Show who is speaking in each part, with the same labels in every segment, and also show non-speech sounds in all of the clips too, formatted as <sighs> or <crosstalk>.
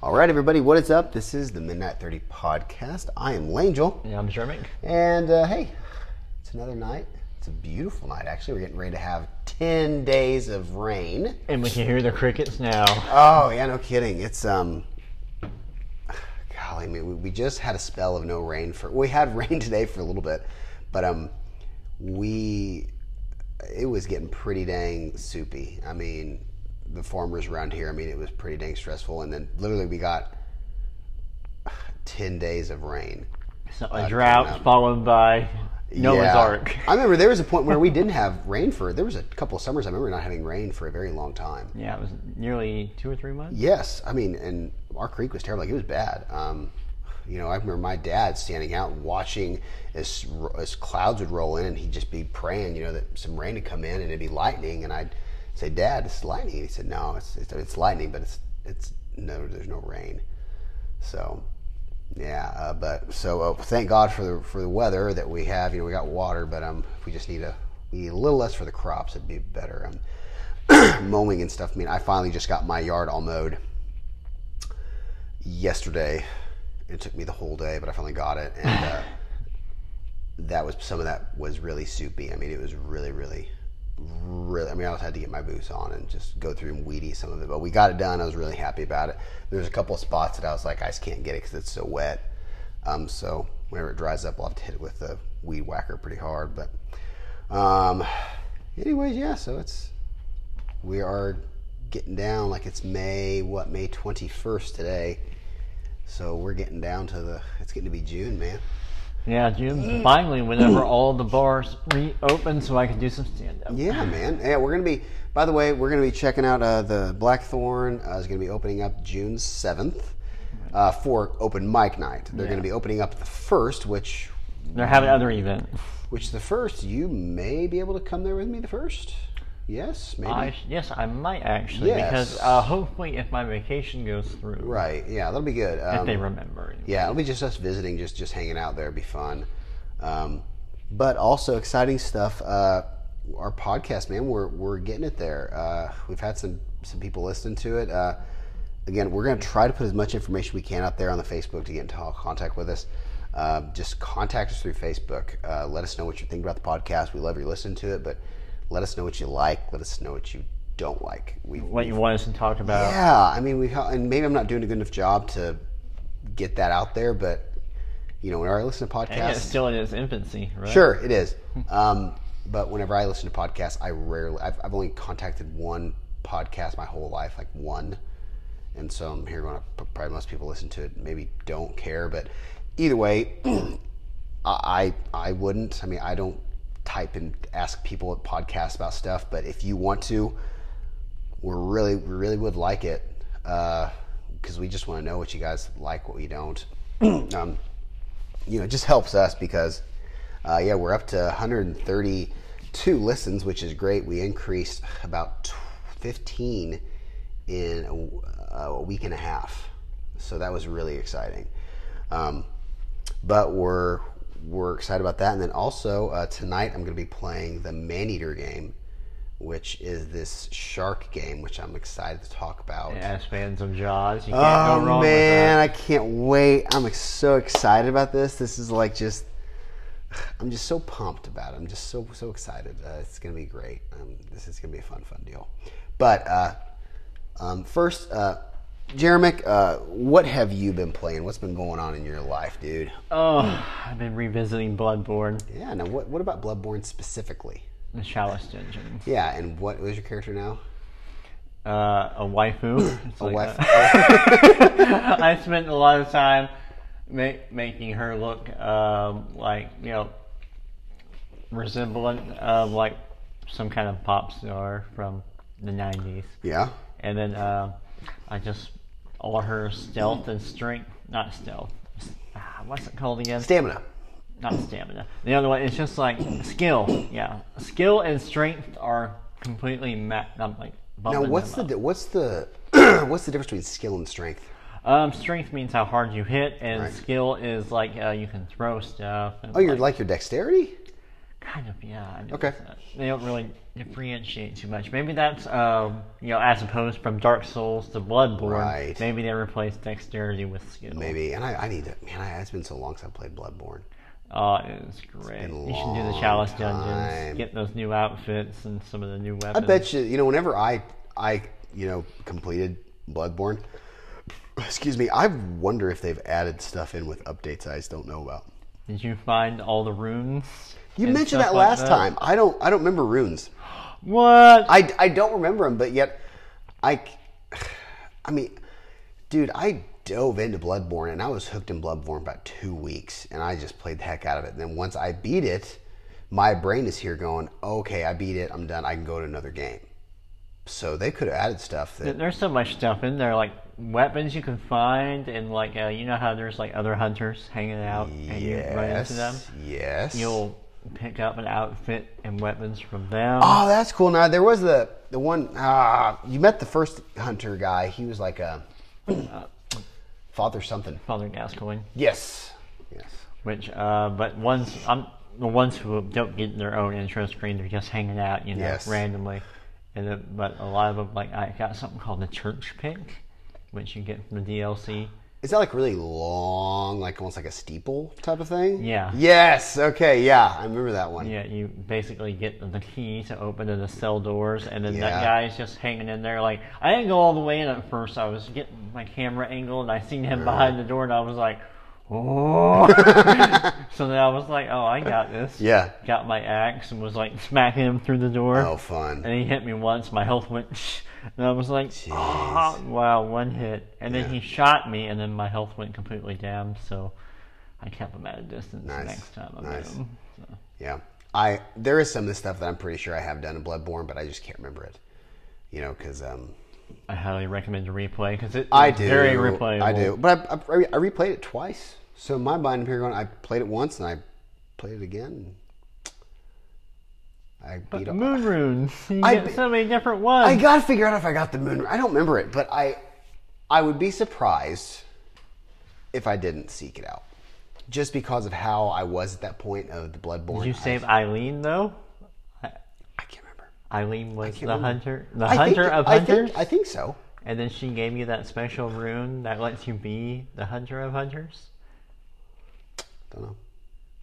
Speaker 1: All right, everybody, what is up? This is the Midnight 30 podcast. I am Langel.
Speaker 2: Yeah, I'm Jermic.
Speaker 1: And uh, hey, it's another night. It's a beautiful night, actually. We're getting ready to have 10 days of rain.
Speaker 2: And we can hear the crickets now.
Speaker 1: Oh, yeah, no kidding. It's, um, golly, I mean, we, we just had a spell of no rain for, we had <laughs> rain today for a little bit, but, um, we, it was getting pretty dang soupy. I mean, the farmers around here, I mean, it was pretty dang stressful. And then literally we got <sighs> 10 days of rain.
Speaker 2: So a drought followed by Noah's
Speaker 1: Yeah.
Speaker 2: Ark.
Speaker 1: I remember there was a point where we didn't have rain for, there was a couple of summers I remember not having rain for a very long time.
Speaker 2: Yeah, it was nearly two or three months.
Speaker 1: Yes, I mean, and our creek was terrible. Like it was bad. Um, you know, I remember my dad standing out and watching as as clouds would roll in, and he'd just be praying, you know, that some rain would come in and it'd be lightning. And I'd say, "Dad, it's lightning." And he said, "No, it's it's, it's lightning, but it's it's no, there's no rain." So, yeah, uh, but so uh, thank God for the for the weather that we have. You know, we got water, but um, if we just need a we need a little less for the crops, it'd be better. Um, <clears throat> mowing and stuff. I mean, I finally just got my yard all mowed yesterday. It took me the whole day, but I finally got it, and uh, that was some of that was really soupy. I mean, it was really, really, really. I mean, I also had to get my boots on and just go through and weedy some of it, but we got it done. I was really happy about it. There's a couple of spots that I was like, I just can't get it because it's so wet. Um, so whenever it dries up, I'll have to hit it with a weed whacker pretty hard. But, um, anyways, yeah. So it's we are getting down like it's May what May 21st today. So we're getting down to the it's getting to be June, man.
Speaker 2: Yeah, June. Finally, whenever all the bars reopened, so I could do some stand up.
Speaker 1: Yeah, man. Yeah, we're gonna be. By the way, we're gonna be checking out uh, the Blackthorn uh, is gonna be opening up June seventh uh, for open mic night. They're gonna be opening up the first, which
Speaker 2: They're having other event.
Speaker 1: which the first you may be able to come there with me. The first, yes, maybe.
Speaker 2: I, yes, I might actually,
Speaker 1: Yes.
Speaker 2: because uh, hopefully, if my vacation goes through,
Speaker 1: right. Yeah, that'll be good.
Speaker 2: if
Speaker 1: Um,
Speaker 2: they remember. it.
Speaker 1: yeah, it'll be just us visiting, just just hanging out there. It'll be fun, um, but also exciting stuff. Uh, our podcast, man, we're we're getting it there. Uh, we've had some some people listen to it. Uh, again, we're going to try to put as much information we can out there on the Facebook to get into contact with us. Uh, just contact us through Facebook. Uh, let us know what you think about the podcast. We love you listening to it, but let us know what you like. Let us know what you don't like. We
Speaker 2: What you want us to talk about?
Speaker 1: yeah, I mean, we and maybe I'm not doing a good enough job to get that out there, but you know, whenever I listen to
Speaker 2: And it's
Speaker 1: podcasts,
Speaker 2: still in its infancy, right?
Speaker 1: sure, it is. Um, but whenever I listen to podcasts, I rarely, I've, I've only contacted one podcast my whole life, like one, and so I'm here going. to Probably most people listen to it, maybe don't care, but either way, <clears throat> I I I wouldn't. I mean, I don't type and ask people at podcasts about stuff, but if you want to, we really we really would like it because we just want to know what you guys like, what you don't. um, you know, it just helps us because uh, yeah, we're up to 132 listens, which is great. We increased about tw- 15 in a, w- a week and a half, so that was really exciting. Um, but we're we're excited about that. And then also uh, tonight, I'm going to be playing the Maneater game, which is this shark game, which I'm excited to talk about.
Speaker 2: As fans of Jaws, you can't go
Speaker 1: Oh
Speaker 2: wrong
Speaker 1: man,
Speaker 2: with
Speaker 1: I can't wait! I'm ex- so excited about this. This is like just, I'm just so pumped about it. I'm just so so excited. Uh, it's gonna be great. Um, this is gonna be a fun fun deal. But uh, um, first, uh, Jeremic, uh, what have you been playing? What's been going on in your life, dude?
Speaker 2: that. Oh, I've been revisiting Bloodborne,
Speaker 1: Yeah. Now, what what about Bloodborne specifically?
Speaker 2: the Chalice Dungeon.
Speaker 1: Yeah, and what was your character now?
Speaker 2: uh,
Speaker 1: <coughs>
Speaker 2: a waifu. It's like
Speaker 1: wife-
Speaker 2: <laughs> that. <laughs> I spent a lot of time ma- making her look um, like you know resemblant of like some kind of pop star from the '90s,
Speaker 1: Yeah.
Speaker 2: and then um I just all her stealth and strength, not stealth. ah, What's it called again?
Speaker 1: Stamina.
Speaker 2: not stamina. The other one is just like skill. Yeah, skill and strength are completely met. I'm like
Speaker 1: Now,
Speaker 2: bumping them
Speaker 1: what's
Speaker 2: up.
Speaker 1: the di- what's the what's the <clears throat> difference between skill and strength?
Speaker 2: Um, strength means how hard you hit, and
Speaker 1: Right.
Speaker 2: skill is like uh, you can throw stuff. And
Speaker 1: Oh, you're like your dexterity.
Speaker 2: kind of Yeah. I noticed
Speaker 1: Okay.
Speaker 2: that. They don't really differentiate too much. Maybe that's um, you know, as opposed from Dark Souls to Bloodborne.
Speaker 1: Right.
Speaker 2: Maybe they replaced dexterity with skill.
Speaker 1: Maybe. And I, I need to. Man, I, it's been so long since I played Bloodborne.
Speaker 2: Oh, it's great.
Speaker 1: been a
Speaker 2: you should do the
Speaker 1: long
Speaker 2: chalice
Speaker 1: time.
Speaker 2: dungeons, get those new outfits and some of the new
Speaker 1: I
Speaker 2: weapons.
Speaker 1: bet you, you know, whenever I, I, you know, completed Bloodborne, <sniffs> excuse me, I wonder if they've added stuff in with updates I just don't know about.
Speaker 2: Did you find all the runes?
Speaker 1: You
Speaker 2: and
Speaker 1: mentioned
Speaker 2: stuff
Speaker 1: that
Speaker 2: like
Speaker 1: last time. I don't, I don't remember runes.
Speaker 2: What?
Speaker 1: I, I don't remember them, but yet, I, c- I mean, dude, I dove into Bloodborne and I was hooked in Bloodborne about two weeks, and I just played the heck out of it. And then once I beat it, my brain is here going, okay, I beat it, I'm done, I can go to another game. So they could have added stuff that
Speaker 2: There's so much stuff in there, like weapons you can find, and like uh, you know how there's like other hunters hanging out, and you run into them.
Speaker 1: Yes.
Speaker 2: You'll pick up an outfit and weapons from them.
Speaker 1: Oh, that's cool. Now there was the the one ah you met the first hunter guy. He was like a <clears throat> father something.
Speaker 2: Father Gascoigne,
Speaker 1: Yes. Yes.
Speaker 2: which uh, but ones I'm the ones who don't get their own intro screen, they're just hanging out, you know,
Speaker 1: Yes.
Speaker 2: randomly. And then, but a lot of them, like I got something called the Church Pick, which you get from the DLC.
Speaker 1: Is that like really long, like almost like a steeple type of thing?
Speaker 2: Yeah.
Speaker 1: Yes. Okay. Yeah, I remember that one.
Speaker 2: Yeah, you basically get the key to open the cell doors, and then
Speaker 1: Yeah.
Speaker 2: that guy's just hanging in there. Like I didn't go all the way in at first. I was getting my camera angle, and I seen him behind the door, and I
Speaker 1: <laughs>
Speaker 2: was like, "Oh!" <laughs> so then I was like, "Oh, I got this."
Speaker 1: Yeah.
Speaker 2: Got my axe and was like smacking him through the door.
Speaker 1: Oh, fun.
Speaker 2: And he hit me once. My health went, <laughs> and I was like, "Ah, "Wow, one hit." And then he shot me, and then my health went completely down. So I kept him at a distance.
Speaker 1: Nice.
Speaker 2: Next time I met
Speaker 1: Nice.
Speaker 2: him. So.
Speaker 1: Yeah. I there is some of this stuff that I'm pretty sure I have done in Bloodborne, but I just can't remember it. You know, because um,
Speaker 2: I highly recommend a replay because it,
Speaker 1: I
Speaker 2: it's
Speaker 1: do.
Speaker 2: very replayable.
Speaker 1: I do, but I, I, I replayed it twice. So in my mind, here going, I played it once and I played it again. I beat. all-
Speaker 2: Moon runes. You
Speaker 1: I
Speaker 2: get
Speaker 1: be-
Speaker 2: so many different ones.
Speaker 1: I gotta figure out if I got the moon. I don't remember it, but I, I would be surprised if I didn't seek it out, just because of how I was at that point of the Bloodborne.
Speaker 2: Did you
Speaker 1: I-
Speaker 2: save Eileen though?
Speaker 1: I, can't remember.
Speaker 2: Eileen was the
Speaker 1: remember.
Speaker 2: hunter, the
Speaker 1: I think-
Speaker 2: hunter of
Speaker 1: I think-
Speaker 2: hunters,
Speaker 1: I think so.
Speaker 2: and then she gave you that special rune that lets you be the hunter of hunters.
Speaker 1: Don't know.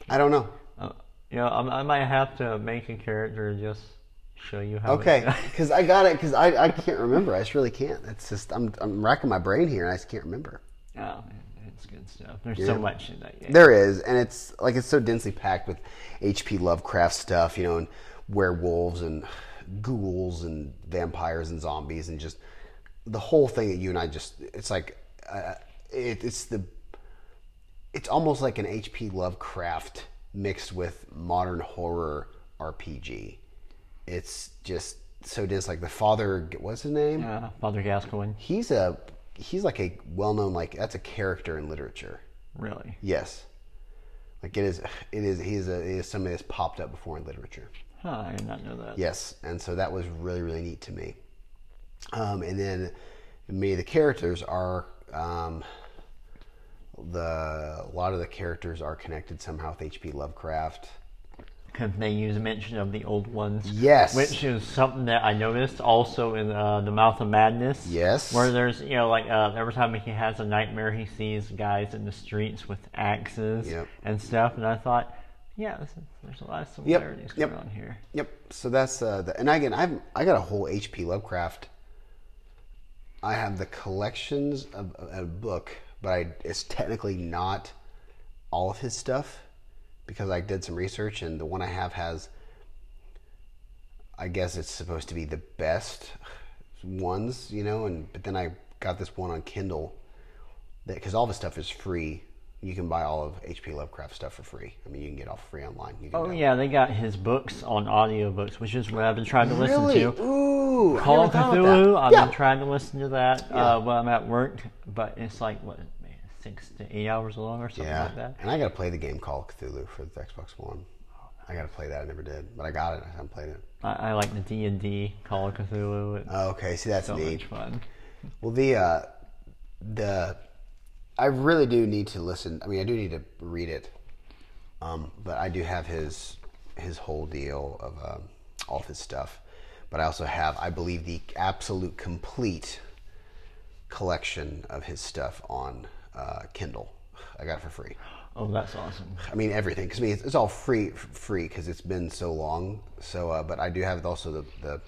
Speaker 1: I don't know.
Speaker 2: Uh, you know, I, I might have to make a character and just show you how. <laughs>
Speaker 1: Okay,
Speaker 2: it-
Speaker 1: because I got it. Because I, I can't remember. I just really can't. It's just I'm I'm racking my brain here, and I just can't remember.
Speaker 2: oh, it's good stuff. There's so much in that game.
Speaker 1: There is, and it's like it's so densely packed with H.P. Lovecraft stuff, you know, and werewolves and ghouls and vampires and zombies and just the whole thing that you and I just—it's like uh, it, it's the it's almost like an H.P. Lovecraft mixed with modern horror RPG. It's just so dense. Like the father, what's his name?
Speaker 2: Uh, Father Gascoigne,
Speaker 1: He's a he's like a well-known like that's a character in literature.
Speaker 2: really?
Speaker 1: Yes. Like it is, it is. He's a he is somebody that's popped up before in literature.
Speaker 2: Huh, I did not know that.
Speaker 1: Yes, and so that was really really neat to me. Um, and then many of the characters are um, the a lot of the characters are connected somehow with H.P. Lovecraft.
Speaker 2: because they use mention of the old ones.
Speaker 1: Yes.
Speaker 2: which is something that I noticed also in uh, the Mouth of Madness.
Speaker 1: Yes.
Speaker 2: where there's you know like uh, every time he has a nightmare, he sees guys in the streets with axes
Speaker 1: Yep.
Speaker 2: and stuff, and I thought, yeah, this is, there's a lot of similarities
Speaker 1: Yep.
Speaker 2: going on here.
Speaker 1: Yep. So that's uh, the and again I've I got a whole H.P. Lovecraft. I have the collections of a a book, but I, it's technically not all of his stuff because I did some research and the one I have has. I guess it's supposed to be the best ones, you know, and but then I got this one on Kindle that because all of his stuff is free. You can buy all of H.P. Lovecraft stuff for free. I mean, you can get all free online. You can
Speaker 2: Oh
Speaker 1: download-
Speaker 2: yeah, they got his books on audiobooks, which is what I've been trying to listen
Speaker 1: really?
Speaker 2: to.
Speaker 1: Ooh, I
Speaker 2: Call
Speaker 1: never
Speaker 2: of
Speaker 1: thought about
Speaker 2: Cthulhu.
Speaker 1: that.
Speaker 2: I've
Speaker 1: yeah.
Speaker 2: been trying to listen to that uh, while I'm at work, but it's like what man, six to eight hours long or something
Speaker 1: yeah.
Speaker 2: like that.
Speaker 1: And I got to play the game Call of Cthulhu for the Xbox One. I got to play that. I never did, but I got it. I haven't played it.
Speaker 2: I, I like the D and D Call of Cthulhu. It's
Speaker 1: Oh, okay, see that's
Speaker 2: so
Speaker 1: neat.
Speaker 2: much fun.
Speaker 1: Well, the uh, the I really do need to listen. I mean, I do need to read it, um, but I do have his his whole deal of um, all of his stuff. But I also have, I believe, the absolute complete collection of his stuff on uh, Kindle. I got it for free.
Speaker 2: Oh, that's awesome.
Speaker 1: I mean everything because I mean it's, it's all free f- free because it's been so long. So, uh, but I do have also the the,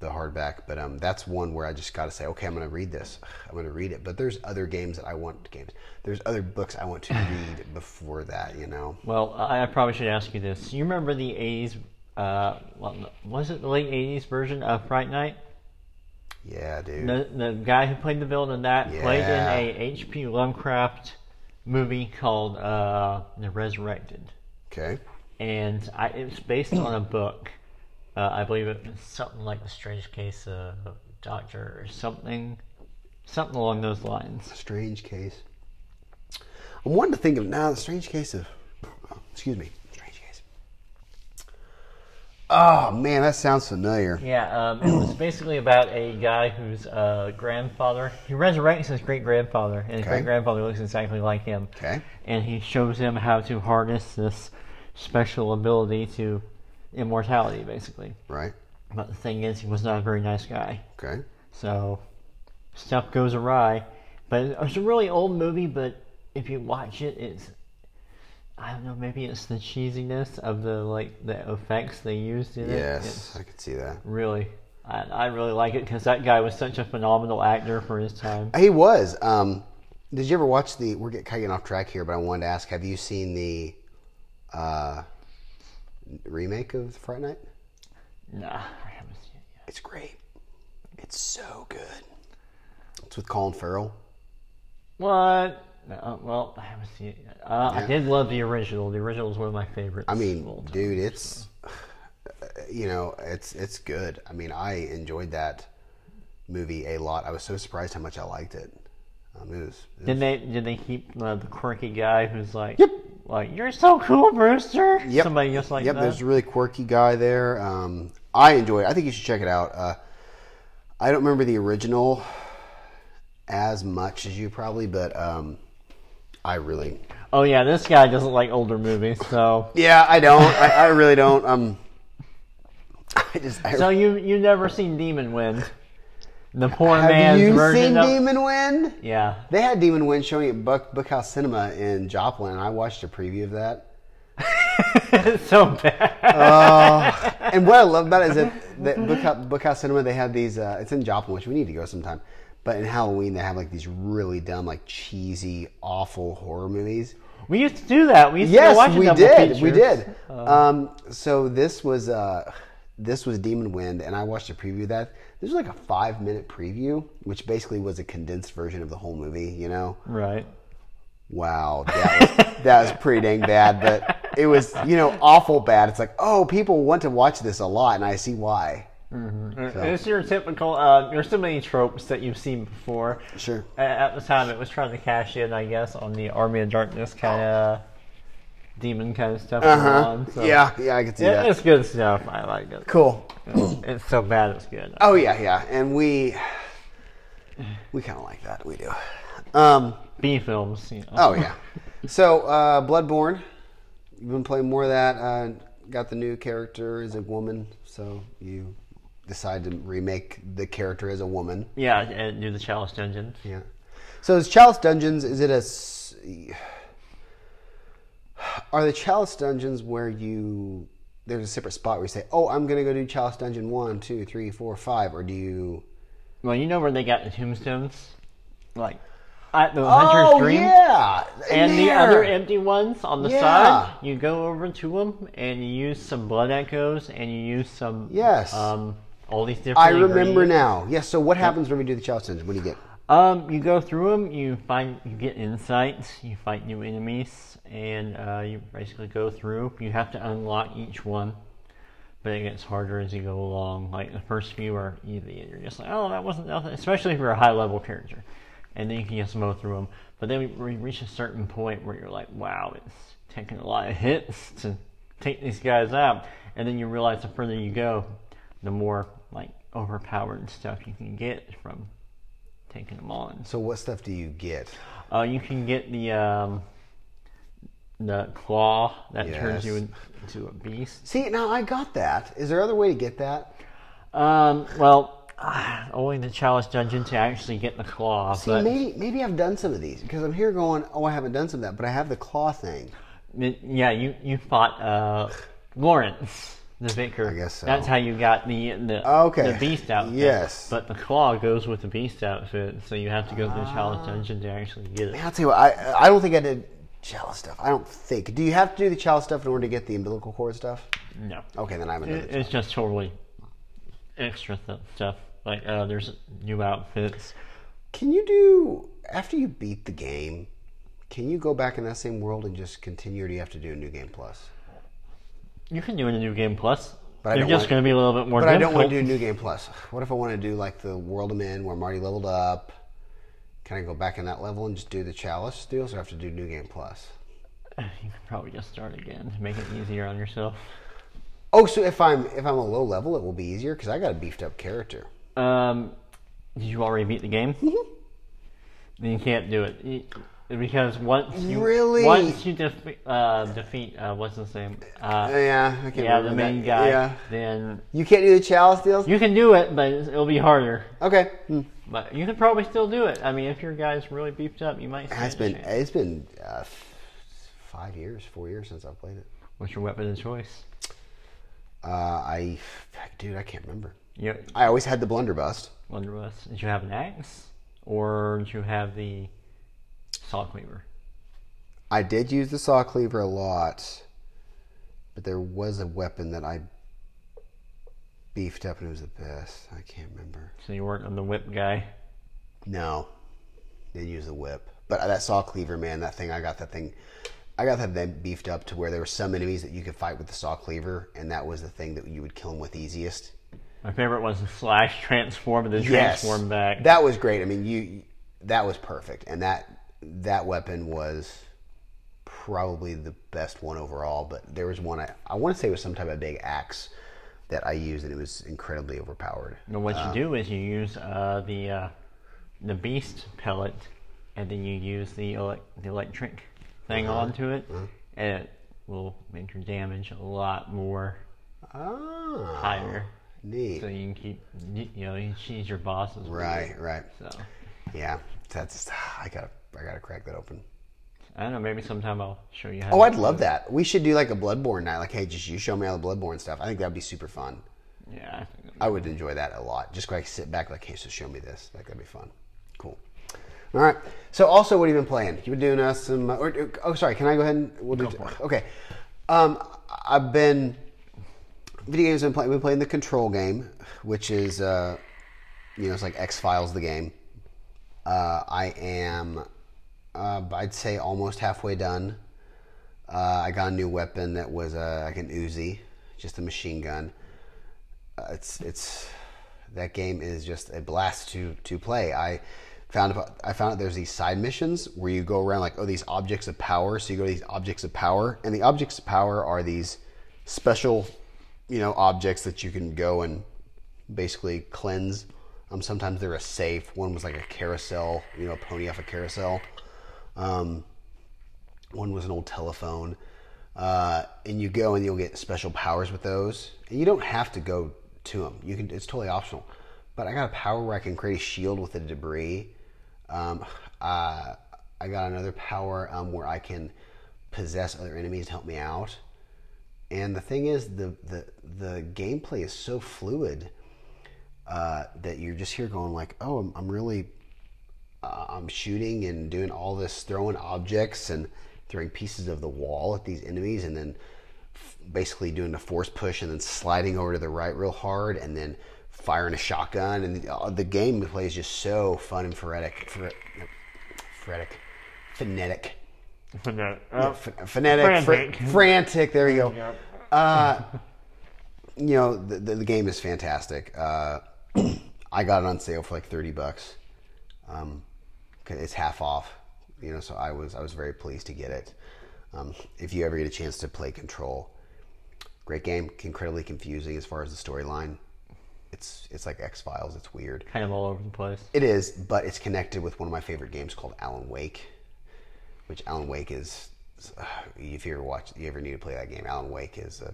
Speaker 1: the hardback. But um, that's one where I just got to say, okay, I'm going to read this. I'm going to read it. But there's other games that I want games. There's other books I want
Speaker 2: <laughs>
Speaker 1: to read before that. You know,
Speaker 2: Well, I, I probably should ask you this. You remember the 80s, uh, what- was it the late 80s version of Fright Night?
Speaker 1: yeah, dude.
Speaker 2: The, the guy who played the villain in that played
Speaker 1: Yeah.
Speaker 2: in a H.P. Lovecraft movie called uh, The Resurrected.
Speaker 1: Okay,
Speaker 2: and I, it's based on a book. Uh, I believe it was something like The Strange Case of Doctor or something, something along those lines.
Speaker 1: strange case. I'm wanting to think of now the strange case of. oh, Excuse me, strange case. Oh man, that sounds familiar.
Speaker 2: Yeah, um, it was basically about a guy whose uh, grandfather he resurrects his great grandfather, and his
Speaker 1: Okay.
Speaker 2: great grandfather looks exactly like him.
Speaker 1: Okay.
Speaker 2: and he shows him how to harness this special ability to immortality, basically.
Speaker 1: Right.
Speaker 2: But the thing is, he was not a very nice guy.
Speaker 1: Okay.
Speaker 2: So stuff goes awry. But it's a really old movie, but if you watch it, it's I don't know, maybe it's the cheesiness of the like the effects they used in it.
Speaker 1: Yes,
Speaker 2: It's
Speaker 1: I could see that.
Speaker 2: really. I, I really like it because that guy was such a phenomenal actor for his time.
Speaker 1: He was. Um, did you ever watch the? We're get, kind of getting off track here, but I wanted to ask: Have you seen the uh, remake of Fright Night?
Speaker 2: Nah, I haven't seen it yet.
Speaker 1: It's great. It's so good. It's with Colin Farrell.
Speaker 2: What? No, well, I haven't seen it yet. Uh, I did love the original. The original is one of my favorites.
Speaker 1: I mean, dude, it's uh, you know, it's it's good. I mean, I enjoyed that movie a lot. I was so surprised how much I liked it. Um, it was. it-
Speaker 2: Did they did they keep uh, the quirky guy who's like, yep. like you're so cool, Brewster?
Speaker 1: Yep.
Speaker 2: Somebody just like
Speaker 1: yep,
Speaker 2: that.
Speaker 1: there's a really quirky guy there. Um, I enjoy it. I think you should check it out. Uh, I don't remember the original as much as you probably, but um, I really.
Speaker 2: Oh yeah, this guy doesn't like older movies,
Speaker 1: <laughs>
Speaker 2: so
Speaker 1: Yeah, I don't. I, I really don't. Um, I just. I,
Speaker 2: so you you never seen Demon Wind, the poor
Speaker 1: have
Speaker 2: man's
Speaker 1: you
Speaker 2: version
Speaker 1: seen
Speaker 2: of
Speaker 1: Demon Wind?
Speaker 2: yeah. <laughs>
Speaker 1: They had Demon Wind showing at Buck Bookhouse Cinema in Joplin, and I watched a preview of that.
Speaker 2: it's so bad.
Speaker 1: and what I love about it is that, that Bookhouse, Bookhouse Cinema they have these. Uh, it's in Joplin, which we need to go sometime. But in Halloween, they have like these really dumb, like cheesy, awful horror movies.
Speaker 2: we used to do that. We used to go watch
Speaker 1: Yes,
Speaker 2: a
Speaker 1: we
Speaker 2: double
Speaker 1: did. We
Speaker 2: feature.
Speaker 1: did. Um, so this was uh, this was Demon Wind, and I watched a preview of that. This was like a five minute preview, which basically was a condensed version of the whole movie. You know,
Speaker 2: Right.
Speaker 1: Wow, that was, that was pretty dang bad, but it was you know awful bad. It's like oh, people want to watch this a lot, and I see why.
Speaker 2: It's your typical. Uh, there's so many tropes that you've seen before.
Speaker 1: Sure.
Speaker 2: A- At the time, it was trying to cash in, I guess, on the Army of Darkness kind of demon kind of stuff. going
Speaker 1: Uh-huh.
Speaker 2: on, so.
Speaker 1: Yeah, yeah, I can see
Speaker 2: Yeah,
Speaker 1: that.
Speaker 2: it's good stuff. I like it.
Speaker 1: Cool.
Speaker 2: It's so bad, it's good.
Speaker 1: Oh yeah, yeah, and we we kind of like that. We do. Um.
Speaker 2: B films, you know.
Speaker 1: Oh
Speaker 2: <laughs>
Speaker 1: yeah. So uh, Bloodborne, you've been playing more of that. Uh, got the new character as a woman, so you decide to remake the character as a woman.
Speaker 2: Yeah, and do the Chalice Dungeon.
Speaker 1: Yeah. So is Chalice Dungeons? Is it a? s- Are the Chalice Dungeons where you there's a separate spot where you say, "Oh, I'm gonna go do Chalice Dungeon one, two, three, four, five, or do you?
Speaker 2: Well, you know where they got the tombstones? Like, at the
Speaker 1: oh
Speaker 2: Hunter's Dream?
Speaker 1: yeah,
Speaker 2: And the
Speaker 1: there.
Speaker 2: other empty ones on the
Speaker 1: Yeah.
Speaker 2: side, you go over to them and you use some blood echoes and you use some
Speaker 1: Yes.
Speaker 2: um, all these different.
Speaker 1: I remember
Speaker 2: ingredients.
Speaker 1: now. Yes. so what happens when we do the Chalice Dungeon? What do you get?
Speaker 2: Um, you go through them, you find, you get insights, you fight new enemies, and uh, you basically go through. You have to unlock each one, but it gets harder as you go along. Like the first few are easy, and you're just like, oh, that wasn't nothing, especially if you're a high level character, and then you can just mow through them. But then we reach a certain point where you're like, wow, it's taking a lot of hits to take these guys out, and then you realize the further you go, the more like overpowered stuff you can get from taking them on.
Speaker 1: So what stuff do you get?
Speaker 2: Uh, you can get the um, the claw that turns you
Speaker 1: Yes.
Speaker 2: in- into a beast.
Speaker 1: See, now I got that. Is there other way to get that?
Speaker 2: Um, well, <sighs> only the Chalice Dungeon to actually get the claw.
Speaker 1: See,
Speaker 2: but
Speaker 1: maybe maybe I've done some of these because I'm here going, oh, I haven't done some of that, but I have the claw thing.
Speaker 2: N- Yeah, you you fought uh, Lawrence, <laughs> the vicar.
Speaker 1: I guess so.
Speaker 2: That's how you got the the,
Speaker 1: Okay.
Speaker 2: the beast outfit.
Speaker 1: Yes.
Speaker 2: but the claw goes with the beast outfit, so you have to go to the
Speaker 1: Ah.
Speaker 2: challenge dungeon to actually get it.
Speaker 1: I'll tell you what, I I don't think I did chalice stuff. I don't think. Do you have to do the chalice stuff in order to get the umbilical cord stuff?
Speaker 2: No,
Speaker 1: Okay, then I haven't done
Speaker 2: It-
Speaker 1: it.
Speaker 2: it's just totally extra th- stuff. Like uh, there's new outfits.
Speaker 1: Can you do after you beat the game? Can you go back in that same world and just continue, or do you have to do a new game plus?
Speaker 2: You can do it in a new game plus.
Speaker 1: But I
Speaker 2: They're
Speaker 1: don't
Speaker 2: just
Speaker 1: want-
Speaker 2: going to be a little bit more.
Speaker 1: But I don't want to
Speaker 2: difficult.
Speaker 1: do New Game Plus. What if I want to do like the World I'm in, where I'm already leveled up? Can I go back in that level and just do the Chalice deals, or have to do New Game Plus?
Speaker 2: <laughs> You can probably just start again to make it easier on yourself.
Speaker 1: Oh, so if I'm if I'm a low level, it will be easier because I got a beefed up character.
Speaker 2: Um, did you already beat the game?
Speaker 1: Mm-hmm.
Speaker 2: then you can't do it You- because once you
Speaker 1: Really?
Speaker 2: once you defe- uh, defeat uh, what's his name? Uh,
Speaker 1: yeah, I can't
Speaker 2: yeah,
Speaker 1: remember
Speaker 2: the main
Speaker 1: that.
Speaker 2: guy.
Speaker 1: Yeah,
Speaker 2: Then
Speaker 1: you can't do the Chalice deals.
Speaker 2: you can do it, but it's- it'll be harder.
Speaker 1: okay, Hmm.
Speaker 2: But you can probably still do it. I mean, if your guy's really beefed up, you might.
Speaker 1: it's
Speaker 2: stand a
Speaker 1: been
Speaker 2: chance.
Speaker 1: it's been uh, f- five years, four years since I've played it.
Speaker 2: What's your weapon of choice?
Speaker 1: Uh, I, dude, I can't remember.
Speaker 2: You
Speaker 1: I always had the blunderbuss.
Speaker 2: blunderbuss. Did you have an axe, or did you have the saw cleaver?
Speaker 1: I did use the saw cleaver a lot, but there was a weapon that I beefed up and it was the best. I can't remember.
Speaker 2: So you weren't on the whip guy.
Speaker 1: No, didn't use the whip. But that saw cleaver, man, that thing I got that thing. I got that thing beefed up to where there were some enemies that you could fight with the saw cleaver, and that was the thing that you would kill them with easiest.
Speaker 2: My favorite was the slash transform and then transform back.
Speaker 1: That was great. I mean, you that was perfect, and that that weapon was probably the best one overall. But there was one I I want to say it was some type of big axe that I used, and it was incredibly overpowered.
Speaker 2: And what you do is you use uh, the uh, the beast pellet, and then you use the elec the electric thing
Speaker 1: Uh-huh.
Speaker 2: onto it, and it will make your damage a lot more
Speaker 1: Ah,
Speaker 2: higher.
Speaker 1: neat.
Speaker 2: So you can keep you you know you cheese your bosses. with
Speaker 1: Right,
Speaker 2: it.
Speaker 1: right.
Speaker 2: So
Speaker 1: Yeah, that's <sighs> I gotta I gotta crack that open.
Speaker 2: I don't know. Maybe sometime I'll show you how.
Speaker 1: Oh,
Speaker 2: to
Speaker 1: I'd
Speaker 2: do
Speaker 1: love
Speaker 2: it.
Speaker 1: that. We should do like a Bloodborne night. Like, hey, just you show me all the Bloodborne stuff. I think that'd be super fun.
Speaker 2: Yeah. I think
Speaker 1: I would enjoy that a lot. Just like sit back, like, hey, so show me this. Like that'd be fun. Cool. All right. So also, what have you been playing? You've been doing uh, some. Uh, or, oh, sorry. Can I go ahead and we'll do? Okay. Um, I've been video games. I've been playing. Been playing the Control game, which is uh, you know, it's like X Files the game. Uh, I am, uh, I'd say, almost halfway done. Uh, I got a new weapon that was uh, like an Uzi, just a machine gun uh, it's it's that game is just a blast to to play. I found I found out there's these side missions where you go around like oh these objects of power. So you go to these objects of power, and the objects of power are these special you know objects that you can go and basically cleanse. Um, sometimes they're a safe. One was like a carousel, you know, a pony off a carousel. Um, one was an old telephone uh, and you go and you'll get special powers with those and you don't have to go to them you can it's totally optional but i got a power where i can create a shield with the debris um, uh, i got another power um, where i can possess other enemies to help me out and the thing is the the, the gameplay is so fluid uh, that you're just here going like oh i'm, I'm really uh, I'm shooting and doing all this throwing objects and throwing pieces of the wall at these enemies and then f- basically doing the force push and then sliding over to the right real hard and then firing a shotgun and the, uh, the game play is just so fun and frenetic fre- no, frenetic phonetic Uh, ph- phonetic frantic.
Speaker 2: Frantic.
Speaker 1: frantic there you go uh, you know the, the, the game is fantastic uh, <clears throat> i got it on sale for like 30 bucks um, 'cause it's half off you know so i was i was very pleased to get it um, if you ever get a chance to play control great game incredibly confusing as far as the storyline it's it's like x files it's weird
Speaker 2: kind of all over the place.
Speaker 1: it is, but it's connected with one of my favorite games called Alan Wake, which Alan Wake is if you ever watch, you ever need to play that game, Alan Wake is a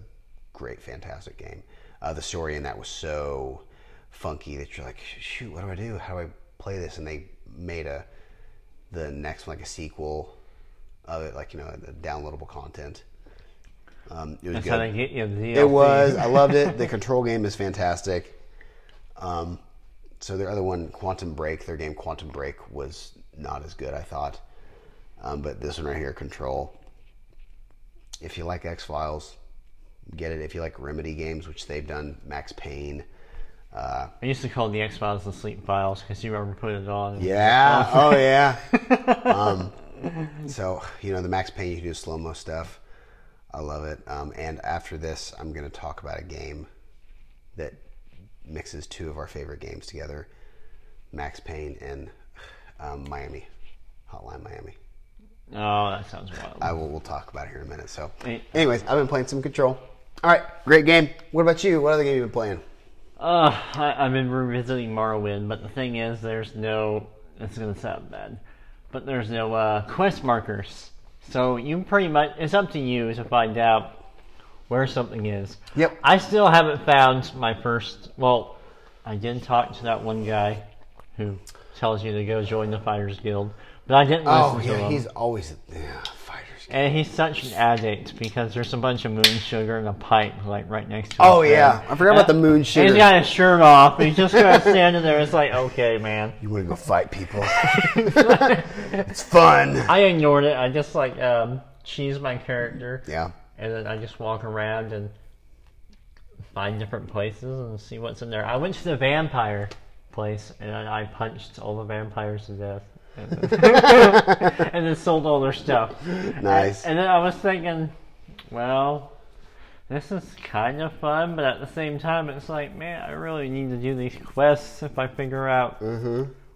Speaker 1: great, fantastic game. Uh, the story in that was so funky that you're like, shoot, what do I do? How do I play this? And they made a the next one like a sequel of it, like you know, the downloadable content. Um, it was
Speaker 2: That's
Speaker 1: good.
Speaker 2: how they get you. The
Speaker 1: It was. I loved it. The control game is fantastic. Um, so their other one, Quantum Break, their game Quantum Break was not as good, I thought. Um, but this one right here, Control. If you like X Files, get it. If you like Remedy games, which they've done, Max Payne. Uh,
Speaker 2: I used to call the X Files the sleep files because you ever put it on.
Speaker 1: yeah. Oh yeah. um, so you know the Max Payne, you can do slow mo stuff. I love it. Um, and after this, I'm going to talk about a game that mixes two of our favorite games together: Max Payne and um, Miami Hotline Miami.
Speaker 2: Oh, that sounds wild.
Speaker 1: I will. We'll talk about it here in a minute. So,
Speaker 2: Hey.
Speaker 1: anyways, I've been playing some Control. All right, great game. What about you? What other game you been playing?
Speaker 2: Uh, I, I've been revisiting Morrowind, but the thing is, there's no. It's gonna sound bad, but there's no uh, quest markers. So you pretty much it's up to you to find out where something is.
Speaker 1: Yep.
Speaker 2: I still haven't found my first. Well, I did talk to that one guy who tells you to go join the Fighters Guild, but I didn't listen
Speaker 1: Oh
Speaker 2: to
Speaker 1: yeah,
Speaker 2: him.
Speaker 1: he's always yeah, fighters.
Speaker 2: And he's such an addict because there's a bunch of moon sugar in a pipe like right next to.
Speaker 1: Oh
Speaker 2: his
Speaker 1: yeah,
Speaker 2: bed.
Speaker 1: I forgot about the moon
Speaker 2: And
Speaker 1: sugar.
Speaker 2: He's got his shirt off. He's just kind of standing there. It's like, okay, man.
Speaker 1: You want to go fight people? <laughs> it's fun.
Speaker 2: I ignored it. I just like um, cheese my character,
Speaker 1: Yeah. <laughs>
Speaker 2: and then I just walk around and find different places and see what's in there. I went to the vampire place and I I punched all the vampires to death, and then, and then sold all their stuff.
Speaker 1: Nice.
Speaker 2: And then I was thinking, well, this is kind of fun, but at the same time, it's like, man, I really need to do these quests if I figure out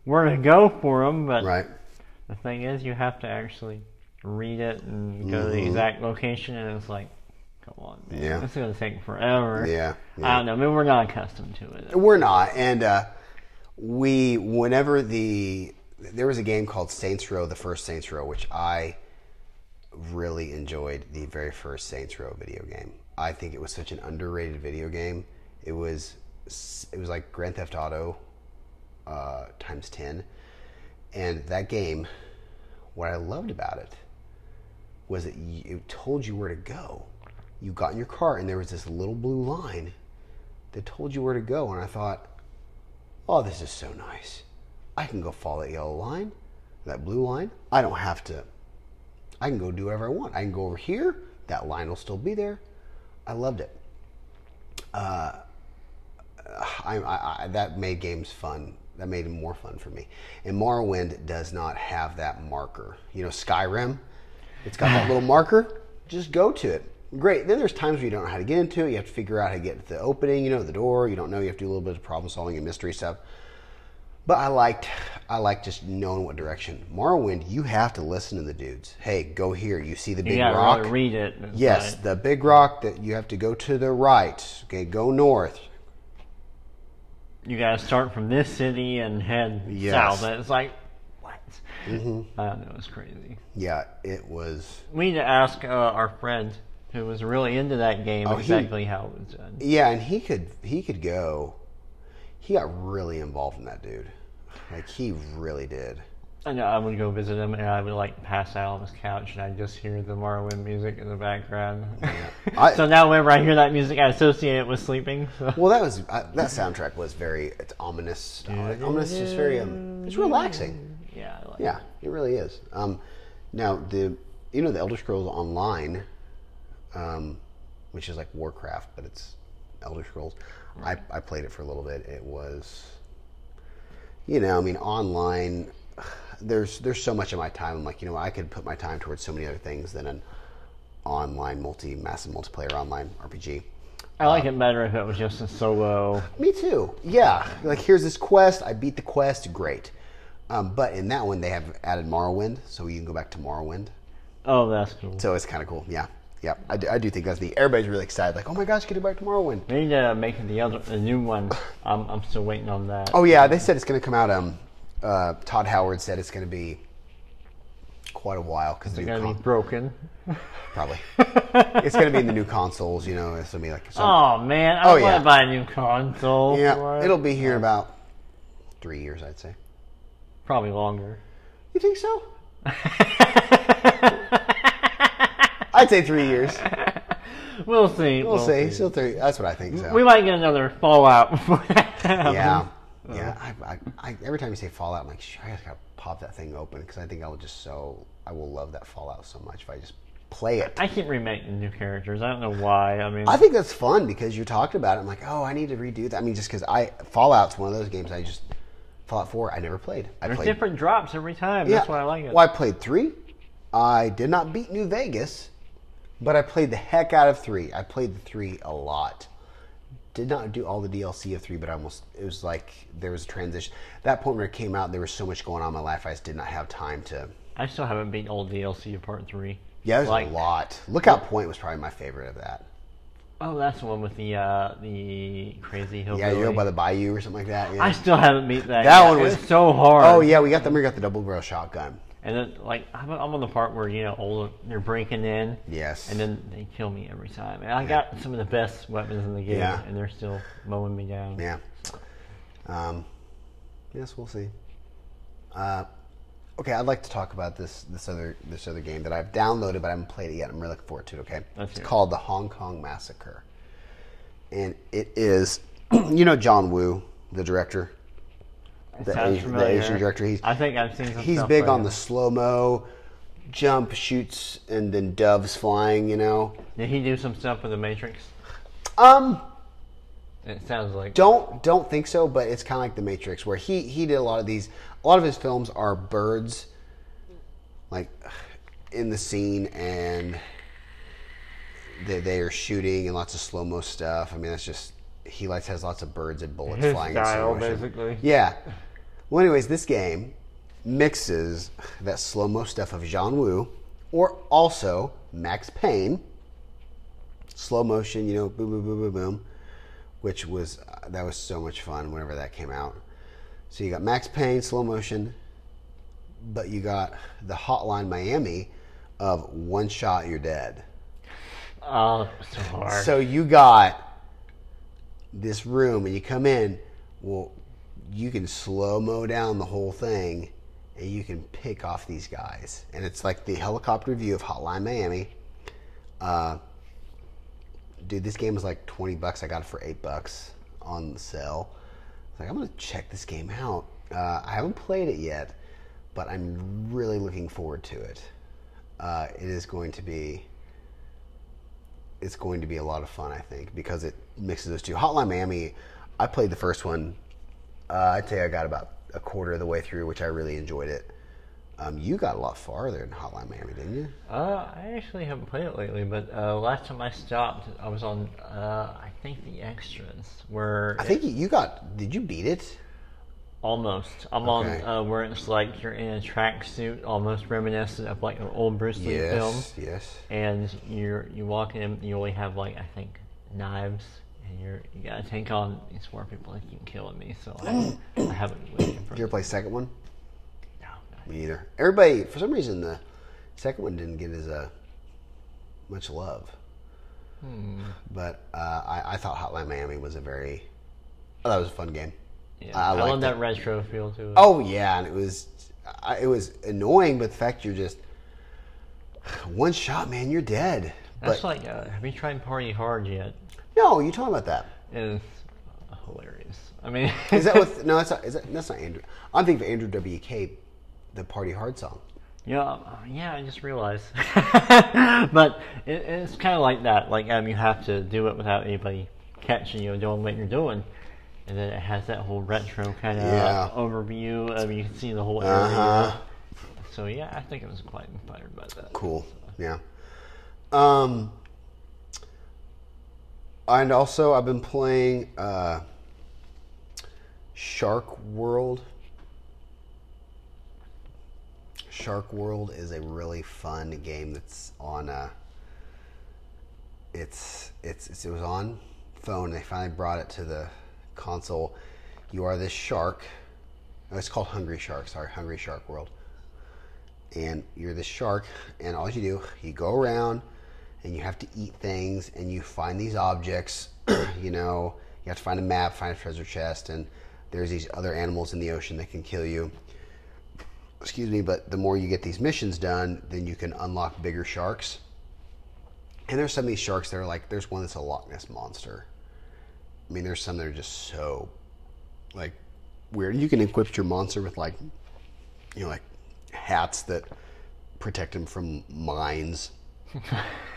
Speaker 2: where to go for them. But
Speaker 1: Mm-hmm. Right.
Speaker 2: the thing is, you have to actually read it and go to the exact location, and it's like, come on, man,
Speaker 1: Mm-hmm. Yeah.
Speaker 2: this is gonna take forever.
Speaker 1: Yeah.
Speaker 2: I
Speaker 1: yeah.
Speaker 2: don't know. Maybe we're not accustomed to it.
Speaker 1: We're not, and uh, we whenever the there was a game called Saints Row, the first Saints Row, which I really enjoyed the very first Saints Row video game. I think it was such an underrated video game. It was s- it was like Grand Theft Auto uh, times ten, and that game. What I loved about it was that y it told you where to go. You got in your car, and there was this little blue line that told you where to go, and I thought, oh, this is so nice. I can go follow that yellow line, that blue line. I don't have to. I can go do whatever I want. I can go over here. That line will still be there. I loved it. Uh, I, I, I, that made games fun. That made it more fun for me. And Morrowind does not have that marker. You know, Skyrim, it's got
Speaker 2: <sighs>
Speaker 1: that little marker. Just go to it. Great. Then there's times where you don't know how to get into it. You have to figure out how to get to the opening, you know, the door. You don't know. You have to do a little bit of problem solving and mystery stuff. But I liked, I liked just knowing what direction. Morrowind, you have to listen to the dudes. Hey, go here. You see the big
Speaker 2: You gotta
Speaker 1: rock.
Speaker 2: really read it. It's
Speaker 1: Yes,
Speaker 2: like-
Speaker 1: the big rock that you have to go to the right. Okay, go north.
Speaker 2: you gotta start from this city and head
Speaker 1: Yes. Mm-hmm.
Speaker 2: south. And it's like, what? I don't know, it's crazy.
Speaker 1: Yeah, it was.
Speaker 2: We need to ask uh, our friend who was really into that game
Speaker 1: Oh, he-
Speaker 2: exactly how it was done.
Speaker 1: Yeah, and he could he could go. He got really involved in that dude. Like he really did.
Speaker 2: I know I would go visit him and I would like pass out on his couch and I'd just hear the Morrowind music in the background. <laughs>
Speaker 1: I-
Speaker 2: so now whenever I hear that music, I associate it with sleeping. So.
Speaker 1: Well, that was I, that soundtrack was very it's ominous. Uh, ominous, just very um, it's relaxing.
Speaker 2: Yeah, I like
Speaker 1: Yeah, it really is. Um, now the you know the Elder Scrolls Online, um, which is like Warcraft, but it's Elder Scrolls. I, I played it for a little bit. It was, you know, I mean, online. There's there's so much of my time. I'm like, you know, I could put my time towards so many other things than an online multi massive multiplayer online RPG.
Speaker 2: I like it better if it was just a solo.
Speaker 1: Me too. Yeah. Like here's this quest. I beat the quest. Great. Um, but in that one, they have added Morrowind, so you can go back to Morrowind.
Speaker 2: Oh, that's cool.
Speaker 1: So it's kind of cool. Yeah. Yeah. I do, I do think that's neat. Everybody's really excited. Like, oh my gosh, get it back to Morrowind.
Speaker 2: We need to make the other a new one. I'm I'm still waiting on that.
Speaker 1: Oh yeah, they said it's going to come out. Um, uh, Todd Howard said it's going to be quite a while because the
Speaker 2: They're
Speaker 1: new
Speaker 2: gonna
Speaker 1: con-
Speaker 2: be broken. <laughs>
Speaker 1: probably it's going to be in the new consoles. You know, it's going to be like some,
Speaker 2: Oh man, I
Speaker 1: Oh,
Speaker 2: want to
Speaker 1: yeah.
Speaker 2: buy a new console. for
Speaker 1: yeah,
Speaker 2: it.
Speaker 1: it'll be here in about three years, I'd say.
Speaker 2: probably longer.
Speaker 1: You think
Speaker 2: <laughs>
Speaker 1: so? I'd say three years.
Speaker 2: We'll see.
Speaker 1: We'll say still three. That's what I think. So
Speaker 2: We might get another Fallout. <laughs> before that
Speaker 1: yeah,
Speaker 2: happens.
Speaker 1: yeah. I, I, I, every time you say Fallout, I'm like, "Shit, I just gotta pop that thing open because I think I will just so I will love that Fallout so much if I just play it.
Speaker 2: I keep remaking new characters. I don't know why. I mean,
Speaker 1: I think that's fun because you talked about it. I'm like, oh, I need to redo that. I mean, just because I Fallout's one of those games I just Fallout Four I never played. I
Speaker 2: there's
Speaker 1: played
Speaker 2: different drops every time. That's why I like it.
Speaker 1: Well, I played three. I did not beat New Vegas, but I played the heck out of three. I played the three a lot. Did not do all the DLC of three, but I almost it was like there was a transition. That point where it came out, there was so much going on in my life. I just did not have time to.
Speaker 2: I still haven't beat all DLC of Part Three.
Speaker 1: Yeah, there's
Speaker 2: Like-
Speaker 1: a lot. Lookout Point was probably my favorite of that.
Speaker 2: Oh, that's the one with the uh, the crazy hillbilly.
Speaker 1: Yeah, you go by the Bayou or something like that. Yeah.
Speaker 2: I still haven't beat that.
Speaker 1: That
Speaker 2: yet.
Speaker 1: one
Speaker 2: It
Speaker 1: was-
Speaker 2: so hard.
Speaker 1: oh yeah, we got them. We got the double barrel shotgun.
Speaker 2: And then like I'm, I'm on the part where you know all the- they're breaking in.
Speaker 1: Yes.
Speaker 2: And then they kill me every time. And I got some of the best weapons in the game,
Speaker 1: Yeah.
Speaker 2: and they're still mowing me down.
Speaker 1: Yeah. Um, yes, we'll see. Uh, okay, I'd like to talk about this this other this other game that I've downloaded but I haven't played it yet. I'm really looking forward to it. Okay,
Speaker 2: Let's
Speaker 1: it's
Speaker 2: hear it.
Speaker 1: called the Hong Kong Massacre, and it is, <clears throat> you know, John Woo, the director,
Speaker 2: It
Speaker 1: the
Speaker 2: sounds
Speaker 1: Asian- the
Speaker 2: familiar.
Speaker 1: Asian director, he's-
Speaker 2: I think I've seen. Some
Speaker 1: he's
Speaker 2: stuff
Speaker 1: big
Speaker 2: by
Speaker 1: on
Speaker 2: him.
Speaker 1: the slow mo, jump shoots, and then doves flying. You know,
Speaker 2: Did he do some stuff with the Matrix?
Speaker 1: um,
Speaker 2: It sounds like.
Speaker 1: Don't don't think so, but it's kind of like The Matrix, where he he did a lot of these. A lot of his films are birds, like in the scene, and they they are shooting and lots of slow mo stuff. I mean, that's just he likes has lots of birds and bullets
Speaker 2: His
Speaker 1: flying.
Speaker 2: style,
Speaker 1: in slow motion.
Speaker 2: basically.
Speaker 1: Yeah. Well, anyways, this game mixes that slow mo stuff of John Woo, or also Max Payne slow motion, you know, boom, boom, boom, boom, boom, which was uh, that was so much fun whenever that came out. So you got Max Payne slow motion, but you got the Hotline Miami of one shot you're dead.
Speaker 2: Oh, so hard.
Speaker 1: So you got this room, and you come in. Well, you can slow mo down the whole thing, and you can pick off these guys. And it's like the helicopter view of Hotline Miami. Uh, dude, this game was like twenty bucks. I got it for eight bucks on the sale. I was like, I'm gonna check this game out. Uh, I haven't played it yet, but I'm really looking forward to it. Uh, it is going to be it's going to be a lot of fun, I think, because it mixes those two. Hotline Miami, I played the first one. Uh, I'd say I got about a quarter of the way through, which I really enjoyed it. Um, you got a lot farther in Hotline Miami, didn't you?
Speaker 2: Uh, I actually haven't played it lately, but uh, last time I stopped, I was on, uh, I think the extras, where
Speaker 1: I think you- you got. Did you beat it?
Speaker 2: almost, I'm
Speaker 1: Okay.
Speaker 2: on uh, where it's like you're in a tracksuit, almost reminiscent of like an old Bruce Lee film,
Speaker 1: Yes. Yes.
Speaker 2: and you're you walk in, you only have like I think knives, and you're you gotta take on these four people that keep killing me, so I, I haven't waited for
Speaker 1: Did you ever play second one?
Speaker 2: no, no.
Speaker 1: Me either. Everybody, for some reason, the second one didn't get as uh, much love. But uh, I, I thought Hotline Miami was a very. Oh, that was a fun game.
Speaker 2: Yeah.
Speaker 1: I
Speaker 2: I,
Speaker 1: like
Speaker 2: love
Speaker 1: that.
Speaker 2: that retro feel to it.
Speaker 1: Oh yeah, and it was I- it was annoying, but the fact you're just <sighs> one shot, man, you're dead.
Speaker 2: that's
Speaker 1: But
Speaker 2: like uh, have you tried Party Hard yet?
Speaker 1: no, you talking about that?
Speaker 2: It is hilarious. I mean, <laughs>
Speaker 1: Is that with no? That's not. Is that, that's not Andrew. I'm thinking of Andrew WK, the Party Hard song.
Speaker 2: Yeah, uh, yeah, I just realized. <laughs> but it, it's kind of like that. Like, um, you have to do it without anybody catching you and doing what you're doing. And then it has that whole retro kind of
Speaker 1: Yeah.
Speaker 2: overview. Um, you can see the whole area.
Speaker 1: Uh-huh.
Speaker 2: So, yeah, I think I was quite inspired by that.
Speaker 1: Cool. Yeah. Um. And also, I've been playing uh, Shark World. Shark World is a really fun game that's on. Uh, it's, it's it's it was on phone. They finally brought it to the console. You are this shark. Oh, it's called Hungry Shark. Sorry, Hungry Shark World and you're this shark, and all you do, you go around and you have to eat things and you find these objects, <clears throat> you know, you have to find a map, find a treasure chest, and there's these other animals in the ocean that can kill you. Excuse me, but the more you get these missions done, then you can unlock bigger sharks. And there's some of these sharks that are like, there's one that's a Loch Ness monster. I mean, there's some that are just so, like, weird. You can equip your monster with like, you know, like hats that protect him from mines.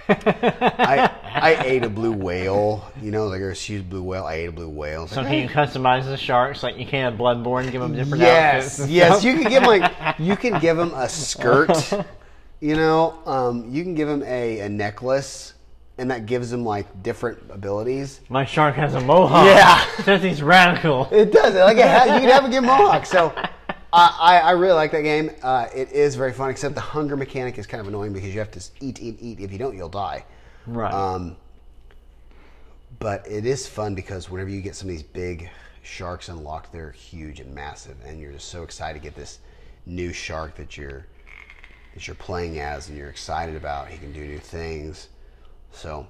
Speaker 1: I I ate a blue whale. You know, like a huge blue whale. I ate a blue whale. It's
Speaker 2: So
Speaker 1: like,
Speaker 2: can you customize the sharks like you can at Bloodborne? Give them different
Speaker 1: yes,
Speaker 2: outfits. and
Speaker 1: yes.
Speaker 2: stuff?
Speaker 1: You can give him like you can give him a skirt. You know, um, you can give him a, a necklace, and that gives him like different abilities.
Speaker 2: <laughs> My shark has a mohawk. <laughs>
Speaker 1: Yeah.
Speaker 2: That's he's radical.
Speaker 1: It does. Like it ha you can have a good mohawk. So I, I, I really like that game. Uh, it is very fun, except the hunger mechanic is kind of annoying because you have to eat, eat, eat. If you don't, you'll die.
Speaker 2: Right.
Speaker 1: Um, but it is fun because whenever you get some of these big sharks unlocked, they're huge and massive, and you're just so excited to get this new shark that you're that you're playing as, and you're excited about. He can do new things. So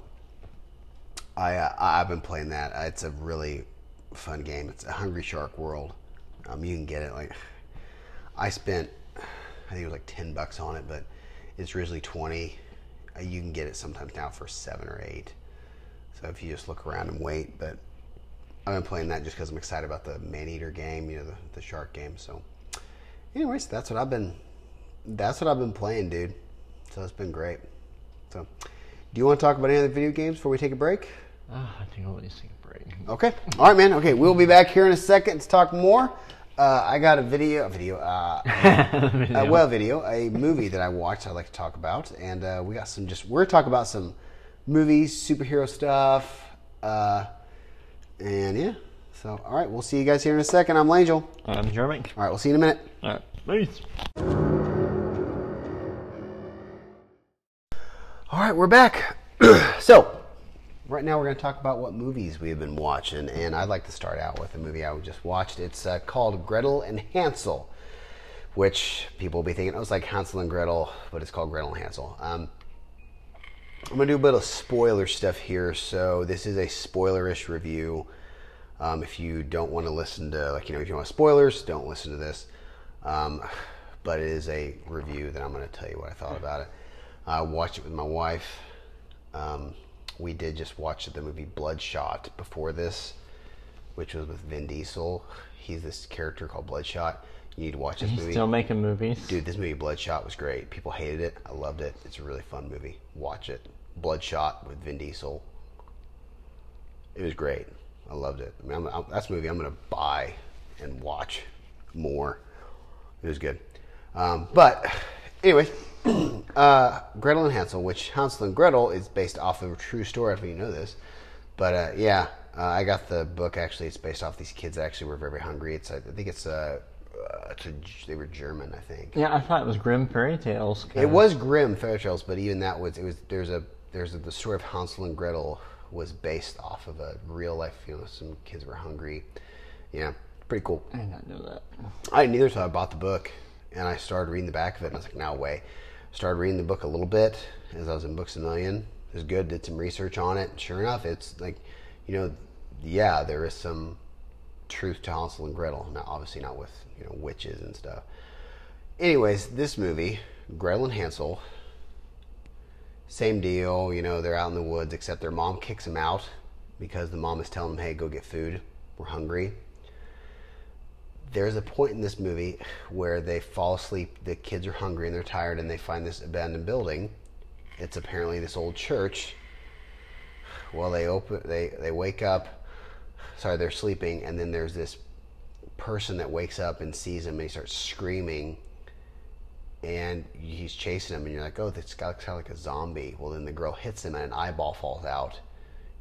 Speaker 1: I uh, I- I've been playing that. Uh, It's a really fun game. It's a Hungry Shark World. Um, you can get it like I spent I think it was like ten bucks on it, but it's originally twenty. Uh, You can get it sometimes now for seven or eight. So if you just look around and wait, but I've been playing that just because I'm excited about the man eater game, you know, the, the shark game. So, anyways, that's what I've been that's what I've been playing, dude. So it's been great. So, do you want to talk about any other video games before we take a break?
Speaker 2: Ah, I think I'll at least take a break.
Speaker 1: Okay. All right, man. Okay, we'll be back here in a second to talk more. Uh, I got a video, a video, uh, a well video, a movie that I watched. I'd like to talk about, and uh, we got some. Just we're talking about some movies, superhero stuff, uh, and yeah. So, all right, we'll see you guys here in a second. I'm Langel. All
Speaker 2: I'm German.
Speaker 1: right, we'll see you in a minute.
Speaker 2: All right. Peace.
Speaker 1: All right, we're back. <clears throat> so, right now we're going to talk about what movies we have been watching, and I'd like to start out with a movie I just watched. It's uh, called Gretel and Hansel, which people will be thinking, oh, it's like Hansel and Gretel, but it's called Gretel and Hansel. Um, I'm going to do a bit of spoiler stuff here, so this is a spoilerish review. Um, if you don't want to listen to, like, you know, if you want spoilers, don't listen to this. Um, but it is a review that I'm going to tell you what I thought about it. I watched it with my wife. Um, we did just watch the movie Bloodshot before this, which was with Vin Diesel. He's this character called Bloodshot. You need to watch this movie.
Speaker 2: Still making movies.
Speaker 1: Dude, this movie Bloodshot was great. People hated it. I loved it. It's a really fun movie. Watch it. Bloodshot with Vin Diesel. It was great. I loved it. I mean, I'm, I'm, that's a movie I'm going to buy and watch more. It was good. Um, but anyway, <clears throat> uh, Gretel and Hansel, which Hansel and Gretel is based off of a true story. I don't know if you know this, but uh, yeah, uh, I got the book. Actually, it's based off these kids that actually were very hungry. It's I I think it's uh, uh, it's a, they were German, I think.
Speaker 2: Yeah, I thought it was Grim Fairy Tales.
Speaker 1: It was grim fairy tales, but even that was it was there's a there's a, the story of Hansel and Gretel was based off of a real life. You know, some kids were hungry. Yeah, pretty cool.
Speaker 2: I did not know that.
Speaker 1: I didn't either, so I bought the book and I started reading the back of it. And I was like, no way. Started reading the book a little bit as I was in Books a Million. It was good. Did some research on it. And sure enough, it's like, you know, yeah, there is some truth to Hansel and Gretel. Now, obviously, not with you know witches and stuff. Anyways, this movie, Gretel and Hansel, same deal. You know, they're out in the woods, except their mom kicks them out because the mom is telling them, "Hey, go get food. We're hungry." there's a point in this movie where they fall asleep, the kids are hungry and they're tired, and they find this abandoned building. It's apparently this old church. Well, they open, they they wake up. Sorry, they're sleeping, and then there's this person that wakes up and sees him, and he starts screaming. And he's chasing him, and you're like, "Oh, this guy looks kinda like a zombie." Well, then the girl hits him, and an eyeball falls out.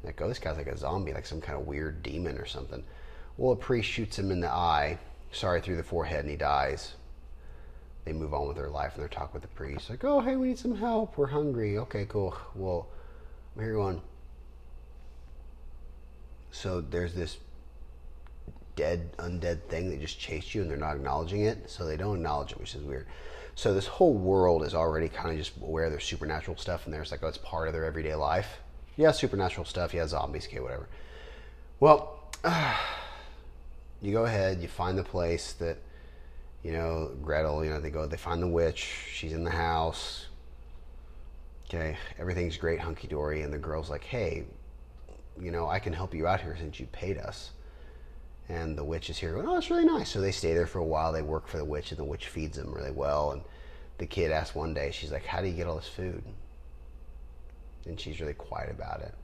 Speaker 1: You're like, "Oh, this guy's like a zombie, like some kind of weird demon or something." Well, a priest shoots him in the eye, sorry, through the forehead, and he dies. They move on with their life, and they're talking with the priest, like, "Oh, hey, we need some help. We're hungry. Okay, cool. Well, I'm here going." So there's this dead, undead thing that just chased you and they're not acknowledging it. So they don't acknowledge it, which is weird. So this whole world is already kind of just aware of their supernatural stuff and they're just like, oh, it's part of their everyday life. Yeah, supernatural stuff. Yeah, zombies, okay, whatever. Well, <sighs> you go ahead, you find the place that, you know, Gretel, you know, they go, they find the witch, she's in the house. Okay, everything's great, hunky dory, and the girl's like, hey, you know, I can help you out here since you paid us. And the witch is here going, oh, that's really nice. So they stay there for a while, they work for the witch, and the witch feeds them really well. And the kid asks one day, she's like, how do you get all this food? And she's really quiet about it.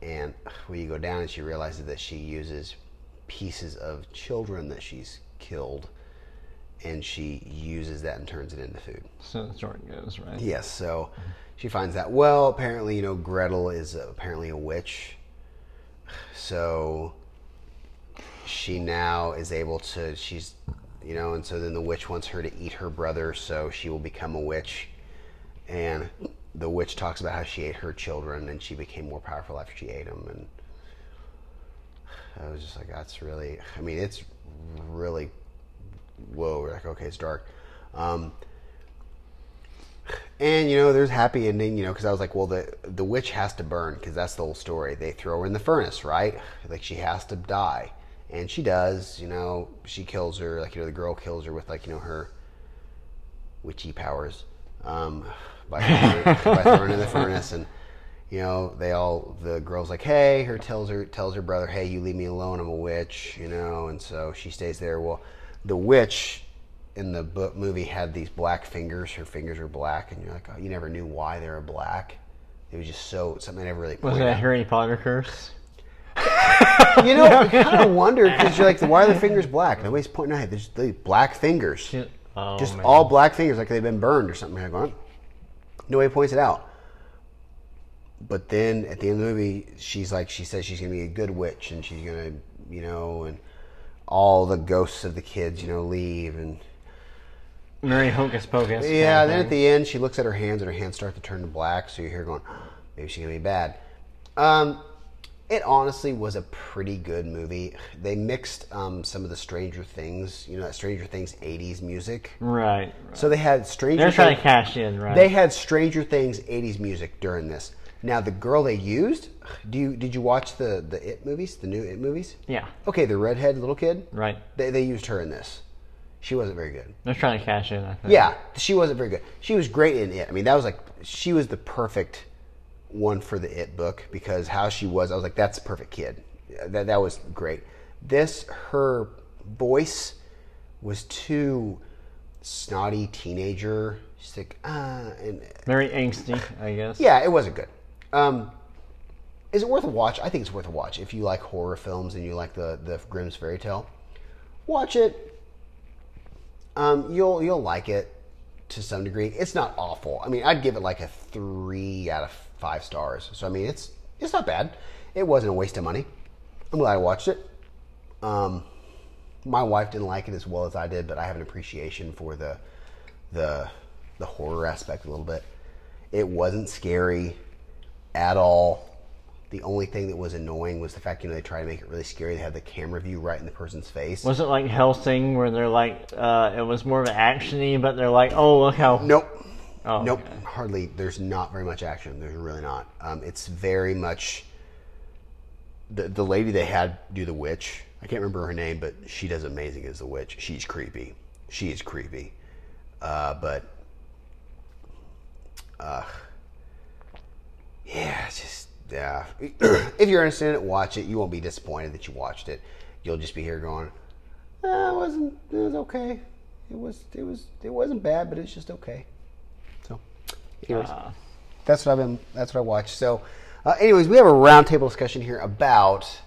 Speaker 1: And when you go down, and she realizes that she uses pieces of children that she's killed, and she uses that and turns it into food.
Speaker 2: So that's where it goes, right?
Speaker 1: Yes, so she finds that. Well, apparently, you know, Gretel is apparently a witch, so she now is able to. She's, you know, and so then the witch wants her to eat her brother, so she will become a witch, and the witch talks about how she ate her children and she became more powerful after she ate them and I was just like, that's really. I mean, it's really. Whoa! We're like, okay, it's dark. Um, and you know, there's happy ending. You know, because I was like, well, the the witch has to burn because that's the whole story. They throw her in the furnace, right? Like she has to die, and she does. You know, she kills her. Like you know, the girl kills her with like you know her witchy powers um, by, by throwing her in the furnace and you know, they all the girl's like, hey, her tells her tells her brother, hey, you leave me alone, I'm a witch, you know, and so she stays there. Well, the witch in the book movie had these black fingers. Her fingers were black, and you're like, oh, you never knew why they were black. It was just so something I never really.
Speaker 2: Was
Speaker 1: pointed
Speaker 2: that
Speaker 1: out.
Speaker 2: Harry Potter curse?
Speaker 1: You
Speaker 2: <laughs>
Speaker 1: know, I kind of wonder because you're like, why are their fingers black? Nobody's pointing out. There's these black fingers,
Speaker 2: Yeah. Oh,
Speaker 1: just
Speaker 2: man.
Speaker 1: all black fingers, like they've been burned or something. Like, what? Nobody points it out. But then at the end of the movie, she's like, she says she's gonna be a good witch, and she's gonna, you know, and all the ghosts of the kids, you know, leave, and
Speaker 2: Mary Hocus Pocus.
Speaker 1: yeah.
Speaker 2: kind of
Speaker 1: Then at
Speaker 2: thing.
Speaker 1: the end, she looks at her hands, and her hands start to turn to black. So you're here going, maybe she's gonna be bad. Um, it honestly was a pretty good movie. They mixed um, some of the Stranger Things, you know, that Stranger Things '80s music.
Speaker 2: right. right.
Speaker 1: So they had Stranger.
Speaker 2: They're trying
Speaker 1: Things-
Speaker 2: to cash in, right?
Speaker 1: they had Stranger Things '80s music during this. Now the girl they used. Do you did you watch the the It movies, the new It movies?
Speaker 2: yeah.
Speaker 1: Okay, the redhead little kid.
Speaker 2: Right.
Speaker 1: They they used her in this. She wasn't very good.
Speaker 2: They're trying to cash in. I think.
Speaker 1: Yeah, she wasn't very good. She was great in It. I mean, that was like she was the perfect one for the It book because how she was, I was like, that's the perfect kid. That that was great. This her voice was too snotty teenager. She's like, ah, and
Speaker 2: Very angsty, I guess.
Speaker 1: yeah, it wasn't good. Um, is it worth a watch? I think it's worth a watch if you like horror films and you like the the Grimm's fairy tale. Watch it. Um, you'll you'll like it to some degree. It's not awful. I mean, I'd give it like a three out of five stars. So I mean, it's it's not bad. It wasn't a waste of money. I'm glad I watched it. Um, my wife didn't like it as well as I did, but I have an appreciation for the the the horror aspect a little bit. It wasn't scary at all. The only thing that was annoying was the fact you know they tried to make it really scary. They had the camera view right in the person's face.
Speaker 2: Was it like Helsing, where they're like, uh, it was more of an actiony, but they're like, oh look how
Speaker 1: Nope.
Speaker 2: Oh,
Speaker 1: nope.
Speaker 2: okay.
Speaker 1: Hardly. There's not very much action. There's really not. Um, it's very much. The the lady they had do the witch. I can't remember her name, but she does amazing as the witch. She's creepy. She is creepy. Uh, but. Uh, yeah, it's just yeah. <clears throat> if you're interested in it, watch it. You won't be disappointed that you watched it. You'll just be here going, uh, it wasn't. It was okay. It was. It was. It wasn't bad, but it's just okay. So, anyways,
Speaker 2: Uh,
Speaker 1: that's what I've been. That's what I watched. So, uh, anyways, we have a roundtable discussion here about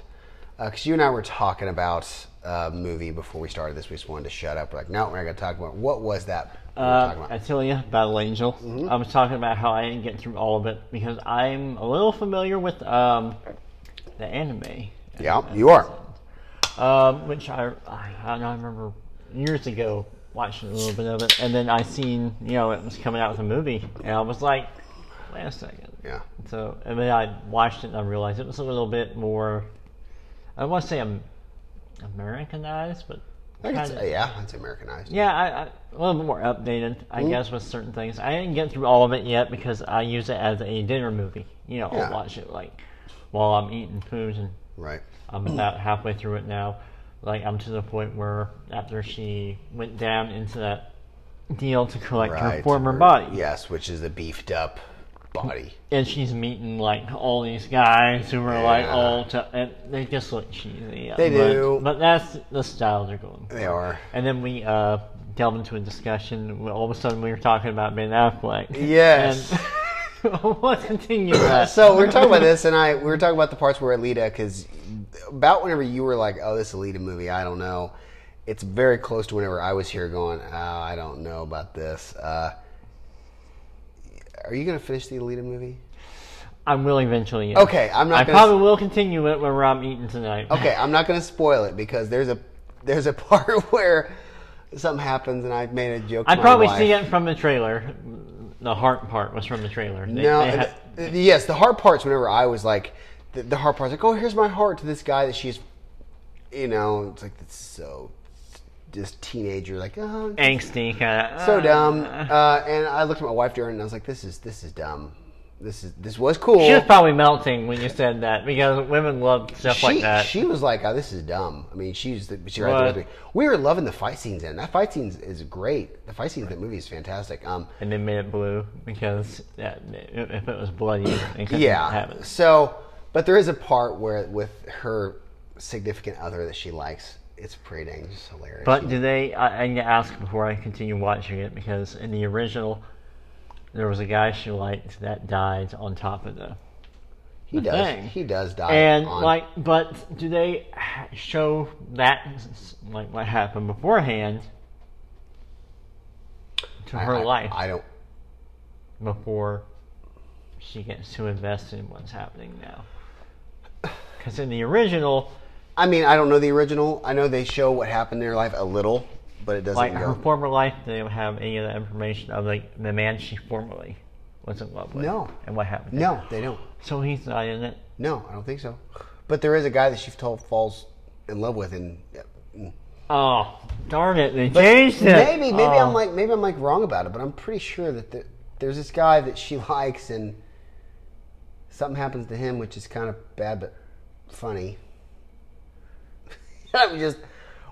Speaker 1: because you and I were talking about a movie before we started this. We just wanted to shut up. We're like, no, we're not going to talk about what was that. we were talking
Speaker 2: Uh,
Speaker 1: about.
Speaker 2: Attilia, Battle Angel.
Speaker 1: Mm-hmm.
Speaker 2: I was talking about how I didn't get through all of it because I'm a little familiar with um, the anime,
Speaker 1: Yeah, you are.
Speaker 2: um, which I, I I don't remember years ago watching a little bit of it, and then I seen you know it was coming out with a movie, and I was like, wait a second.
Speaker 1: Yeah.
Speaker 2: So and then I watched it and I realized it was a little bit more. I want to say I'm Americanized, but
Speaker 1: I think it's,
Speaker 2: kinda-
Speaker 1: yeah, it's Americanized.
Speaker 2: yeah, I, I, a little bit more updated, I
Speaker 1: Mm-hmm.
Speaker 2: guess, with certain things. I didn't get through all of it yet because I use it as a dinner movie. You know,
Speaker 1: Yeah.
Speaker 2: I'll watch it like while I'm eating food, and
Speaker 1: Right.
Speaker 2: I'm about halfway through it now. Like I'm to the point where after she went down into that deal to collect her
Speaker 1: Right.
Speaker 2: former
Speaker 1: Or-
Speaker 2: body,
Speaker 1: Yes, which is the beefed up body.
Speaker 2: and she's meeting like all these guys who are like
Speaker 1: Yeah.
Speaker 2: all to, and they just look cheesy.
Speaker 1: They
Speaker 2: but,
Speaker 1: do.
Speaker 2: but that's the style they're going. for.
Speaker 1: They are.
Speaker 2: And then we uh, delve into a discussion. where All of a sudden, we were talking about Ben Affleck.
Speaker 1: <laughs> Yes.
Speaker 2: <laughs> And let's continue that.
Speaker 1: So we were talking about this, and I we were talking about the parts where Alita, because about whenever you were like, "Oh, this Alita movie, I don't know," it's very close to whenever I was here going, oh, "I don't know about this." Uh, are you gonna finish the Alita movie?
Speaker 2: I will eventually. yeah.
Speaker 1: Okay, I'm not.
Speaker 2: I
Speaker 1: gonna
Speaker 2: probably will continue it where I'm eating tonight.
Speaker 1: okay, I'm not gonna spoil it because there's a there's a <laughs> part where something happens, and I made a joke. to
Speaker 2: I
Speaker 1: my
Speaker 2: probably
Speaker 1: wife.
Speaker 2: see it from the trailer. The heart part was from the trailer. They-
Speaker 1: No,
Speaker 2: they had-
Speaker 1: th- th- yes, the hard part's whenever I was like, the, the hard part's like, oh, here's my heart to this guy that she's, you know, it's like, it's so, this teenager, like, oh,
Speaker 2: angsty kind of.
Speaker 1: so dumb. Uh, and I looked at my wife during, and I was like, this is, this is dumb. This is, this was cool.
Speaker 2: She was probably melting when you said that because women love stuff like
Speaker 1: she,
Speaker 2: that.
Speaker 1: she was like, oh, this is dumb. I mean, she's the, she
Speaker 2: What?
Speaker 1: right there. We were loving the fight scenes in. it. That fight scenes is great. The fight scenes in that movie is fantastic. Um,
Speaker 2: and they made it blue because that, if it was bloody, it couldn't
Speaker 1: yeah.
Speaker 2: happen.
Speaker 1: So, but there is a part where with her significant other that she likes, it's pretty dang just hilarious.
Speaker 2: But do they? I, I need to ask before I continue watching it because in the original, there was a guy she liked that died on top of the.
Speaker 1: he
Speaker 2: the
Speaker 1: does.
Speaker 2: thing.
Speaker 1: He does die.
Speaker 2: And
Speaker 1: on-
Speaker 2: like, but do they ha- show that like what happened beforehand to
Speaker 1: I-
Speaker 2: her
Speaker 1: I-
Speaker 2: life
Speaker 1: I don't.
Speaker 2: before she gets too invested in what's happening now? Because in the original,
Speaker 1: I mean, I don't know the original. I know they show what happened in their life a little, but it doesn't
Speaker 2: like
Speaker 1: go.
Speaker 2: her former life, they don't have any of the information of like the man she formerly was in love with.
Speaker 1: No.
Speaker 2: and what happened? to
Speaker 1: no, they don't.
Speaker 2: So he's not in it.
Speaker 1: No, I don't think so. But there is a guy that she told falls in love with, and
Speaker 2: Oh, darn it! They changed it.
Speaker 1: maybe, maybe
Speaker 2: Oh.
Speaker 1: I'm like, maybe I'm like wrong about it, but I'm pretty sure that the, there's this guy that she <laughs> likes, and something happens to him, which is kind of bad but funny. <laughs> I'm just,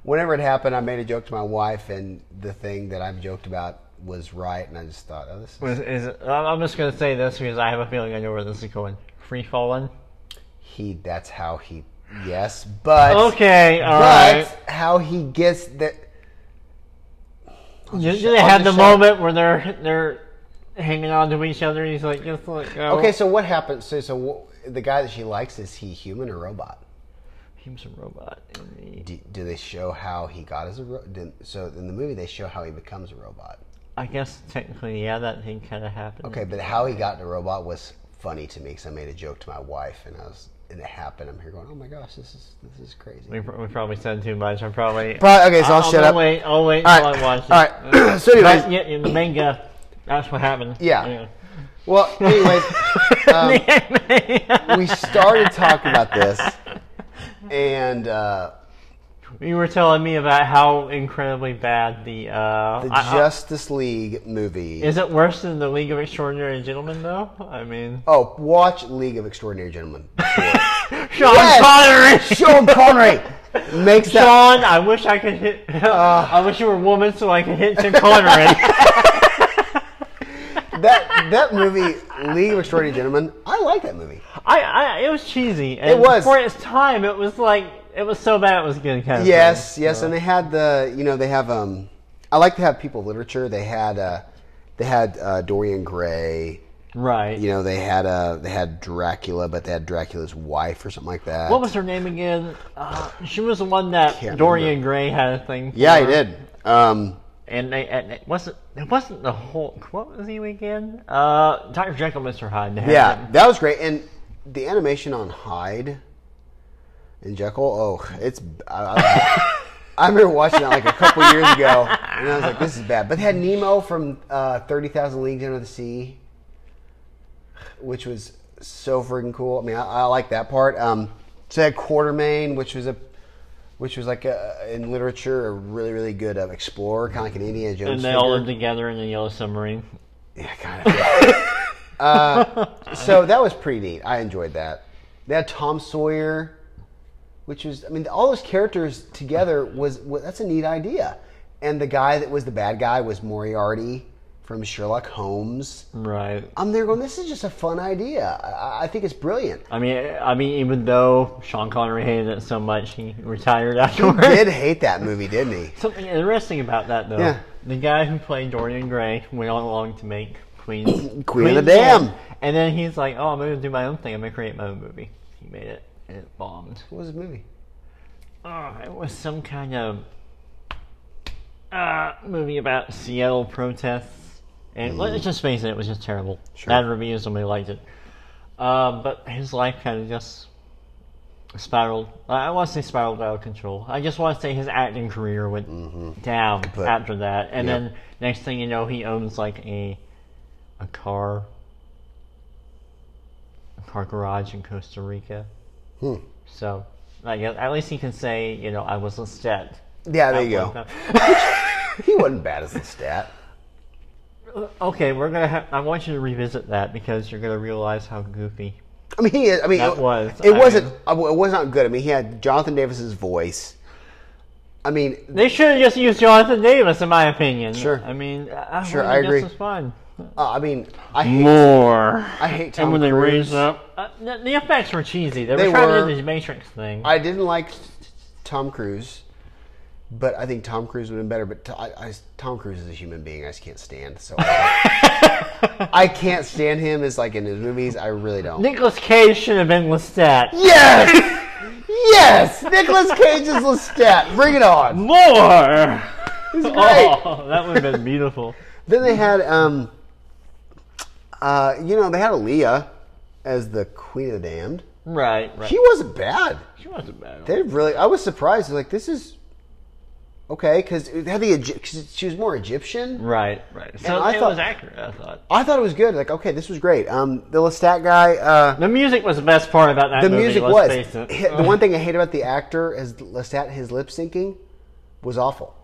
Speaker 1: whenever it happened, I made a joke to my wife, and the thing that I've joked about was right, and I just thought, oh, this is <laughs>
Speaker 2: Was, is it, I'm I'm just gonna say this because I have a feeling I know where this is going. Free falling.
Speaker 1: he. That's how he. Yes, but
Speaker 2: Okay, all
Speaker 1: but
Speaker 2: right.
Speaker 1: how he gets that.
Speaker 2: Do,
Speaker 1: just
Speaker 2: do
Speaker 1: shut-
Speaker 2: they
Speaker 1: I'll
Speaker 2: have the
Speaker 1: just shut up.
Speaker 2: moment where they're they're hanging on to each other? He's like, just like, go.
Speaker 1: Okay, so what happens? So, so wh- the guy that she likes is he human or robot?
Speaker 2: he was a robot. And he,
Speaker 1: Do, do they show how he got as a robot? So in the movie, they show how he becomes a robot.
Speaker 2: I guess technically, yeah, that thing kind of happened.
Speaker 1: Okay, but how he got a robot was funny to me because I made a joke to my wife, and I was and it happened. I'm here going, oh my gosh, this is this is crazy.
Speaker 2: We, pr- we probably said too much. I'm probably.
Speaker 1: Pro- okay, so I'll
Speaker 2: I'll
Speaker 1: shut up.
Speaker 2: Wait, I'll wait
Speaker 1: All
Speaker 2: till
Speaker 1: right,
Speaker 2: I watch it. Uh,
Speaker 1: all right. <clears throat> So
Speaker 2: But
Speaker 1: anyways-
Speaker 2: yeah, in the manga, that's what happened.
Speaker 1: Yeah.
Speaker 2: <laughs>
Speaker 1: Um, Well, anyways, um, we started talking about this, and uh,
Speaker 2: You were telling me about how incredibly bad the. Uh,
Speaker 1: the
Speaker 2: I- I-
Speaker 1: Justice League movie.
Speaker 2: Is it worse than the League of Extraordinary Gentlemen, though? I mean,
Speaker 1: oh, watch League of Extraordinary Gentlemen. <laughs>
Speaker 2: <laughs> Sean
Speaker 1: Oh, Yes!
Speaker 2: Connery.
Speaker 1: Sean Connery makes that
Speaker 2: Sean, I wish I could hit. <laughs> I wish you were a woman so I could hit
Speaker 1: <laughs>
Speaker 2: Tim Connery.
Speaker 1: that that movie, League of Extraordinary Gentlemen. I like that movie.
Speaker 2: I, I, it was cheesy. And
Speaker 1: was.
Speaker 2: for its time. It was like it was so bad it was good. Kind of
Speaker 1: Yes,
Speaker 2: thing.
Speaker 1: yes, and they had the you know they have um, I like to have people of literature. They had uh, they had uh, Dorian Gray.
Speaker 2: Right.
Speaker 1: You know they had uh, they had Dracula, but they had Dracula's wife or something like that.
Speaker 2: What was her name again? Uh, she was the one that
Speaker 1: Can't
Speaker 2: Dorian
Speaker 1: remember.
Speaker 2: Gray had a thing. For.
Speaker 1: yeah, he did. Um,
Speaker 2: And, they, and it wasn't it wasn't the Hulk. What was he again? Uh, Doctor Jekyll, Mister Hyde. They had
Speaker 1: yeah,
Speaker 2: him.
Speaker 1: that was great. And the animation on Hyde and Jekyll. Oh, it's. I, I, <laughs> I remember watching that like a couple years ago, and I was like, "This is bad." But they had Nemo from uh, Thirty Thousand Leagues Under the Sea, which was so freaking cool. I mean, I, I like that part. Um, so they had Quartermain, which was a which was like a, in literature a really really good uh, explorer, kind of like an Indiana Jones.
Speaker 2: And they all
Speaker 1: figure.
Speaker 2: live together in the yellow submarine.
Speaker 1: Yeah, kind of. uh, so that was pretty neat. I enjoyed that. They had Tom Sawyer, which was I mean all those characters together was, was that's a neat idea. And the guy that was the bad guy was Moriarty from Sherlock Holmes.
Speaker 2: Right.
Speaker 1: I'm there going, this is just a fun idea. I- I, I think it's brilliant.
Speaker 2: I mean, I mean, even though Sean Connery hated it so much, he retired afterwards.
Speaker 1: Did hate that movie, didn't he?
Speaker 2: <laughs> Something interesting about that, though.
Speaker 1: Yeah.
Speaker 2: The guy who played Dorian Gray went on along to make Queen's Queen
Speaker 1: Queen of the Dam.
Speaker 2: And then he's like, "Oh, I'm gonna do my own thing. I'm gonna create my own movie." He made it, and it bombed.
Speaker 1: What was the movie?
Speaker 2: Oh, it was some kind of uh, movie about Seattle protests, and let's just face it, it was just terrible.
Speaker 1: Mm. Sure.
Speaker 2: Bad reviews, nobody liked it. Uh, but his life kind of just spiraled. I want to say spiraled out of control. I just want to say his acting career went down
Speaker 1: Kaput.
Speaker 2: after that, and
Speaker 1: Mm-hmm. Yep.
Speaker 2: then next thing you know, he owns like a a car a car garage in Costa Rica.
Speaker 1: Hmm.
Speaker 2: So, like, at at least he can say, you know, I was a stat.
Speaker 1: Yeah, there you
Speaker 2: At
Speaker 1: go.
Speaker 2: one
Speaker 1: He wasn't bad as a stat.
Speaker 2: time. Okay, we're gonna. Ha- I want you to revisit that because you're gonna realize how goofy.
Speaker 1: I mean, he. is- I mean,
Speaker 2: That
Speaker 1: it,
Speaker 2: was-
Speaker 1: It
Speaker 2: I
Speaker 1: wasn't.
Speaker 2: mean-
Speaker 1: I w- it was not good. I mean, he had Jonathan Davis's voice. I mean,
Speaker 2: They should have just used Jonathan Davis, in my opinion.
Speaker 1: Sure.
Speaker 2: I mean, I,
Speaker 1: Sure,
Speaker 2: would've
Speaker 1: I
Speaker 2: just
Speaker 1: agree.
Speaker 2: as fun.
Speaker 1: uh, I mean, I hate,
Speaker 2: More.
Speaker 1: I hate Tom
Speaker 2: And when they
Speaker 1: Cruise.
Speaker 2: raise up, uh, the, the effects were cheesy. They,
Speaker 1: They
Speaker 2: were trying
Speaker 1: were.
Speaker 2: to do the Matrix thing.
Speaker 1: I didn't like Tom Cruise, but I think Tom Cruise would have been better. But t- I, I- Tom Cruise is a human being. I just can't stand. So I,
Speaker 2: <laughs>
Speaker 1: I can't stand him as like in his movies. I really don't.
Speaker 2: Nicholas Cage should have been Lestat.
Speaker 1: Yes,
Speaker 2: <laughs>
Speaker 1: yes. Nicholas Cage is Lestat. Bring it on.
Speaker 2: More.
Speaker 1: great.
Speaker 2: Oh, <laughs> that would have been beautiful.
Speaker 1: Then they had, um, uh, you know, they had Aaliyah as the Queen of the Damned.
Speaker 2: right, right.
Speaker 1: He wasn't bad.
Speaker 2: She wasn't bad.
Speaker 1: They really, I was surprised. Like this is okay because it had the Egy- cause she was more Egyptian.
Speaker 2: Right, right. So
Speaker 1: I
Speaker 2: it
Speaker 1: thought-
Speaker 2: was accurate, I thought.
Speaker 1: I thought it was good. Like okay, this was great. Um, the Lestat guy. Uh,
Speaker 2: The music was the best part about that
Speaker 1: the
Speaker 2: movie.
Speaker 1: music
Speaker 2: let's
Speaker 1: was
Speaker 2: Face
Speaker 1: <laughs>
Speaker 2: it.
Speaker 1: the one thing I hate about the actor is Lestat. His lip syncing was awful.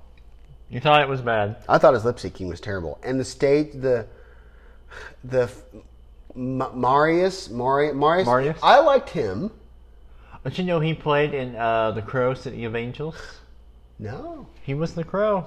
Speaker 2: You thought it was bad.
Speaker 1: I thought his lip syncing was terrible, and the stage, the the f- M- Marius, Mari- Marius,
Speaker 2: Marius?
Speaker 1: I liked him.
Speaker 2: But you know, he played in uh, The Crow, City of Angels.
Speaker 1: No,
Speaker 2: He was the Crow.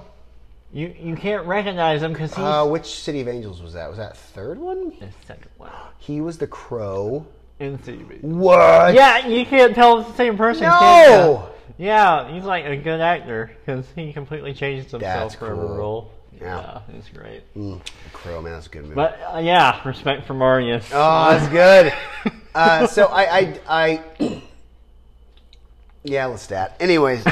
Speaker 2: You you can't recognize him because he's
Speaker 1: uh, which City of Angels was that? Was that third one?
Speaker 2: the second one
Speaker 1: He was the crow.
Speaker 2: in TV. <laughs>
Speaker 1: What?
Speaker 2: Yeah, you can't tell it's the same person. can
Speaker 1: No.
Speaker 2: you? Yeah, he's like a good actor because he completely changes himself
Speaker 1: That's
Speaker 2: for
Speaker 1: cool.
Speaker 2: a role.
Speaker 1: Yeah.
Speaker 2: yeah, it's great.
Speaker 1: Mm, The crow man, that's a good movie.
Speaker 2: But uh, yeah, respect for Marius.
Speaker 1: oh, that's
Speaker 2: <laughs>
Speaker 1: good. uh, so I, I, I <clears throat> yeah, Lestat. Anyways,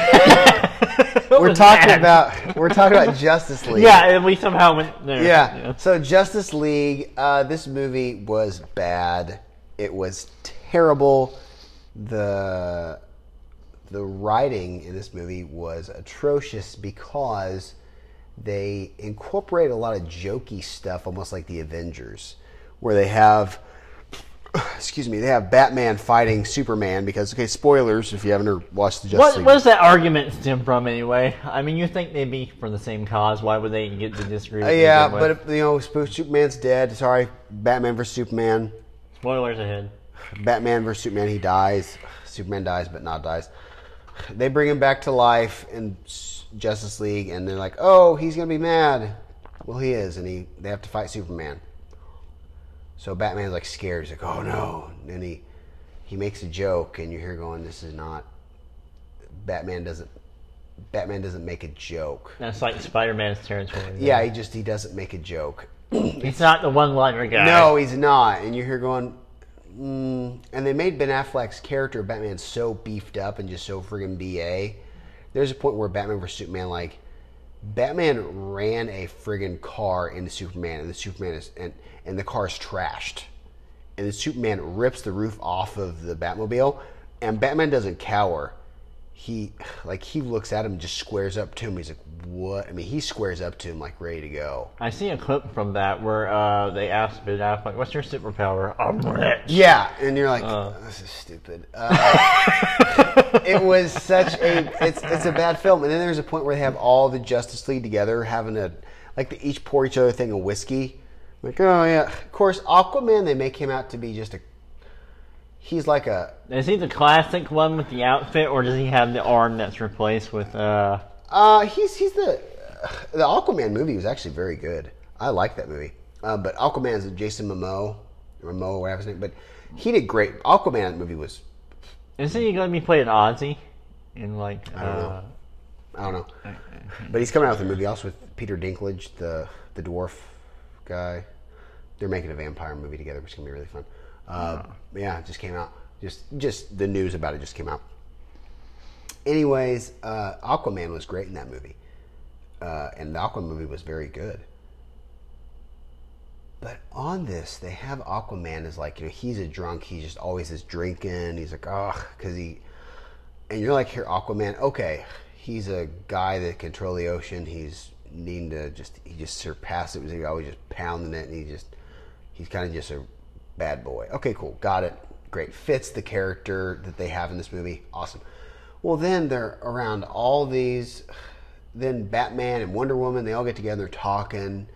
Speaker 1: we're talking about we're talking about Justice League.
Speaker 2: Yeah, and we somehow went there.
Speaker 1: Yeah. So Justice League, uh, this movie was bad. It was terrible. The the writing in this movie was atrocious because they incorporate a lot of jokey stuff, almost like the Avengers, where they have <sighs> excuse me, they have Batman fighting Superman because okay, spoilers if you haven't watched the Justice
Speaker 2: What
Speaker 1: League.
Speaker 2: where's that argument stem from anyway? I mean, you think they'd be for the same cause? Why would they get to disagree?
Speaker 1: Uh,
Speaker 2: With
Speaker 1: yeah,
Speaker 2: each other?
Speaker 1: but if, you know, Sp- Superman's dead. Sorry, Batman versus Superman.
Speaker 2: spoilers ahead.
Speaker 1: Batman versus Superman, he dies. Superman dies, but not dies. They bring him back to life in S- Justice League, and they're like, "Oh, he's gonna be mad." Well, he is, and he they have to fight Superman. So Batman's like scared. He's like, "Oh no!" And he he makes a joke, and you're here going, "This is not." Batman doesn't. Batman doesn't make a joke.
Speaker 2: That's like Spider-Man's territory.
Speaker 1: Yeah, he just he doesn't make a joke.
Speaker 2: it's not the one-liner guy.
Speaker 1: No, he's not. And you're here going, mm. and they made Ben Affleck's character Batman so beefed up and just so friggin' ba. There's a point where Batman vs Superman, like Batman ran a friggin' car into Superman, and the Superman is and and the car is trashed, and the Superman rips the roof off of the Batmobile, and Batman doesn't cower. he like he looks at him and just squares up to him. He's like, "What?" I mean, he squares up to him like ready to go.
Speaker 2: I see a clip from that where uh, they asked Ben Affleck, "What's your superpower?" I'm rich.
Speaker 1: Yeah, and you're like, "This is stupid." Uh, <laughs> it was such a it's it's a bad film. And then there's a point where they have all the Justice League together having a like they each pour each other a thing of whiskey. Like, oh yeah, of course, Aquaman. They make him out to be just a he's like a
Speaker 2: Is he the classic one with the outfit, or does he have the arm that's replaced with? Uh,
Speaker 1: Uh, he's he's the <sighs> the Aquaman movie was actually very good. I like that movie. Uh, but Aquaman's Jason Momoa, Momoa, whatever his name. But he did great. Aquaman movie was
Speaker 2: isn't he going to be playing Ozzy in like?
Speaker 1: don't
Speaker 2: Uh,
Speaker 1: I don't know. But he's coming out with a movie also with Peter Dinklage, the the dwarf guy. They're making a vampire movie together, which is gonna be really fun. Uh, Yeah, it just came out. Just just the news about it just came out. Anyways, uh, Aquaman was great in that movie, uh, and the Aquaman movie was very good. But on this, they have Aquaman as like you know he's a drunk. He just always is drinking. He's like ugh because he and you're like here aquaman okay he's a guy that control the ocean he's needing to just he just surpassed it was he always just pounding it and he just he's kind of just a bad boy okay cool got it great fits the character that they have in this movie awesome well then they're around all these then batman and wonder woman they all get together talking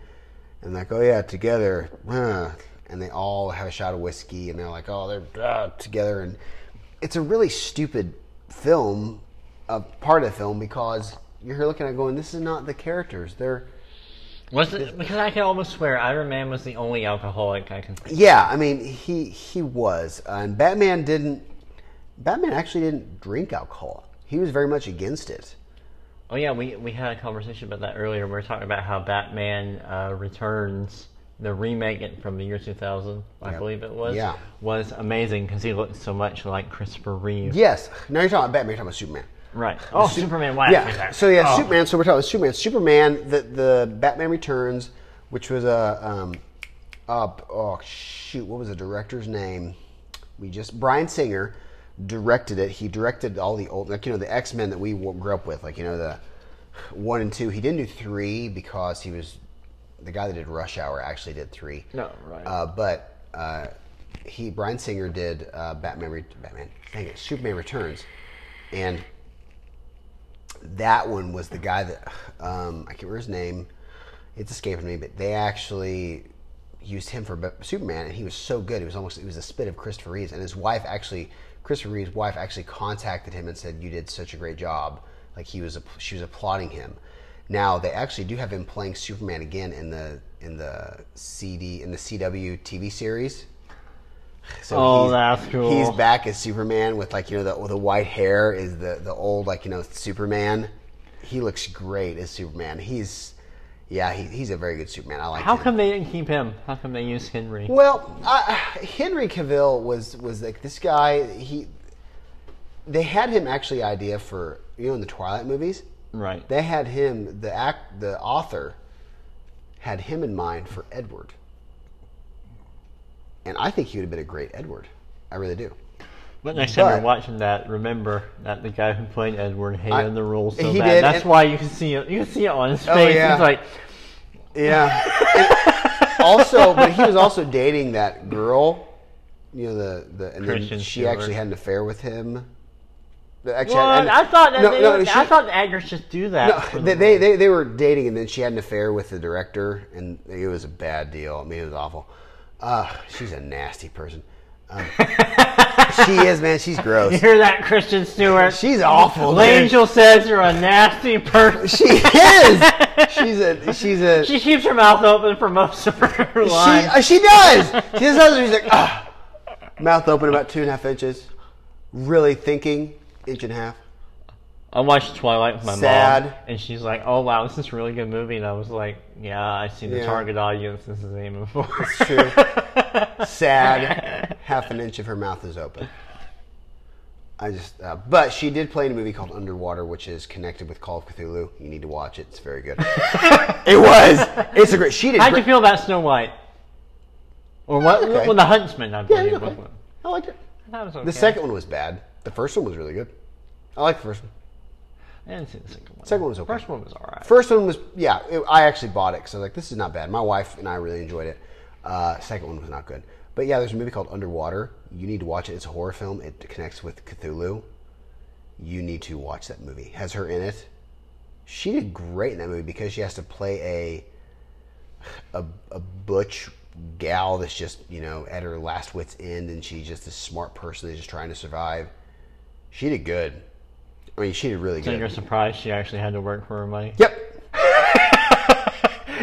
Speaker 1: and like oh yeah together huh. and they all have a shot of whiskey and they're like oh they're uh, together and it's a really stupid film a part of the film because you're here looking at it going this is not the characters they're
Speaker 2: was it because I can almost swear Iron Man was the only alcoholic I can.
Speaker 1: yeah i mean he he was uh, and batman didn't batman actually didn't drink alcohol he was very much against it
Speaker 2: Oh yeah, we we had a conversation about that earlier. We were talking about how Batman uh, Returns, the remake it from the year 2000, I believe it was,
Speaker 1: Yeah.
Speaker 2: was amazing because he looked so much like Christopher Reeve.
Speaker 1: yes now you're talking about batman you're talking about superman
Speaker 2: Right. Oh, Superman. Why?
Speaker 1: yeah so yeah superman so we're talking about superman superman the, the batman returns which was a um uh, oh shoot what was the director's name we just brian singer directed it he directed all the old like you know the x-men that we w- grew up with like you know the one and two he didn't do three because he was the guy that did rush hour actually did three
Speaker 2: No, right.
Speaker 1: uh, but uh, he Brian Singer did uh, Batman, Re- Batman, dang it, Superman Returns, and that one was the guy that um, I can't remember his name. It's escaping me, but they actually used him for Ba- Superman, and he was so good. It was almost it was a spit of Christopher Reeves, and his wife actually, Christopher Reeves' wife actually contacted him and said, "You did such a great job." Like he was, app- she was applauding him. Now they actually do have him playing Superman again in the in the CD in the CW TV series. So
Speaker 2: Oh,
Speaker 1: he's-
Speaker 2: that's cool.
Speaker 1: He's back as Superman with like you know the the white hair is the the old like you know Superman. He looks great as Superman. He's yeah, he, he's a very good Superman. I like
Speaker 2: How
Speaker 1: him.
Speaker 2: come they didn't keep him? How come they used Henry?
Speaker 1: Well, I, Henry Cavill was was like this guy. He they had him actually idea for you know in the Twilight movies.
Speaker 2: Right.
Speaker 1: They had him the act the author had him in mind for Edward, and I think he would have been a great Edward. I really do.
Speaker 2: But next time
Speaker 1: but-
Speaker 2: you're watching that, remember that the guy who played Edward hated
Speaker 1: I-
Speaker 2: the rules so
Speaker 1: he
Speaker 2: bad.
Speaker 1: did,
Speaker 2: That's
Speaker 1: and- Oh,
Speaker 2: why you can see it. You can see it on his face.
Speaker 1: yeah.
Speaker 2: He's like,
Speaker 1: Yeah. <laughs> also, but he was also dating that girl. You know the the and then
Speaker 2: Christian
Speaker 1: she
Speaker 2: Stewart.
Speaker 1: actually had an affair with him. The- Actually,
Speaker 2: "Well,
Speaker 1: and-
Speaker 2: I thought that
Speaker 1: no,
Speaker 2: they,
Speaker 1: no,
Speaker 2: I
Speaker 1: she-
Speaker 2: thought the actors just do that."
Speaker 1: No,
Speaker 2: for the
Speaker 1: they, they, they, they were dating, and then she had an affair with the director, and it was a bad deal. I mean, it was awful. Uh, she's a nasty person.
Speaker 2: <laughs>
Speaker 1: Um, she is, man. She's
Speaker 2: You
Speaker 1: gross.
Speaker 2: <laughs> hear that, Christian Stewart?
Speaker 1: She's awful. dude.
Speaker 2: Langel says you're a nasty person.
Speaker 1: She is. She's a. She's a. She,
Speaker 2: <laughs> She keeps her mouth open for most of her life.
Speaker 1: uh, she does. She just does. She's like, ah. mouth open about two and a half inches, really thinking, inch and a half.
Speaker 2: I watched Twilight with my mom,
Speaker 1: Sad.
Speaker 2: and she's like, "Oh wow, this is a really good movie." And I was like, "Yeah, I see the
Speaker 1: Yeah.
Speaker 2: target audience this is aiming for."
Speaker 1: It's
Speaker 2: <laughs>
Speaker 1: true. Sad. Half an inch of her mouth is open. I just, uh, but she did play in a movie called Underwater, which is connected with Call of Cthulhu. You need to watch it; it's very good. it was. It's a great. She did.
Speaker 2: How'd you
Speaker 1: Great,
Speaker 2: feel about Snow White? Or what?
Speaker 1: Okay.
Speaker 2: Well, the Huntsman, I
Speaker 1: it
Speaker 2: believe.
Speaker 1: was okay.
Speaker 2: was one.
Speaker 1: I liked it.
Speaker 2: That was okay.
Speaker 1: The second one was bad. The first one was really good. I like the first one.
Speaker 2: I didn't see the second one.
Speaker 1: Second one was okay.
Speaker 2: First one was alright.
Speaker 1: First one was yeah. It, I actually bought it because I was like, this is not bad. My wife and I really enjoyed it. Uh, second one was not good, but yeah, there's a movie called Underwater. You need to watch it. It's a horror film. It connects with Cthulhu. You need to watch that movie. It Has her in it. She did great in that movie because she has to play a a, a butch gal that's just you know at her last wit's end, and she's just this smart person that's just trying to survive. She did good. I mean, she did really
Speaker 2: So
Speaker 1: good.
Speaker 2: you're surprised she actually had to work for her money? <laughs>
Speaker 1: Yep,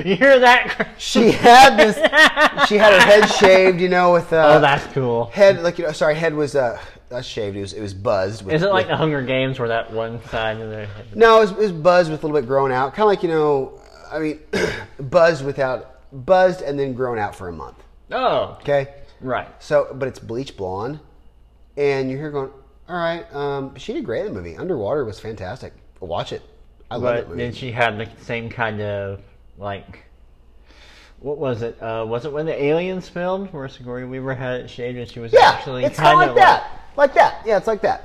Speaker 2: You hear that? <laughs>
Speaker 1: she had this. she had her head shaved, you know, with uh,
Speaker 2: Oh, that's cool.
Speaker 1: head like you know. Sorry, head was uh, not shaved. It was it was buzzed. With,
Speaker 2: Is it like
Speaker 1: with-
Speaker 2: the Hunger Games where that one side of the
Speaker 1: no? It was, it was buzzed with a little bit grown out, kind of like you know. I mean, <clears throat> buzzed without buzzed and then grown out for a month.
Speaker 2: Oh,
Speaker 1: Okay,
Speaker 2: right.
Speaker 1: so but it's bleach blonde, and you're here going, all right. Um, she did great in the movie. Underwater was fantastic. Watch it. I love that
Speaker 2: But then
Speaker 1: movie.
Speaker 2: she had the same kind of like, what was it? Uh, was it when the aliens filmed where Sigourney Weaver had it shaved and she was
Speaker 1: yeah,
Speaker 2: actually
Speaker 1: it's kind
Speaker 2: kind
Speaker 1: of like that, like that. Yeah, it's like that.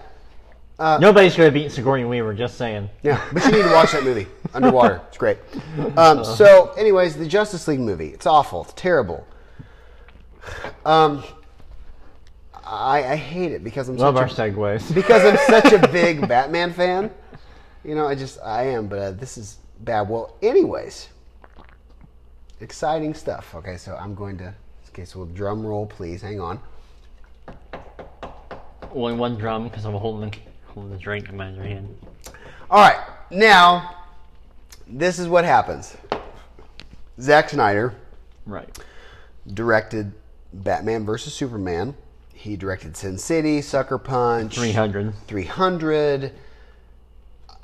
Speaker 2: Nobody's gonna beat Sigourney Weaver. Just saying.
Speaker 1: Yeah, but you need to watch that movie, Underwater. It's great. Um, so, anyways, the Justice League movie. It's awful. It's terrible. Um, I, I hate it because I'm
Speaker 2: Love our
Speaker 1: such a,
Speaker 2: segues.
Speaker 1: because I'm such a big Batman fan. You know, I just I am, but uh, this is bad. Well, anyways, exciting stuff. Okay, so I'm going to. Okay, so we'll drum roll, please. Hang on.
Speaker 2: <laughs> Only one drum because I'm holding the, holding the drink in my other hand.
Speaker 1: All right, now this is what happens. Zack Snyder.
Speaker 2: Right.
Speaker 1: directed Batman vs Superman. He directed Sin City, Sucker Punch,
Speaker 2: Three hundred.
Speaker 1: 300,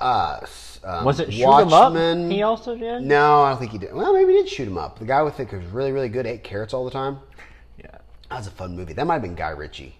Speaker 1: uh, s- um,
Speaker 2: Was it shoot 'em up?
Speaker 1: Watchmen.
Speaker 2: He also did.
Speaker 1: No, I don't think he did. Well, maybe he did shoot him up. The guy with it was really, really good. Ate carrots all the time.
Speaker 2: Yeah.
Speaker 1: That was a fun movie. That might have been Guy Ritchie.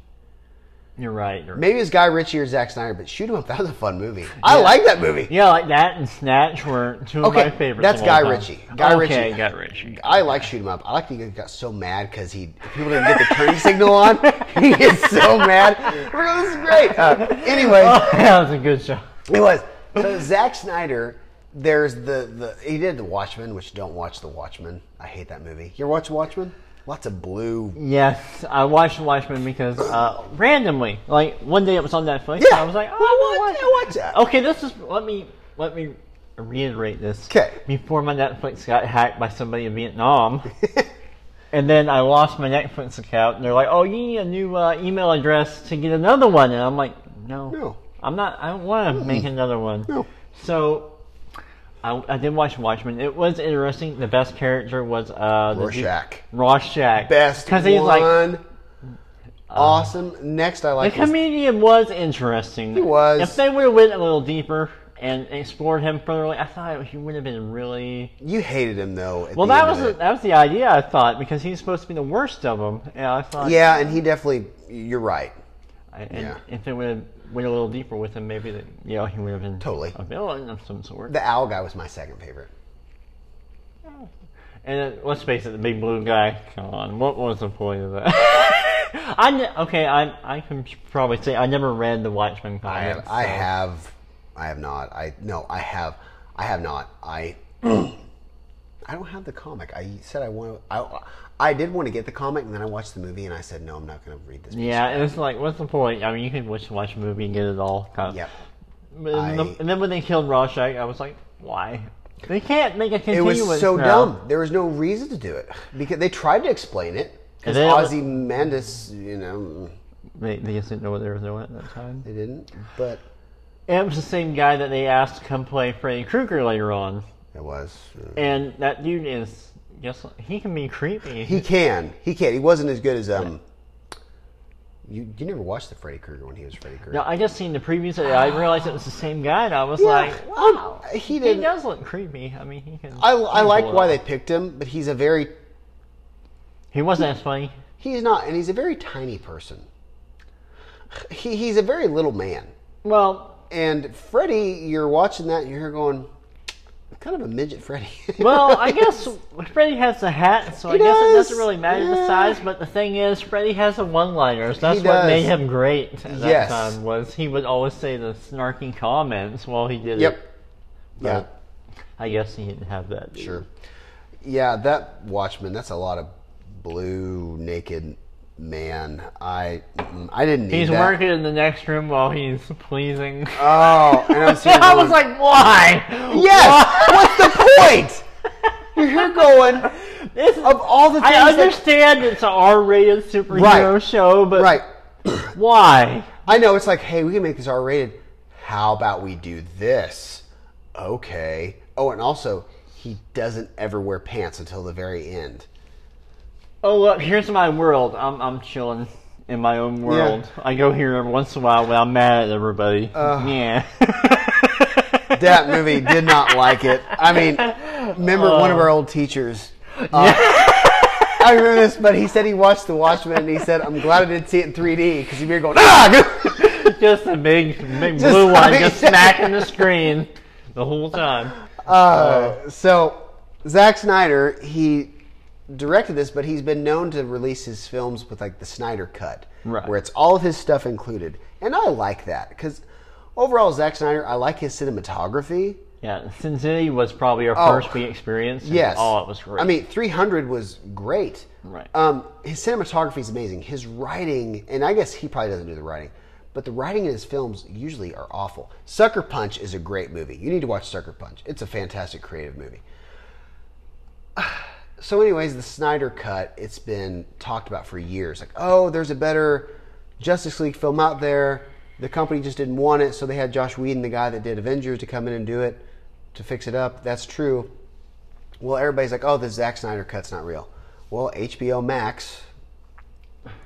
Speaker 2: You're right. you're-
Speaker 1: Maybe it was Guy Ritchie or Zack Snyder. But shoot him up. <laughs> That was a fun movie. I like that movie.
Speaker 2: Yeah, like that and Snatch were two of
Speaker 1: Okay,
Speaker 2: my favorites.
Speaker 1: that's
Speaker 2: of all
Speaker 1: Guy
Speaker 2: time.
Speaker 1: Ritchie. Guy
Speaker 2: okay,
Speaker 1: Ritchie. <laughs>
Speaker 2: Guy Ritchie.
Speaker 1: I like shoot 'em up. I like that he got so mad because he people didn't get the turning signal on. <laughs> He gets so mad. Bro, This is
Speaker 2: <laughs>
Speaker 1: great. Uh, anyway,
Speaker 2: Oh, <laughs> that was a good show.
Speaker 1: it was so Zack Snyder. There's the, the he did the Watchmen, which don't watch the Watchmen. I hate that movie. You ever watch Watchmen? Lots of blue.
Speaker 2: Yes, I watched Watchmen because uh, randomly, like one day it was on Netflix.
Speaker 1: Yeah.
Speaker 2: and I was like,
Speaker 1: Well,
Speaker 2: oh, I'll
Speaker 1: watch
Speaker 2: watch
Speaker 1: that, watch that.
Speaker 2: Okay, this is let me let me reiterate this.
Speaker 1: 'Kay.
Speaker 2: Before my Netflix got hacked by somebody in Vietnam, and then I lost my Netflix account, and they're like, oh, you need a new uh, email address to get another one, and I'm like, no,
Speaker 1: No.
Speaker 2: I'm not. I don't want to make another one.
Speaker 1: No.
Speaker 2: So. I, I did watch Watchmen. It was interesting. The best character was uh, the
Speaker 1: <laughs>
Speaker 2: dude-
Speaker 1: Rorschach.
Speaker 2: Rorschach.
Speaker 1: Best
Speaker 2: Because he's
Speaker 1: one.
Speaker 2: like, uh,
Speaker 1: awesome. Next, I
Speaker 2: the
Speaker 1: like. was-
Speaker 2: comedian was interesting. He
Speaker 1: was.
Speaker 2: If they would have went a little deeper and explored him further, I thought he would have been really.
Speaker 1: you hated him though. at
Speaker 2: Well,
Speaker 1: the
Speaker 2: that
Speaker 1: end
Speaker 2: was
Speaker 1: of
Speaker 2: the,
Speaker 1: it.
Speaker 2: that was the idea I thought because he's supposed to be the worst of them, and I thought
Speaker 1: yeah, and he definitely. You're right.
Speaker 2: I- and
Speaker 1: yeah.
Speaker 2: if they would have went a little deeper with him, maybe that you know he would have been
Speaker 1: Totally.
Speaker 2: a villain of some sort.
Speaker 1: The owl guy was my second favorite.
Speaker 2: And then, let's face it, the big blue guy. Come on, what was the point of that? <laughs> I ne- okay, I I can probably say I never read the Watchmen
Speaker 1: I have,
Speaker 2: comics.
Speaker 1: I
Speaker 2: so-
Speaker 1: have, I have not. I no, I have, I have not. <clears throat> I, I don't have the comic. I said I want. I, I did want to get the comic, and then I watched the movie, and I said no, I'm not going to read this. piece
Speaker 2: Yeah,
Speaker 1: of
Speaker 2: and it's like, what's the point? I mean, you can just watch a movie and get it all. Kind
Speaker 1: crap."
Speaker 2: of.
Speaker 1: Yep.
Speaker 2: But then-
Speaker 1: I-
Speaker 2: and then when they killed Rorschach, I was like, why? They can't make a
Speaker 1: It was
Speaker 2: continuous.
Speaker 1: so
Speaker 2: now.
Speaker 1: dumb. There was no reason to do it because they tried to explain it. Because
Speaker 2: And then-
Speaker 1: Ozymandias, you know,
Speaker 2: They, they just didn't know what they were doing at that time.
Speaker 1: they didn't. But
Speaker 2: And it was the same guy that they asked to come play Freddy Krueger later on,
Speaker 1: it was. uh,
Speaker 2: and that dude is just he can be creepy.
Speaker 1: He can. He can. He wasn't as good as um. You you never watched the Freddy Krueger when he was Freddy Krueger.
Speaker 2: no, I just seen the previews. and I realized it was the same guy, and I was like,
Speaker 1: um,
Speaker 2: wow,
Speaker 1: he
Speaker 2: he,
Speaker 1: didn't-
Speaker 2: does look creepy. I mean, he can.
Speaker 1: I,
Speaker 2: he
Speaker 1: I
Speaker 2: can
Speaker 1: like
Speaker 2: pull it
Speaker 1: why
Speaker 2: off.
Speaker 1: they picked him, but he's a very
Speaker 2: He wasn't as funny.
Speaker 1: he's not, and he's a very tiny person. He, he's a very little man,
Speaker 2: Well,
Speaker 1: and Freddy, you're watching that, and you're going, kind of a midget, <laughs> Freddy.
Speaker 2: Well, I guess Freddy has a hat, so I
Speaker 1: He
Speaker 2: guess it
Speaker 1: does.
Speaker 2: doesn't really matter the
Speaker 1: Yeah.
Speaker 2: size. But the thing is, Freddy has a one-liner, so that's
Speaker 1: He
Speaker 2: what made
Speaker 1: does.
Speaker 2: him great at that
Speaker 1: Yes.
Speaker 2: time. Was he would always say the snarky comments while he did
Speaker 1: yep.
Speaker 2: it.
Speaker 1: Yeah.
Speaker 2: I guess he didn't have that.
Speaker 1: Sure. Yeah, that Watchman. That's a lot of blue naked man. I mm, I didn't need
Speaker 2: He's
Speaker 1: that.
Speaker 2: working in the next room while he's pleasing.
Speaker 1: <laughs> Oh, and
Speaker 2: <laughs>
Speaker 1: I'm seeing.
Speaker 2: I
Speaker 1: going,
Speaker 2: was like, why?
Speaker 1: yes. What's
Speaker 2: <laughs>
Speaker 1: the point? You're going
Speaker 2: This is-
Speaker 1: of all the things.
Speaker 2: I
Speaker 1: that-
Speaker 2: understand it's an R-rated superhero
Speaker 1: Right.
Speaker 2: show, <laughs> but
Speaker 1: right.
Speaker 2: why?
Speaker 1: I know it's like, hey, we can make this R rated. How about we do this? Okay. Oh, and also, he doesn't ever wear pants until the very end.
Speaker 2: Oh look, here's my world. I'm I'm chilling in my own world. I go here every once in a while when I'm mad at everybody.
Speaker 1: Uh.
Speaker 2: yeah. <laughs>
Speaker 1: That movie did not like it. I mean, remember one of our old teachers. uh, <laughs> I remember this, but he said he watched The Watchmen and he said, I'm glad I didn't see it in 3D because you're going, ah! <laughs>
Speaker 2: just a big big
Speaker 1: Just-
Speaker 2: blue
Speaker 1: I
Speaker 2: one
Speaker 1: mean-
Speaker 2: just smacking the screen the whole time.
Speaker 1: Uh, so, Zack Snyder, he directed this, but he's been known to release his films with like the Snyder Cut,
Speaker 2: Right.
Speaker 1: where it's all of his stuff included, and I like that because overall, Zack Snyder, I like his cinematography.
Speaker 2: Yeah, Sin City was probably our
Speaker 1: Oh.
Speaker 2: first we experienced. and,
Speaker 1: Yes,
Speaker 2: oh, it was great.
Speaker 1: I mean, 300 was great.
Speaker 2: Right.
Speaker 1: Um, his cinematography is amazing. His writing, and I guess he probably doesn't do the writing. But the writing in his films usually are awful. Sucker Punch is a great movie. You need to watch Sucker Punch. It's a fantastic creative movie. <sighs> so anyways the snyder cut it's been talked about for years like oh there's a better justice league film out there the company just didn't want it so they had josh whedon the guy that did avengers to come in and do it to fix it up that's true well everybody's like oh the Zack snyder cut's not real well hbo max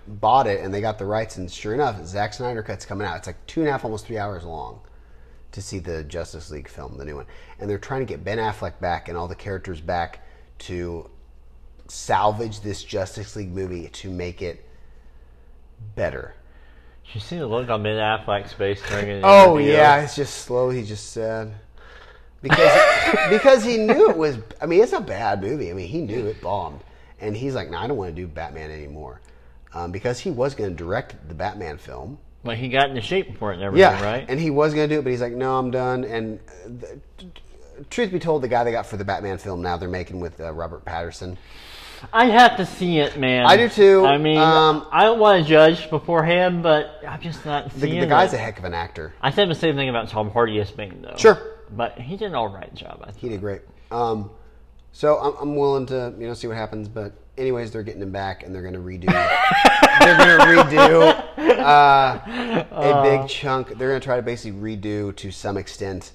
Speaker 1: bought it and they got the rights and sure enough Zack snyder cut's coming out it's like two and a half almost three hours long to see the Justice League film, the new one. And they're trying to get Ben Affleck back and all the characters back to salvage this Justice League movie to make it better.
Speaker 2: Did you see the look on Ben Affleck's face during an
Speaker 1: Oh
Speaker 2: interview?
Speaker 1: yeah, it's just slow. He just said <laughs> because because he knew it was. I mean, it's a bad movie. I mean, he knew it bombed, and he's like, "No, I don't want to do Batman anymore," um, because he was going to direct the Batman film.
Speaker 2: Like he got into shape for it and everything,
Speaker 1: Yeah,
Speaker 2: right?
Speaker 1: And he was going to do it, but he's like, "No, I'm done." And uh, th- t- t- truth be told, the guy they got for the Batman film now they're making with uh, Robert Patterson.
Speaker 2: I have to see it, man.
Speaker 1: I do too.
Speaker 2: I mean,
Speaker 1: Um,
Speaker 2: I don't want to judge beforehand, but I'm just not
Speaker 1: The,
Speaker 2: seeing
Speaker 1: the guy's a
Speaker 2: it.
Speaker 1: heck of an actor.
Speaker 2: I said the same thing about Tom Hardy as Bane, though.
Speaker 1: Sure.
Speaker 2: but he did an all right job. I
Speaker 1: He
Speaker 2: think.
Speaker 1: did great. Um, so I'm, I'm willing to you know see what happens, but anyways, they're getting him back and they're going to redo. they're going to redo uh, a big chunk. They're going to try to basically redo to some extent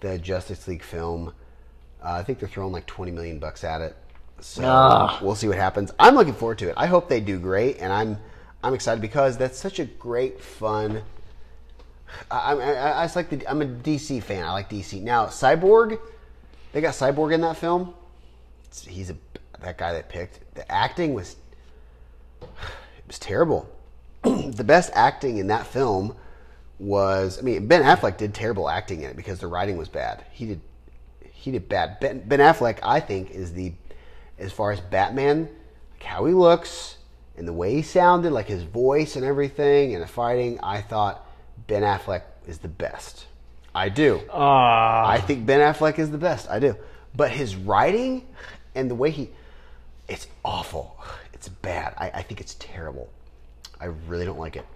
Speaker 1: the Justice League film. Uh, I think they're throwing like 20 million bucks at it. So
Speaker 2: Ah.
Speaker 1: we'll see what happens. I'm looking forward to it. I hope they do great, and I'm I'm excited because that's such a great, fun. I, I, I, I just like the. I'm a DC fan. I like DC. Now Cyborg, they got Cyborg in that film. It's- He's a that guy that picked the acting was it was terrible. <clears throat> the best acting in that film was I mean Ben Affleck did terrible acting in it because the writing was bad. He did he did bad. Ben, ben Affleck I think is the as far as Batman like how he looks and the way he sounded like his voice and everything and the fighting I thought Ben Affleck is the best. I do.
Speaker 2: Ah,
Speaker 1: I think Ben Affleck is the best. I do. But his writing and the way he it's awful. It's bad. I, I think it's terrible. I really don't like it.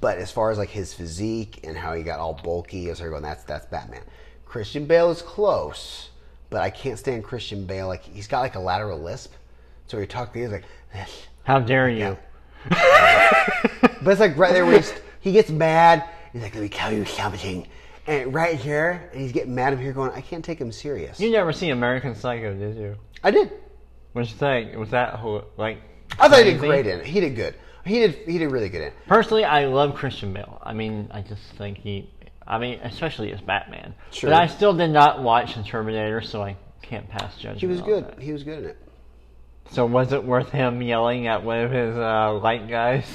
Speaker 1: But as far as like his physique and how he got all bulky, I was going, that's that's Batman. Christian Bale is close, but I can't stand Christian Bale. Like he's got like a lateral lisp. So he talked to he's like <laughs>
Speaker 2: how dare you?
Speaker 1: But it's like right there where he's, he gets mad. He's like, let me tell you something. And right here, and he's getting mad. I'm here going, I can't take him serious.
Speaker 2: You never seen American Psycho, did you?
Speaker 1: I did.
Speaker 2: What'd you think? Was that whole, like?
Speaker 1: I thought he did
Speaker 2: crazy?
Speaker 1: great in it. He did good. He did. He did really good in it.
Speaker 2: Personally, I love Christian Bale. I mean, I just think he. I mean, especially as Batman.
Speaker 1: Sure.
Speaker 2: But I still did not watch the Terminator, so I can't pass judgment.
Speaker 1: He was
Speaker 2: on
Speaker 1: good.
Speaker 2: that.
Speaker 1: Oh, He was good in it.
Speaker 2: So was it worth him yelling at one of his uh, light guys?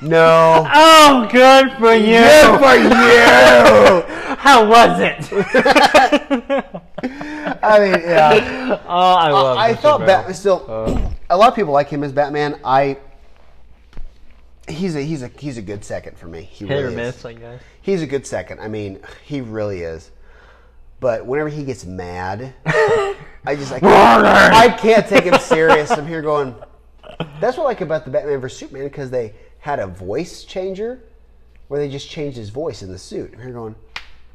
Speaker 1: No.
Speaker 2: Oh, good for you! <laughs>
Speaker 1: Good for you.
Speaker 2: How was <laughs> it?
Speaker 1: I mean, yeah.
Speaker 2: <laughs> oh, I love. Uh.
Speaker 1: I
Speaker 2: Mr.
Speaker 1: thought
Speaker 2: Bell.
Speaker 1: Batman still. a lot of people like him as Batman. I. He's a he's a he's a good second for me. He
Speaker 2: hit or
Speaker 1: really is.
Speaker 2: miss, I guess.
Speaker 1: He's a good second. I mean, he really is. But whenever he gets mad, I just I can't, I can't take him serious. I'm here going. That's what I like about the Batman vs Superman because they had a voice changer, where they just changed his voice in the suit. And you're going,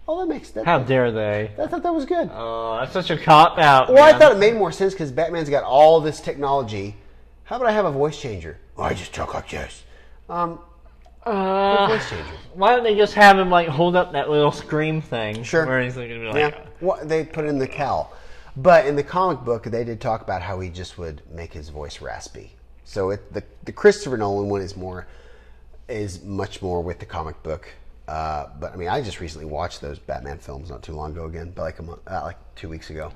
Speaker 1: oh, that makes that.
Speaker 2: How dare they?
Speaker 1: I thought that was good.
Speaker 2: Oh, that's such a cop out.
Speaker 1: Well, I thought it made more sense because Batman's got all this technology. How about I have a voice changer? Oh, I just talk like this. Um, voice changer.
Speaker 2: why don't they just have him like hold up that little scream thing?
Speaker 1: Sure.
Speaker 2: Where he's like, gonna <laughs> be like,
Speaker 1: Yeah. <laughs> What they put in the cowl. But in the comic book, they did talk about how he just would make his voice raspy. So it, the the Christopher Nolan one is more is much more with the comic book. Uh, but I mean, I just recently watched those Batman films not too long ago again, but like a month, uh, like two weeks ago,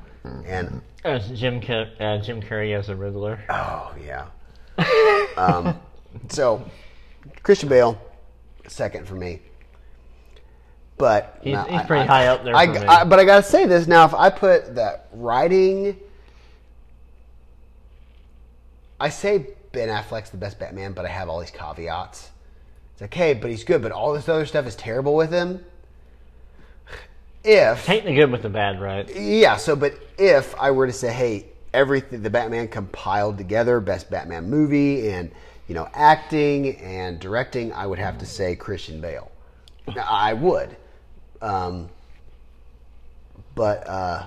Speaker 1: and
Speaker 2: Oh, it's Jim Car- uh, Jim Carrey as a Riddler.
Speaker 1: oh yeah. <laughs> um, so Christian Bale, second for me. But
Speaker 2: He's,
Speaker 1: no,
Speaker 2: he's
Speaker 1: I-
Speaker 2: pretty
Speaker 1: I-
Speaker 2: high up there.
Speaker 1: I,
Speaker 2: for me.
Speaker 1: I- but I gotta say this now. If I put that writing, I say Ben Affleck's the best Batman, but I have all these caveats. It's like, hey, but he's good, but all this other stuff is terrible with him. <sighs> If
Speaker 2: Take the good with the bad, right?
Speaker 1: yeah, so but if I were to say, hey, everything the Batman compiled together, best Batman movie, and you know, acting and directing, I would have to say Christian Bale. I would, um, but uh,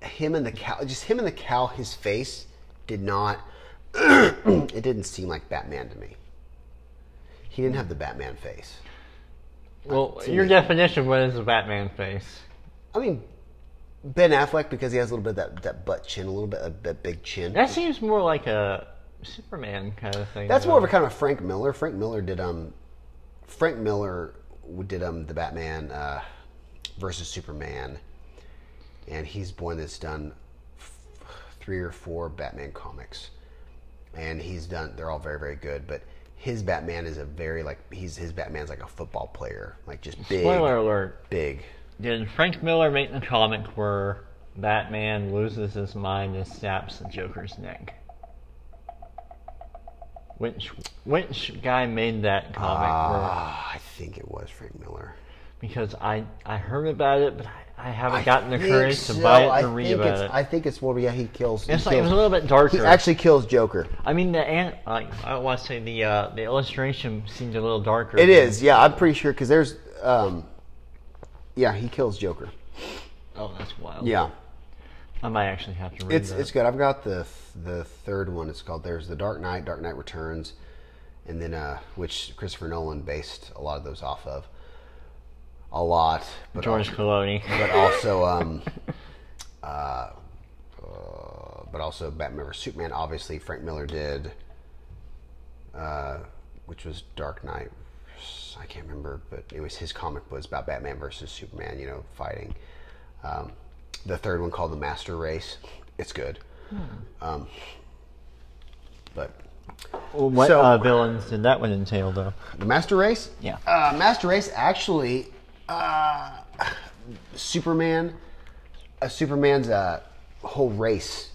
Speaker 1: him and the cow, just him and the cow, his face did not. <clears throat> it didn't seem like Batman to me. He didn't have the Batman face.
Speaker 2: Well, your
Speaker 1: me.
Speaker 2: definition of what is a Batman face?
Speaker 1: I mean, Ben Affleck because he has a little bit of that, that butt chin, a little bit of that big chin.
Speaker 2: That seems more like a Superman kind of thing.
Speaker 1: That's more of a kind of Frank Miller. Frank Miller did um, Frank Miller did um the Batman uh, versus Superman, and he's one that's done f- three or four Batman comics, and he's done. They're all very very good, but. His Batman is a very like he's his Batman's like a football player, like just big,
Speaker 2: Spoiler alert.
Speaker 1: big.
Speaker 2: Did Frank Miller make the comic where Batman loses his mind and snaps the Joker's neck? Which which guy made that comic? where-
Speaker 1: Ah, I think it was Frank Miller.
Speaker 2: because I I heard about it, but I, I haven't
Speaker 1: I
Speaker 2: gotten the
Speaker 1: think
Speaker 2: courage to
Speaker 1: so.
Speaker 2: buy it
Speaker 1: I
Speaker 2: and read
Speaker 1: think
Speaker 2: about
Speaker 1: it's-
Speaker 2: it.
Speaker 1: I think it's where yeah he kills. he
Speaker 2: it's like, it was
Speaker 1: kills-
Speaker 2: a little bit darker.
Speaker 1: he actually kills Joker.
Speaker 2: I mean, the an, like I don't want to say the uh, the illustration seemed a little darker.
Speaker 1: It
Speaker 2: than-
Speaker 1: is yeah I'm pretty sure because there's um yeah he kills Joker
Speaker 2: Oh, that's wild.
Speaker 1: yeah
Speaker 2: I might actually have to read
Speaker 1: it's
Speaker 2: that.
Speaker 1: it's good I've got the the third one it's called there's the Dark Knight Dark Knight Returns and then uh which Christopher Nolan based a lot of those off of a lot but
Speaker 2: George Clooney.
Speaker 1: but also um, uh, uh, but also Batman vs Superman. Obviously, Frank Miller did, uh, which was Dark Knight. I can't remember, but it was his comic was about Batman versus Superman. You know, fighting. Um, the third one called the Master Race. It's good. Um, but
Speaker 2: Well, what
Speaker 1: So-
Speaker 2: uh, villains did that one entail, though?
Speaker 1: the Master Race.
Speaker 2: Yeah.
Speaker 1: Uh, Master Race actually, uh, <sighs> Superman, uh, Superman's uh, whole race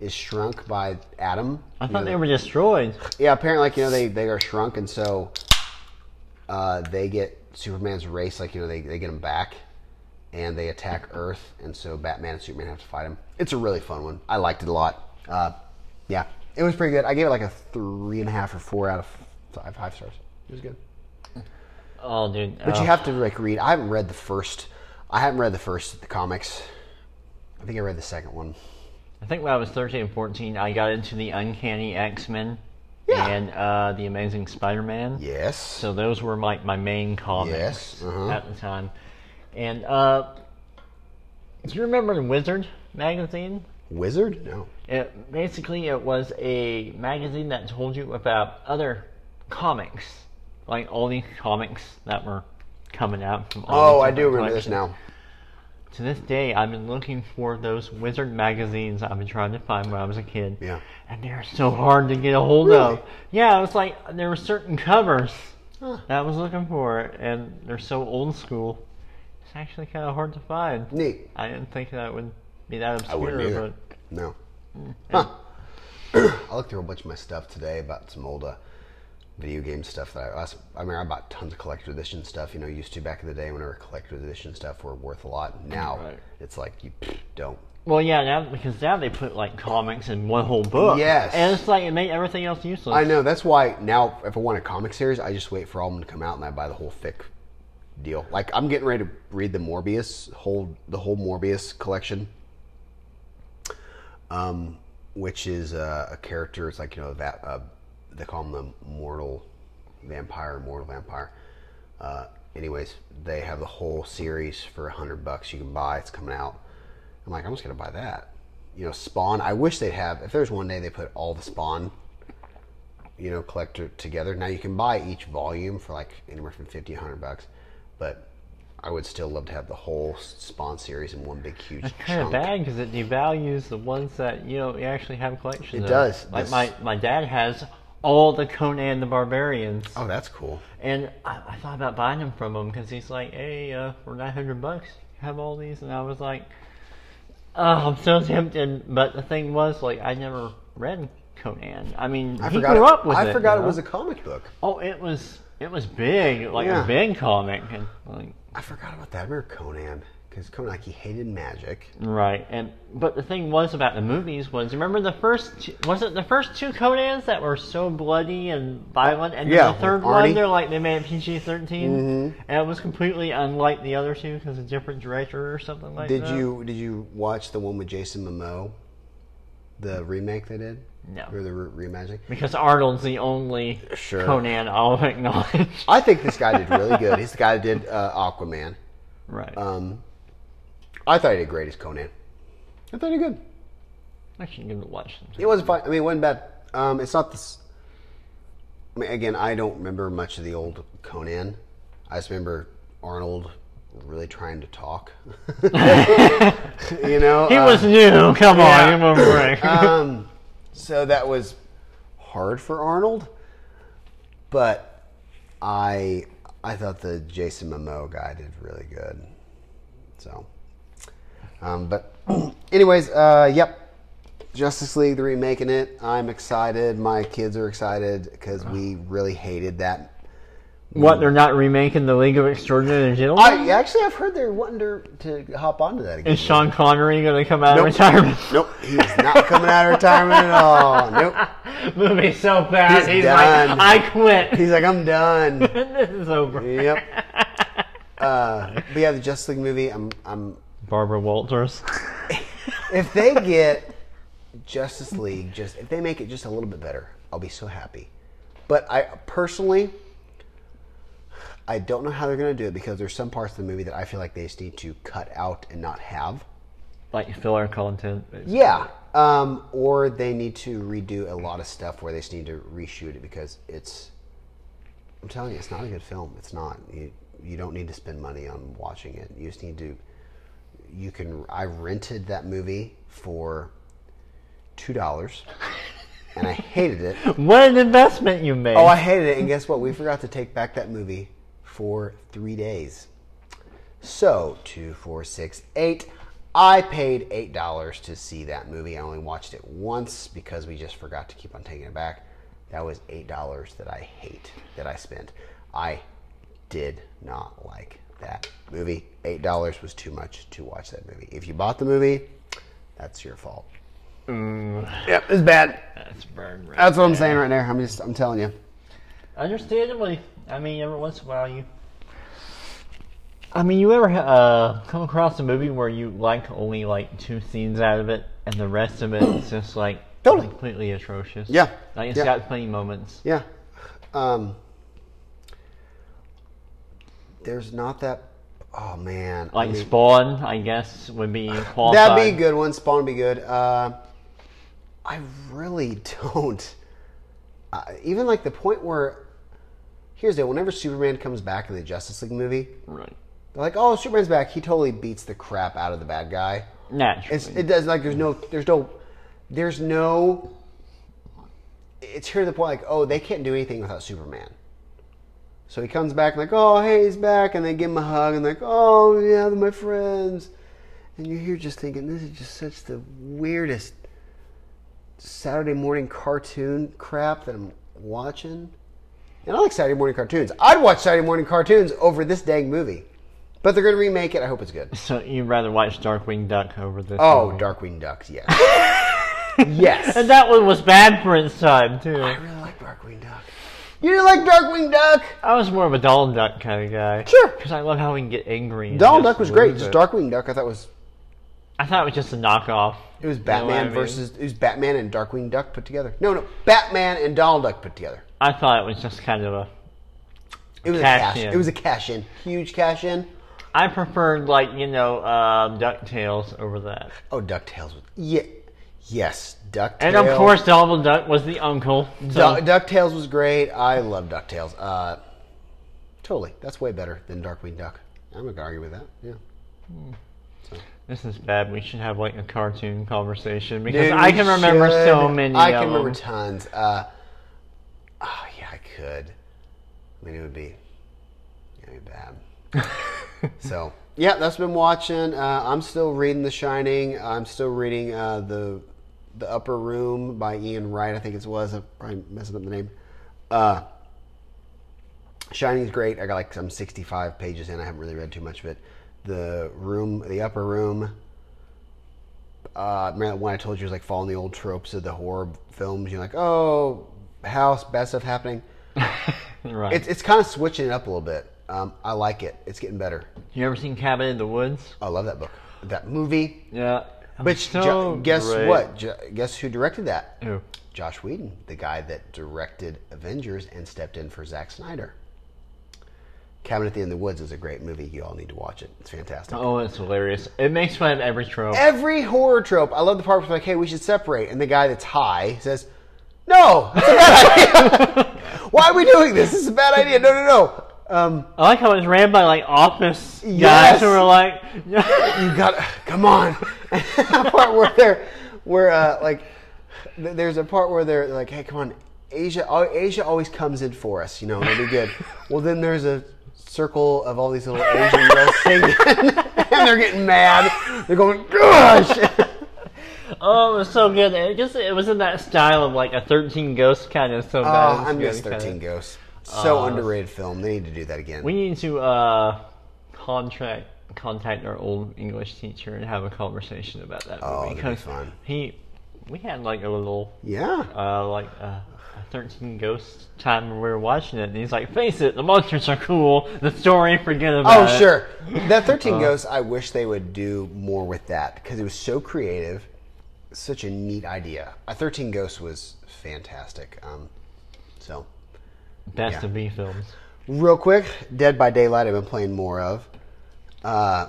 Speaker 1: is shrunk by Adam.
Speaker 2: I thought they were destroyed.
Speaker 1: Yeah, apparently, like you know, they they are shrunk, and so uh, they get Superman's race. Like you know, they they get him back, and they attack Earth, and so Batman and Superman have to fight him. It's a really fun one. I liked it a lot. Uh, yeah, it was pretty good. I gave it like a three and a half or four out of five five stars. It was good.
Speaker 2: Oh, dude.
Speaker 1: But you have to like read. I haven't read the first. I haven't read the first of the comics. I think I read the second one.
Speaker 2: I think when I was 13 and 14, I got into the Uncanny X Men
Speaker 1: Yeah.
Speaker 2: and uh, the Amazing Spider Man.
Speaker 1: Yes.
Speaker 2: So those were like my main comics
Speaker 1: Yes, uh-huh.
Speaker 2: at the time. And uh, do you remember Wizard magazine?
Speaker 1: Wizard? No.
Speaker 2: It, basically, it was a magazine that told you about other comics, like all these comics that were coming out from all.
Speaker 1: Oh,
Speaker 2: these
Speaker 1: I do
Speaker 2: different
Speaker 1: remember this
Speaker 2: collections.
Speaker 1: now.
Speaker 2: To this day, I've been looking for those Wizard magazines I've been trying to find when I was a kid.
Speaker 1: Yeah.
Speaker 2: And they're so hard to get a hold
Speaker 1: Really?
Speaker 2: of. Yeah, it was like there were certain covers That I was looking for, it, and they're so old school. It's actually kind of hard to find.
Speaker 1: Neat.
Speaker 2: I didn't think that would be that obscure,
Speaker 1: I wouldn't either.
Speaker 2: but Mm,
Speaker 1: No. Huh. <clears throat> I looked through a bunch of my stuff today about some old uh, video game stuff that I, I s- I mean, I bought tons of collector edition stuff. You know, used to back in the day whenever collector edition stuff were worth a lot. Now
Speaker 2: Right.
Speaker 1: it's like you pff, don't.
Speaker 2: well, yeah, now because now they put like comics in one whole book.
Speaker 1: Yes.
Speaker 2: and it's like it made everything else useless.
Speaker 1: I know that's why now if I want a comic series, I just wait for all of them to come out and I buy the whole thick deal. Like I'm getting ready to read the Morbius whole the whole Morbius collection, um, which is uh, a character. It's like you know that uh, they call him the mortal vampire, mortal vampire. Uh, anyways, they have the whole series for a hundred bucks. You can buy. It's coming out. I'm like, I'm just gonna buy that. You know, Spawn. I wish they'd have. If there's one day they put all the Spawn you know, collector together. Now you can buy each volume for like anywhere from 50 to 100 bucks, but I would still love to have the whole Spawn series in one big huge
Speaker 2: It's kind
Speaker 1: chunk.
Speaker 2: of bad because it devalues the ones that you know you actually have collections.
Speaker 1: It
Speaker 2: of.
Speaker 1: does.
Speaker 2: Like
Speaker 1: This-
Speaker 2: my, my dad has all the Conan the Barbarians,
Speaker 1: Oh, that's cool.
Speaker 2: and I, I thought about buying them from him because he's like, "Hey, uh, for nine hundred bucks, you have all these," and I was like, oh, "I'm so tempted." But the thing was, like, I never read Conan. I mean,
Speaker 1: I
Speaker 2: he
Speaker 1: forgot
Speaker 2: grew
Speaker 1: it,
Speaker 2: up with
Speaker 1: I
Speaker 2: it.
Speaker 1: forgot
Speaker 2: you
Speaker 1: it was a
Speaker 2: know?
Speaker 1: comic book.
Speaker 2: Oh, it was. It was big, like
Speaker 1: Yeah.
Speaker 2: a big comic, and like.
Speaker 1: I forgot about that. I remember Conan because Conan like he hated magic.
Speaker 2: Right, and but the thing was about the movies was remember the first two, was it the first two Conan's that were so bloody and violent, and
Speaker 1: Yeah,
Speaker 2: then the third
Speaker 1: with Arnie. Mm-hmm.
Speaker 2: one they're like they made PG 13 and it was completely unlike the other two because a different director or something like
Speaker 1: Did
Speaker 2: that.
Speaker 1: you did you watch the one with Jason Momoa, the remake they did?
Speaker 2: No.
Speaker 1: or the re- reimagining?
Speaker 2: Because Arnold's the only
Speaker 1: Sure.
Speaker 2: Conan I'll acknowledge.
Speaker 1: I think this guy did really good. He's the guy that did uh, Aquaman.
Speaker 2: right,
Speaker 1: Um, I thought he did great as Conan. I thought he did good.
Speaker 2: I should give it a watch. sometime.
Speaker 1: It wasn't fun. I mean, it wasn't bad. Um, it's not this. I mean, again, I don't remember much of the old Conan. I just remember Arnold really trying to talk. <laughs> you know,
Speaker 2: He
Speaker 1: uh,
Speaker 2: was new. Come
Speaker 1: yeah.
Speaker 2: on, give him a break.
Speaker 1: Um, so that was hard for Arnold, but I I thought the Jason Momoa guy did really good. So, um, but <clears throat> anyways, uh, yep, Justice League they're remaking it. I'm excited. My kids are excited because we really hated that.
Speaker 2: what they're not remaking the League of Extraordinary Gentlemen?
Speaker 1: I actually I've heard they're wanting to, to hop onto that again.
Speaker 2: Is Sean Connery going to come out
Speaker 1: Nope.
Speaker 2: of retirement?
Speaker 1: Nope,
Speaker 2: <laughs>
Speaker 1: he's not coming out of retirement at all. Nope.
Speaker 2: movie so bad.
Speaker 1: He's
Speaker 2: He's,
Speaker 1: done.
Speaker 2: like, I quit. <laughs>
Speaker 1: He's like, I'm done.
Speaker 2: this is over.
Speaker 1: Yep. Uh, but yeah, the Justice League movie. I'm. I'm.
Speaker 2: Barbara Walters.
Speaker 1: If they get Justice League, just if they make it just a little bit better, I'll be so happy. But I personally, I don't know how they're going to do it because there's some parts of the movie that I feel like they just need to cut out and not have.
Speaker 2: Like filler content. basically.
Speaker 1: Yeah. Um, or they need to redo a lot of stuff where they just need to reshoot it because it's. I'm telling you, it's not a good film. It's not. You you don't need to spend money on watching it. You just need to. You can. I rented that movie for two dollars, and I hated it.
Speaker 2: What an investment you made.
Speaker 1: Oh, I hated it. And guess what? We forgot to take back that movie for three days. So, two, four, six, eight. I paid eight dollars to see that movie. I only watched it once because we just forgot to keep on taking it back. That was eight dollars that I hate that I spent. I did not like that movie. Eight dollars was too much to watch that movie. If you bought the movie, that's your fault. Yep, it's bad.
Speaker 2: That's burn rate.
Speaker 1: That's what I'm saying right there. I'm just I'm telling you.
Speaker 2: Understandably. I mean, every once in a while you. I mean, you ever uh, come across a movie where you like only like two scenes out of it, and the rest of it is just like
Speaker 1: Totally.
Speaker 2: completely atrocious?
Speaker 1: Yeah.
Speaker 2: Like it's
Speaker 1: Yeah.
Speaker 2: got funny moments.
Speaker 1: Yeah. Um, there's not that. Oh man,
Speaker 2: Like Spawn, I guess,
Speaker 1: <sighs>
Speaker 2: would be qualified.
Speaker 1: that'd be a good one. Spawn would be good. Uh, I really <laughs> don't. Uh, even like the point where, here's the whenever Superman comes back in the Justice League movie,
Speaker 2: Right.
Speaker 1: they're like, "Oh, Superman's back. He totally beats the crap out of the bad guy."
Speaker 2: Naturally.
Speaker 1: It's, it does like there's no there's no there's no. It's here to the point like oh they can't do anything without Superman. So he comes back like, oh, hey, he's back, and they give him a hug, and like, oh, yeah, they're my friends. And you're here just thinking, this is just such the weirdest Saturday morning cartoon crap that I'm watching. And I like Saturday morning cartoons. I'd watch Saturday morning cartoons over this dang movie. But they're going to remake it. I hope it's
Speaker 2: <laughs>
Speaker 1: good.
Speaker 2: So you'd rather watch Darkwing Duck over this?
Speaker 1: Oh,
Speaker 2: movie.
Speaker 1: Darkwing Ducks, yes.
Speaker 2: <laughs>
Speaker 1: yes.
Speaker 2: And that one was bad for its time
Speaker 1: I
Speaker 2: too.
Speaker 1: really like Darkwing Duck. You didn't like Darkwing Duck?
Speaker 2: I was more of a Donald Duck kind of guy.
Speaker 1: Sure.
Speaker 2: Because I love how we can get angry. and
Speaker 1: Donald
Speaker 2: just
Speaker 1: Duck was great.
Speaker 2: lose
Speaker 1: Just
Speaker 2: it.
Speaker 1: Darkwing Duck, I thought was
Speaker 2: I thought it was just a knockoff.
Speaker 1: it was
Speaker 2: You know what I
Speaker 1: Batman
Speaker 2: mean?
Speaker 1: versus it was Batman and Darkwing Duck put together. No, no, Batman and Donald Duck put together.
Speaker 2: I thought it was just kind of a.
Speaker 1: It was
Speaker 2: Cash
Speaker 1: a cash.
Speaker 2: in.
Speaker 1: It was a cash in, huge cash in.
Speaker 2: I preferred like you know um, Ducktales over that.
Speaker 1: Oh, Ducktales was yeah, yes, Ducktales.
Speaker 2: And of course, Donald Duck was the uncle. So
Speaker 1: Du- Ducktales was great. I love Ducktales. Uh, totally, that's way better than Darkwing Duck. I'm not gonna argue with that. Yeah.
Speaker 2: this is bad. We should have like a cartoon conversation because
Speaker 1: Dude,
Speaker 2: I
Speaker 1: we
Speaker 2: can remember
Speaker 1: should.
Speaker 2: so many.
Speaker 1: I
Speaker 2: of
Speaker 1: can remember
Speaker 2: them.
Speaker 1: tons. Uh, oh yeah, I could. I mean, it would be, it would be bad.
Speaker 2: <laughs>
Speaker 1: so yeah, that's been watching. Uh, I'm still reading The Shining. I'm still reading uh, the the Upper Room by Ian Wright. I think it was. I'm probably messing up the name. Uh, Shining's great. I got like some 65 pages in. I haven't really read too much of it. The room, the upper room. Uh, remember that one I told you was like following the old tropes of the horror films. You're like, oh, house, bad stuff happening.
Speaker 2: Right.
Speaker 1: It's it's kind of switching it up a little bit. Um, I like it. It's getting better.
Speaker 2: you ever seen Cabin in the Woods?
Speaker 1: I love that book, that movie.
Speaker 2: Yeah.
Speaker 1: Which
Speaker 2: So
Speaker 1: ju- guess
Speaker 2: great.
Speaker 1: what? Ju- guess who directed that?
Speaker 2: Who?
Speaker 1: Josh Whedon, the guy that directed Avengers and stepped in for Zack Snyder. Cabin at the End of the Woods is a great movie. You all need to watch it. It's fantastic.
Speaker 2: Oh, it's hilarious. It makes fun of every trope.
Speaker 1: Every horror trope. I love the part where it's like, hey, we should separate. And the guy that's high says, no, that's a bad <laughs> idea. Why are we doing this? This is a bad idea. No, no, no. Um,
Speaker 2: I like how it's ran by like office
Speaker 1: Yes.
Speaker 2: guys who are like, <laughs>
Speaker 1: you got come on <laughs> that part where they're where uh like th- there's a part where they're like hey come on asia al- asia always comes in for us you know it'll be good well then there's a circle of all these little asian girls singing <laughs> and they're getting mad they're going gosh
Speaker 2: oh, it was so good. It just it was in that style of like a thirteen ghost kind of so bad.
Speaker 1: oh
Speaker 2: it's
Speaker 1: i
Speaker 2: good
Speaker 1: miss
Speaker 2: kind of-
Speaker 1: 13 ghosts so
Speaker 2: Uh,
Speaker 1: underrated film they need to do that again
Speaker 2: We need to uh, contract contact our old English teacher and have a conversation about that
Speaker 1: Oh, that'd
Speaker 2: movie
Speaker 1: be
Speaker 2: because
Speaker 1: fun.
Speaker 2: he we had like a little
Speaker 1: yeah
Speaker 2: uh, like uh, a 13 ghost time when we were watching it and he's like face it the monsters are cool the story forget about
Speaker 1: Oh,
Speaker 2: it." <laughs>
Speaker 1: sure. That 13
Speaker 2: Uh.
Speaker 1: Ghosts, I wish they would do more with that because it was so creative. Such a neat idea. A 13 Ghosts was fantastic. Um, so,
Speaker 2: best
Speaker 1: Yeah.
Speaker 2: of B films
Speaker 1: real quick Dead by Daylight, I've been playing more of. Uh,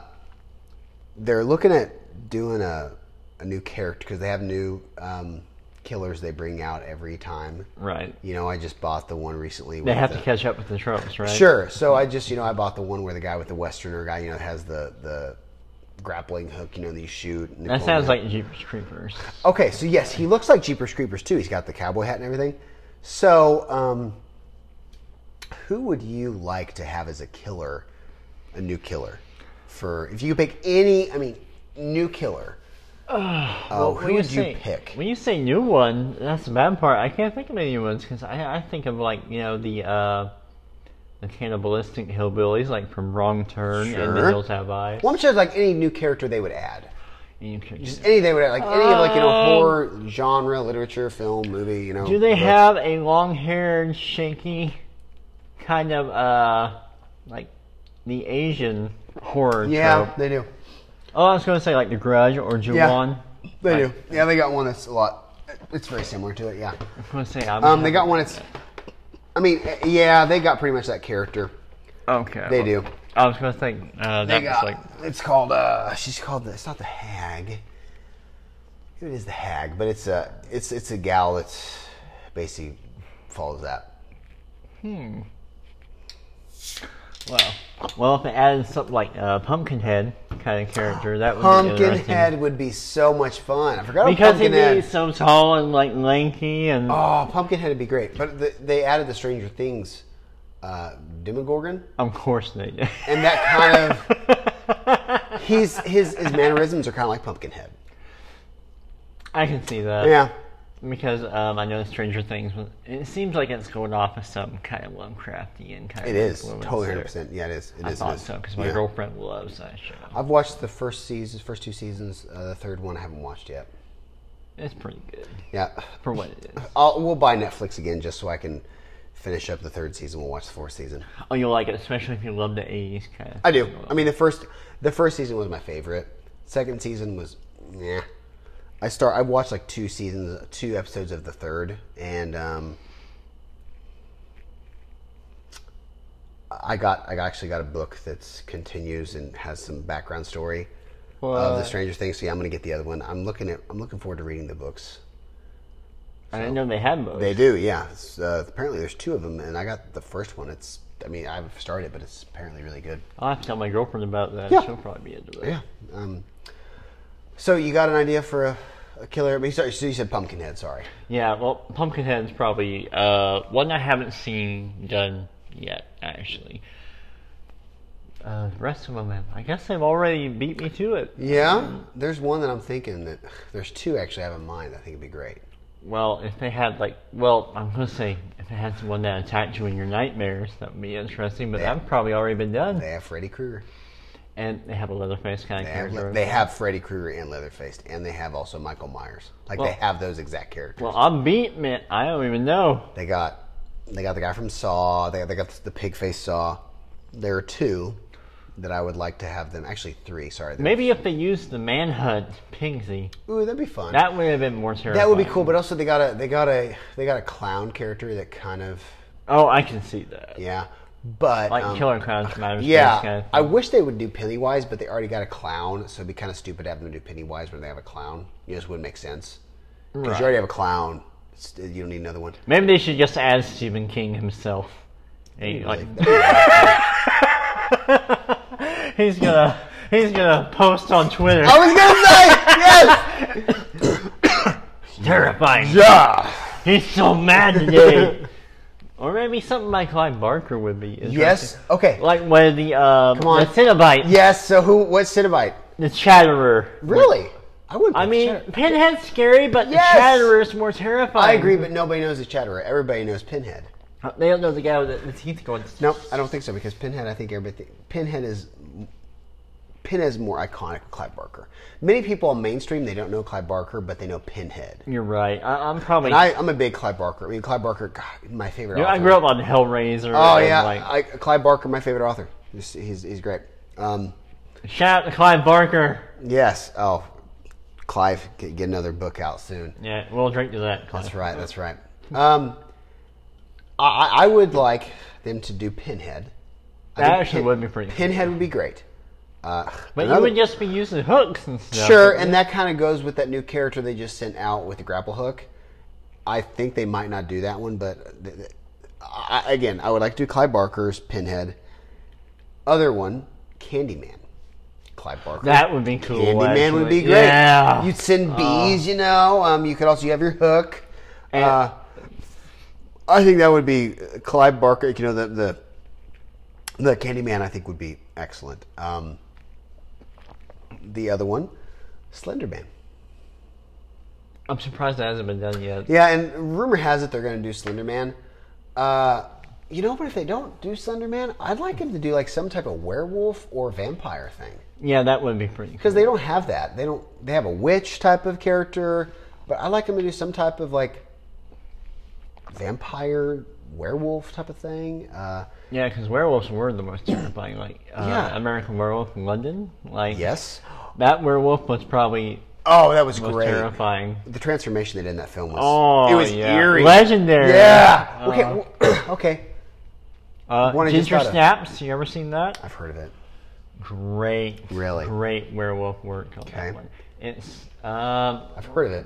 Speaker 1: they're looking at doing a, a new character because they have new um, killers they bring out every time.
Speaker 2: right
Speaker 1: You know, I just bought the one recently.
Speaker 2: they
Speaker 1: with
Speaker 2: have
Speaker 1: the-
Speaker 2: to catch up with the tropes right
Speaker 1: Sure. So I just, you know, I bought the one where the guy with the Westerner guy, you know, has the the grappling hook, you know, that you shoot. And
Speaker 2: that sounds like Jeepers Creepers
Speaker 1: Okay, so yes, he looks like Jeepers Creepers too. He's got the cowboy hat and everything. So, um, who would you like to have as a killer, a new killer, for if you could pick any? I mean, new
Speaker 2: <sighs>
Speaker 1: killer. Oh, who
Speaker 2: When
Speaker 1: would you
Speaker 2: say-
Speaker 1: pick?
Speaker 2: When you say new one, that's the bad part. I can't think of any new ones because I, I think of like you know the uh, the cannibalistic hillbillies like from Wrong Turn and The
Speaker 1: Sure.
Speaker 2: Hills Have Eyes.
Speaker 1: Well, I'm sure like any new character they would add.
Speaker 2: And you can-
Speaker 1: Just any they would add, like any of like you know
Speaker 2: Um,
Speaker 1: horror genre, literature, film, movie. You know,
Speaker 2: Do they
Speaker 1: book.
Speaker 2: have a long-haired, shaky kind of uh like the Asian horror?
Speaker 1: Yeah,
Speaker 2: trope?
Speaker 1: they do.
Speaker 2: Oh, I was going to say like The Grudge or Ju
Speaker 1: Yeah.
Speaker 2: Wan.
Speaker 1: They do. Yeah, they got one that's a lot. It's very similar to it. Yeah.
Speaker 2: I was going to say I'm
Speaker 1: Um, they got one that's. I mean, eh, yeah, they got pretty much that character.
Speaker 2: Okay.
Speaker 1: They do.
Speaker 2: I was going to think uh,
Speaker 1: They
Speaker 2: that was
Speaker 1: got.
Speaker 2: like
Speaker 1: It's called. Uh, she's called. The, it's not the hag. It is the hag, but it's a. It's it's a gal that's basically follows that.
Speaker 2: Wow. Well, if they added something like uh, Pumpkinhead kind of character, that would be interesting.
Speaker 1: Pumpkinhead would be so much fun. I forgot about
Speaker 2: Because
Speaker 1: Pumpkinhead.
Speaker 2: he'd be so tall and like lanky and
Speaker 1: Oh, Pumpkinhead would be great. But the, they added the Stranger Things uh, Demogorgon,
Speaker 2: Of course they do. <laughs>
Speaker 1: and that kind of he's his his mannerisms are kind of like Pumpkinhead.
Speaker 2: I can see that.
Speaker 1: Yeah,
Speaker 2: Because um, I know Stranger Things, was, it seems like it's going off of some kind of Lovecraftian kind
Speaker 1: it
Speaker 2: of.
Speaker 1: is
Speaker 2: influence
Speaker 1: totally
Speaker 2: there.
Speaker 1: hundred percent. Yeah, it is. It is.
Speaker 2: I
Speaker 1: it
Speaker 2: thought
Speaker 1: is.
Speaker 2: so because my
Speaker 1: Yeah.
Speaker 2: girlfriend loves that show.
Speaker 1: I've watched the first season, first two seasons. Uh, the third one I haven't watched yet.
Speaker 2: It's pretty good
Speaker 1: Yeah,
Speaker 2: for what it is.
Speaker 1: I'll, we'll buy Netflix again just so I can finish up the third season. We'll watch the fourth season.
Speaker 2: Oh, you'll like it, especially if you love the '80s kind of.
Speaker 1: I do. I mean, the first the first season was my favorite. Second season was yeah. I start. I watched like two seasons, two episodes of the third, and um, I got I actually got a book that continues and has some background story of the
Speaker 2: What?
Speaker 1: Stranger Things. So yeah, I'm gonna get the other one. I'm looking at I'm looking forward to reading the books.
Speaker 2: I didn't know they had both.
Speaker 1: They do, yeah. It's, Uh, apparently, there's two of them, and I got the first one. It's I mean I've started, it, but it's apparently really good.
Speaker 2: I'll have to tell my girlfriend about that.
Speaker 1: Yeah.
Speaker 2: She'll probably be into it.
Speaker 1: Yeah. Um, so you got an idea for a, a killer? but you sorry, so you said Pumpkinhead. Sorry.
Speaker 2: Yeah, well, Pumpkinhead's probably uh, one I haven't seen done yet, actually. Uh, the rest of them, I guess they've already beat me to it.
Speaker 1: Yeah. Um, There's one that I'm thinking that <sighs> there's two actually I have in mind. I think it'd be great.
Speaker 2: Well, if they had, like, well, I'm going to say, if they had someone that attacked you in your nightmares, that would be interesting, but
Speaker 1: Yeah.
Speaker 2: that's probably already been done.
Speaker 1: They have Freddy Krueger.
Speaker 2: and they have a Leatherface kind
Speaker 1: They
Speaker 2: of
Speaker 1: have,
Speaker 2: character.
Speaker 1: Le- they have Freddy Krueger and Leatherface, and they have also Michael Myers. Like they
Speaker 2: Well-
Speaker 1: have those exact characters.
Speaker 2: well, I'm beat, man. I don't even know.
Speaker 1: They got they got the guy from Saw. They got, they got the pig face Saw. There are two that I would like to have them. Actually, three. Sorry. there-
Speaker 2: Maybe if they used the manhunt Pigsy,
Speaker 1: Ooh, that'd be fun.
Speaker 2: that would have been more terrifying.
Speaker 1: That would be cool, but also they got a they got a they got a clown character that kind of
Speaker 2: Oh, I can see that.
Speaker 1: yeah, but
Speaker 2: Like
Speaker 1: um,
Speaker 2: Killer Clowns from Outer Space
Speaker 1: yeah.
Speaker 2: kind of
Speaker 1: I
Speaker 2: thing.
Speaker 1: wish they would do Pennywise, but they already got a clown, so it'd be kind of stupid to have them do Pennywise when they have a clown. It just wouldn't make sense because
Speaker 2: Right.
Speaker 1: you already have a clown. It's- uh, You don't need another
Speaker 2: <laughs>
Speaker 1: one.
Speaker 2: Maybe they should just add Stephen King himself. Hey, like, <laughs> he's gonna he's gonna post on Twitter.
Speaker 1: I was gonna say
Speaker 2: <laughs>
Speaker 1: yes.
Speaker 2: Terrifying. Ah!
Speaker 1: Yeah.
Speaker 2: He's so mad today. <laughs> or maybe something by Clive Barker would be. interesting.
Speaker 1: <laughs> Yes. Okay.
Speaker 2: Like when the um,
Speaker 1: on.
Speaker 2: the Cinnabite,
Speaker 1: Yes. So who? What's Cinnabite?
Speaker 2: the Chatterer.
Speaker 1: Really? I wouldn't.
Speaker 2: I
Speaker 1: pick
Speaker 2: mean,
Speaker 1: Chatter-
Speaker 2: Pinhead's scary, but
Speaker 1: Yes!
Speaker 2: the Chatterer is more
Speaker 1: I
Speaker 2: terrifying.
Speaker 1: agree, but nobody knows the Chatterer. Everybody knows Pinhead.
Speaker 2: They don't know the guy with the, the teeth going.
Speaker 1: No, I don't think so because Pinhead. I think everybody. Think, Pinhead is. Pinhead is more iconic than Clive Barker. Many people on mainstream they don't know Clive Barker, but they know Pinhead.
Speaker 2: You're right. I, I'm probably.
Speaker 1: And I, I'm a big Clive Barker. I mean, Clive Barker, God, my favorite.
Speaker 2: I
Speaker 1: author.
Speaker 2: grew up on Hellraiser.
Speaker 1: Oh
Speaker 2: and,
Speaker 1: yeah,
Speaker 2: Like,
Speaker 1: I, Clive Barker, my favorite author. He's he's, he's great. Um,
Speaker 2: Shout out to Clive Barker.
Speaker 1: yes. Oh, Clive, get, get another book out soon.
Speaker 2: Yeah, we'll drink to that. Clive.
Speaker 1: That's right. That's right. Um, I- I, I would like them to do Pinhead. I
Speaker 2: That
Speaker 1: think
Speaker 2: actually would be pretty cool.
Speaker 1: Pinhead would be great. Uh,
Speaker 2: But
Speaker 1: another-
Speaker 2: you would just be using hooks and stuff.
Speaker 1: Sure, and that kind of goes with that new character they just sent out with the grapple hook. I think they might not do that one, but th- th- I, I- again, I would like to do Clyde Barker's Pinhead. Other one, Candyman. Clyde Barker.
Speaker 2: That would be cool.
Speaker 1: Candyman would be
Speaker 2: actually.
Speaker 1: great.
Speaker 2: Yeah. Oh.
Speaker 1: You'd send bees, you know. Um, you could also you have your hook.
Speaker 2: And-
Speaker 1: uh, I think that would be Clyde Barker. You know the the the Candyman. I think would be excellent. Um, the other one, Slenderman.
Speaker 2: I'm surprised that hasn't been done yet.
Speaker 1: Yeah, and rumor has it they're going to do Slenderman. Uh, you know, but if they don't do Slenderman, I'd like him to do like some type of werewolf or vampire thing.
Speaker 2: Yeah, that would be pretty cool.
Speaker 1: because they don't have that. They don't. They have a witch type of character, but I like them to do some type of like vampire werewolf type of thing. Uh,
Speaker 2: Yeah, because werewolves were the most terrifying. Like, uh,
Speaker 1: Yeah.
Speaker 2: American Werewolf in London. Like,
Speaker 1: yes.
Speaker 2: that werewolf was probably
Speaker 1: Oh, that was
Speaker 2: most
Speaker 1: great.
Speaker 2: terrifying.
Speaker 1: The transformation they did in that film was
Speaker 2: Oh,
Speaker 1: it was
Speaker 2: yeah.
Speaker 1: eerie,
Speaker 2: Legendary.
Speaker 1: Yeah.
Speaker 2: Uh,
Speaker 1: okay. w- <clears throat> okay.
Speaker 2: Uh,
Speaker 1: One I just
Speaker 2: Ginger
Speaker 1: thought of.
Speaker 2: Snaps. You ever seen that?
Speaker 1: I've heard of it.
Speaker 2: Great.
Speaker 1: Really?
Speaker 2: Great werewolf work on
Speaker 1: Okay.
Speaker 2: that one. It's um,
Speaker 1: I've heard of it.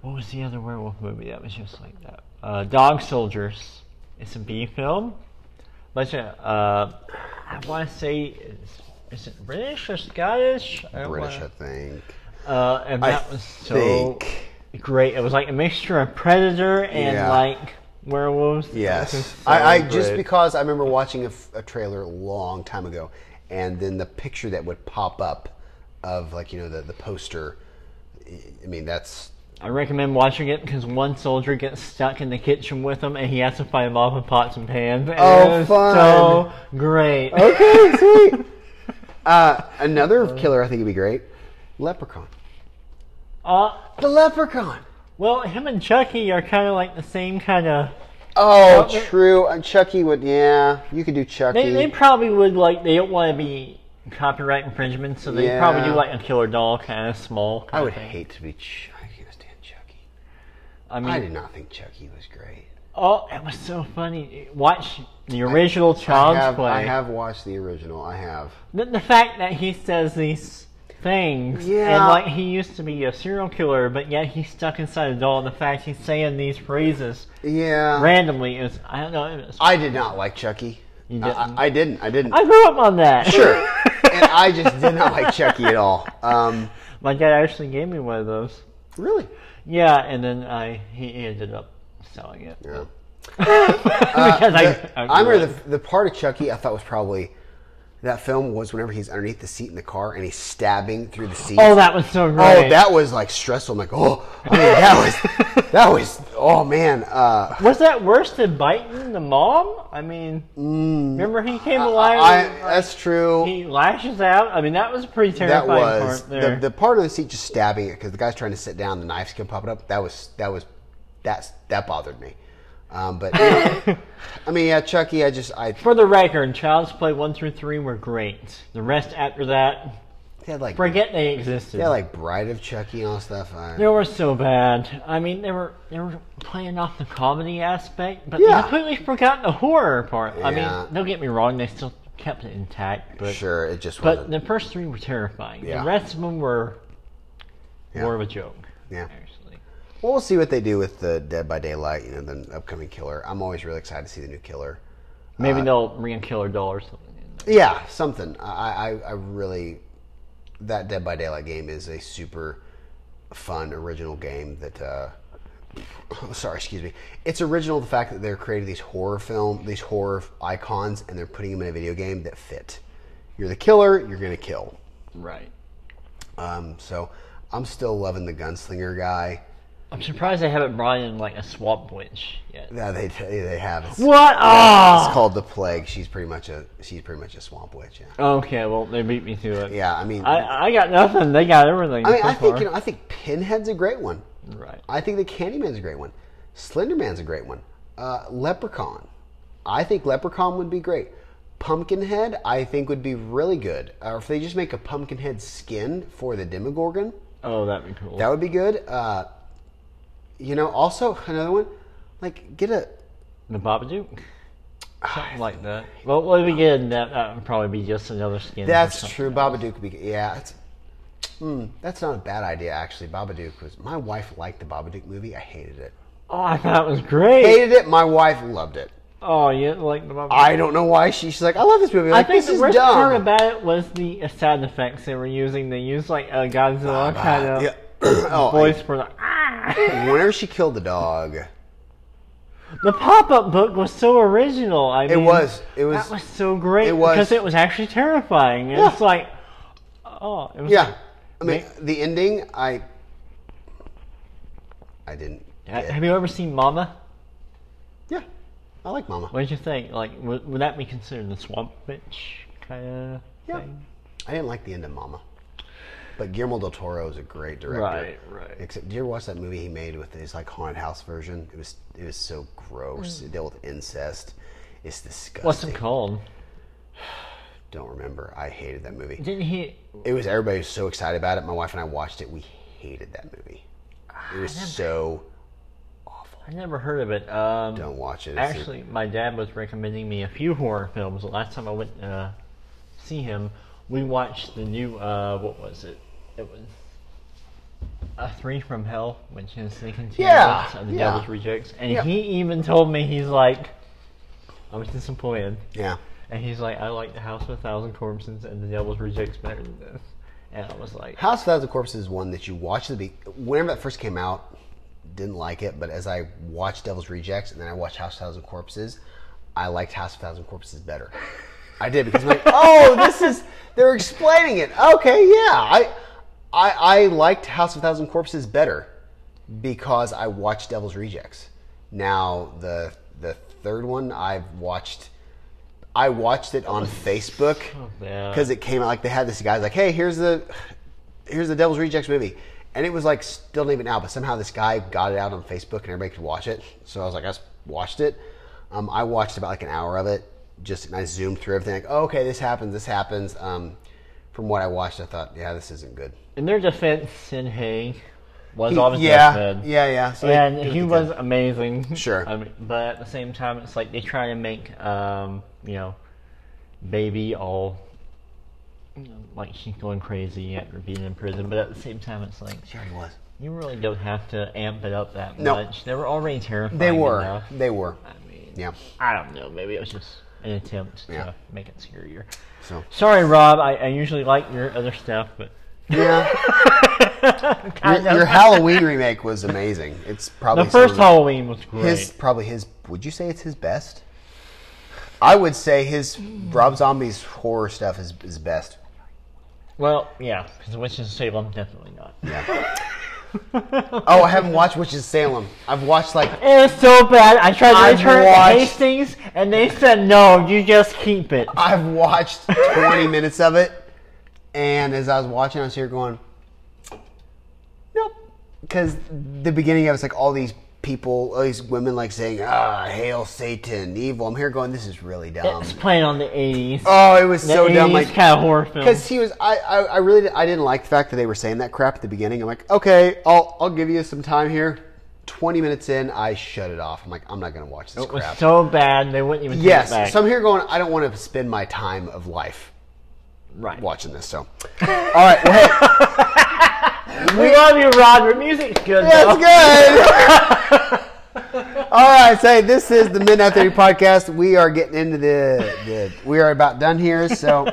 Speaker 2: what was the other werewolf movie that was just like that? Uh, Dog Soldiers. It's a B film. Bunch of uh, I want to say is, is it British or Scottish? I don't
Speaker 1: British, I
Speaker 2: wanna-
Speaker 1: think.
Speaker 2: Uh, and
Speaker 1: I
Speaker 2: that was so
Speaker 1: think.
Speaker 2: great. It was like a mixture of Predator and
Speaker 1: Yeah.
Speaker 2: like werewolves?
Speaker 1: Yes,
Speaker 2: That's <laughs> so
Speaker 1: I, I just
Speaker 2: great.
Speaker 1: because I remember watching a, f- a trailer a long time ago, and then the picture that would pop up of like you know the the poster. I mean that's
Speaker 2: I recommend watching it because one soldier gets stuck in the kitchen with him, and he has to fight lava pots and pans. And
Speaker 1: Oh,
Speaker 2: it is
Speaker 1: fun. Oh.
Speaker 2: So great.
Speaker 1: okay, sweet. <laughs> Uh, another killer I think would be great, Leprechaun.
Speaker 2: Uh,
Speaker 1: The Leprechaun.
Speaker 2: well, him and Chucky are kind of like the same kind of.
Speaker 1: Oh,
Speaker 2: Well, they-
Speaker 1: true. And Chucky would, yeah, you could do Chucky.
Speaker 2: They, they probably would like they don't want to be copyright infringement, so they
Speaker 1: Yeah.
Speaker 2: probably do like a killer doll kind of small. Kind
Speaker 1: I would
Speaker 2: of thing.
Speaker 1: hate to be. Ch- I can't stand Chucky.
Speaker 2: I mean,
Speaker 1: I did not think Chucky was great.
Speaker 2: oh, it was so funny. Watch the original Child's
Speaker 1: I have,
Speaker 2: Play.
Speaker 1: I have watched the original. I have.
Speaker 2: The, the fact that he says these things, and
Speaker 1: Yeah.
Speaker 2: like he used to be a serial killer, but yet he's stuck inside a doll. The fact he's saying these phrases
Speaker 1: Yeah. randomly.
Speaker 2: randomly is, I don't know. It was, I,
Speaker 1: I did not like Chucky.
Speaker 2: You
Speaker 1: I-
Speaker 2: didn't?
Speaker 1: I, I didn't. I didn't.
Speaker 2: grew up on that. <laughs>
Speaker 1: sure. <laughs> and I just did not like Chucky at all. Um,
Speaker 2: My dad actually gave me one of those.
Speaker 1: really?
Speaker 2: Yeah, and then I he ended up selling it
Speaker 1: Yeah.
Speaker 2: <laughs>
Speaker 1: Uh,
Speaker 2: because I,
Speaker 1: I,
Speaker 2: I,
Speaker 1: remember the, the part of Chucky I thought was probably that film was whenever he's underneath the seat in the car and he's stabbing through the seat.
Speaker 2: oh that was so great.
Speaker 1: Oh, that was like stressful. I'm like, oh, I mean, that was, that was, oh man. Uh,
Speaker 2: was that worse than biting the mom. I mean, remember he came alive.
Speaker 1: Mm. I,
Speaker 2: and, like,
Speaker 1: that's true.
Speaker 2: he lashes out. I mean, that was a pretty
Speaker 1: that
Speaker 2: terrifying
Speaker 1: was
Speaker 2: part there.
Speaker 1: the, the part of the seat just stabbing it because the guy's trying to sit down, the knife's can pop it up. That was that was that's that bothered me. Um, but
Speaker 2: <laughs>
Speaker 1: I mean, yeah, Chucky. I just I
Speaker 2: For the record, Child's Play one through three were great. The rest after that,
Speaker 1: they had like they
Speaker 2: forget they existed.
Speaker 1: had like Bride of Chucky and all that stuff. I,
Speaker 2: they were so bad. I mean, they were they were playing off the comedy aspect, but
Speaker 1: Yeah.
Speaker 2: they completely forgot the horror part. I
Speaker 1: Yeah.
Speaker 2: mean, don't get me wrong, they still kept it intact, but
Speaker 1: sure, it just
Speaker 2: but
Speaker 1: wasn't.
Speaker 2: the first three were terrifying.
Speaker 1: Yeah.
Speaker 2: The rest of them were
Speaker 1: Yeah.
Speaker 2: more of a joke.
Speaker 1: Yeah.
Speaker 2: actually.
Speaker 1: Well, we'll see what they do with the Dead by Daylight. You know, the upcoming killer. I'm always really excited to see the new killer. Uh,
Speaker 2: Maybe they'll bring a killer doll or something. in there.
Speaker 1: Yeah, something. I, I, I really that Dead by Daylight game is a super fun original game that. Uh, <coughs> sorry, excuse me. It's original the fact that they're creating these horror film, these horror icons, and they're putting them in a video game that fit. You're the killer. You're gonna kill.
Speaker 2: Right.
Speaker 1: Um, so I'm still loving the gunslinger guy. <laughs>
Speaker 2: I'm surprised they haven't brought in like a swamp witch yet.
Speaker 1: That they they have. It's,
Speaker 2: What? Ah!
Speaker 1: it's called the plague. She's pretty much a she's pretty much a swamp witch. Yeah.
Speaker 2: Okay, well they beat me to it.
Speaker 1: Yeah. I mean.
Speaker 2: I, I got nothing. They got everything.
Speaker 1: I mean,
Speaker 2: so
Speaker 1: I think
Speaker 2: far.
Speaker 1: you know, I think Pinhead's a great one.
Speaker 2: Right.
Speaker 1: I think the Candyman's a great one. Slenderman's a great one. Uh, Leprechaun, I think Leprechaun would be great. Pumpkinhead, I think would be really good. Or if they just make a Pumpkinhead skin for the Demogorgon,
Speaker 2: Oh, that'd be cool.
Speaker 1: that would be good. Uh, you know, also another one, like get a.
Speaker 2: the Babadook.
Speaker 1: Ah,
Speaker 2: Something like that. Well, what we get in that, that would probably be just another skin. for
Speaker 1: That's
Speaker 2: something.
Speaker 1: true. Babadook would be. Yeah, that's. Mm, that's not a bad idea, actually. Babadook was. My wife liked the Babadook movie. I hated it.
Speaker 2: Oh, I thought it was great.
Speaker 1: Hated it. My wife loved it.
Speaker 2: Oh, you didn't like the Babadook?
Speaker 1: I don't know why she, she's like, I love this movie.
Speaker 2: I
Speaker 1: Like,
Speaker 2: think
Speaker 1: this
Speaker 2: the
Speaker 1: is
Speaker 2: worst
Speaker 1: dumb.
Speaker 2: part about it was the sound effects they were using. They used like a Godzilla kind of
Speaker 1: Yeah. <clears throat> oh,
Speaker 2: voice for Uh, the ah.
Speaker 1: and whenever she killed the dog,
Speaker 2: The pop-up book was so original. I
Speaker 1: it
Speaker 2: mean,
Speaker 1: was it was,
Speaker 2: Mm. that was so great
Speaker 1: it was-
Speaker 2: because it was actually terrifying. It
Speaker 1: Yeah.
Speaker 2: was like, oh, it was
Speaker 1: yeah. I mean, the ending, I I didn't.
Speaker 2: Ha-
Speaker 1: get.
Speaker 2: Have you ever seen Mama?
Speaker 1: yeah, I like Mama.
Speaker 2: What did you think? Like, would, would that be considered the swamp witch kind of
Speaker 1: Yeah.
Speaker 2: thing?
Speaker 1: I didn't like the end of Mama, but Guillermo del Toro is a great director.
Speaker 2: Right, right.
Speaker 1: Except, do you ever watch that movie he made with his like haunted house version? It was it was so gross. It dealt with incest. It's disgusting.
Speaker 2: Mm. What's it called?
Speaker 1: Don't remember. I hated that movie.
Speaker 2: Didn't he?
Speaker 1: It was everybody was so excited about it. My wife and I watched it. We hated that movie. It was so awful.
Speaker 2: I never heard of it. Um,
Speaker 1: Don't watch it. It's-
Speaker 2: Actually, my dad was recommending me a few horror films. The last time I went uh, see him, we watched the new. Uh, what was it? It was. A three from hell, which is the continuance
Speaker 1: Yeah,
Speaker 2: of the
Speaker 1: yeah.
Speaker 2: Devil's Rejects, and
Speaker 1: Yeah.
Speaker 2: he even told me he's like, I was disappointed.
Speaker 1: yeah,
Speaker 2: And he's like, I like the House of a Thousand Corpses and the Devil's Rejects better than this. And I was like,
Speaker 1: House of Thousand Corpses is one that you watch at the be- whenever that first came out. didn't like it, but as I watched Devil's Rejects and then I watched House of Thousand Corpses, I liked House of Thousand Corpses better. I did because I'm like, oh, this is they're explaining it. Okay, yeah, I, I, I liked House of Thousand Corpses better because I watched Devil's Rejects. Now the the third one I've watched, I watched it on Facebook
Speaker 2: bad.
Speaker 1: because it came out like they had this guy's like, hey, here's the here's the Devil's Rejects movie. And it was like still not even out, but somehow this guy got it out on Facebook and everybody could watch it. So I was like, I just watched it. Um, I watched about like an hour of it, just and I zoomed through everything. Like, oh, okay, this happens, this happens. Um, from what I watched, I thought, yeah, this isn't good.
Speaker 2: In their defense, Sin Hay was obviously
Speaker 1: yeah,
Speaker 2: good.
Speaker 1: yeah, yeah. So they
Speaker 2: and
Speaker 1: did what
Speaker 2: he
Speaker 1: they
Speaker 2: was
Speaker 1: could.
Speaker 2: amazing.
Speaker 1: Sure.
Speaker 2: I mean, but at the same time, it's like they try to make, um, you know, baby all, you know, like she's going crazy after being in prison. But at the same time, it's like
Speaker 1: Sure, he was.
Speaker 2: you really don't have to amp it up that
Speaker 1: No.
Speaker 2: much. They were already terrifying.
Speaker 1: They were.
Speaker 2: enough.
Speaker 1: They were.
Speaker 2: I mean,
Speaker 1: Yeah.
Speaker 2: I don't know. Maybe it was just an attempt to
Speaker 1: Yeah.
Speaker 2: make it scarier. <laughs>
Speaker 1: So
Speaker 2: Sorry, Rob. I, I usually like your other stuff, but <laughs>
Speaker 1: yeah, your, your Halloween remake was amazing. It's probably
Speaker 2: the first
Speaker 1: some of
Speaker 2: Halloween was great.
Speaker 1: his probably his would you say it's his best i would say his rob zombie's horror stuff is is best
Speaker 2: Well, yeah, because Witches of Salem definitely not.
Speaker 1: yeah oh i haven't watched witches of salem i've watched like
Speaker 2: It's so bad. I tried to
Speaker 1: I've
Speaker 2: return it
Speaker 1: watched-
Speaker 2: to Hastings, and they said no. You just keep it.
Speaker 1: i've watched 20 minutes of it and as i was watching i was here going
Speaker 2: Nope.
Speaker 1: because the beginning of it's like all these people all these women like saying ah hail satan evil i'm here going this is really dumb
Speaker 2: It's playing on the '80s.
Speaker 1: oh it was
Speaker 2: the
Speaker 1: so dumb like
Speaker 2: kind of horror film.
Speaker 1: because he was I, I I really did, I didn't like the fact that they were saying that crap at the beginning. I'm like, okay, I'll I'll give you some time here. Twenty minutes in, I shut it off. I'm like, I'm not gonna watch this
Speaker 2: It was
Speaker 1: crap.
Speaker 2: Oh, so bad they wouldn't even
Speaker 1: yes,
Speaker 2: take it back.
Speaker 1: so I'm here going. I don't want to spend my time of life
Speaker 2: right.
Speaker 1: watching this. So, <laughs> all right, well, hey,
Speaker 2: We love you, Rod. Your music's good. though.
Speaker 1: that's good. all right, so hey, this is the Midnight Thirty podcast. We are getting into the, the we are about done here. So,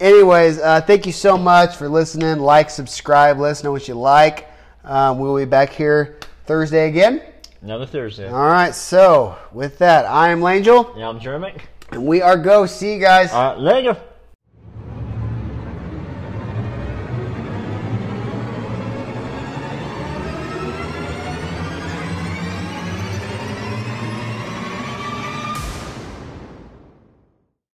Speaker 1: anyways, uh, thank you so much for listening. Like, subscribe, let us know what you like. Um, we'll be back here Thursday again.
Speaker 2: Another Thursday.
Speaker 1: All right, so with that, I am Langel,
Speaker 2: Now I'm Uh, Jermic.
Speaker 1: and we are go. See you guys.
Speaker 2: All right, later.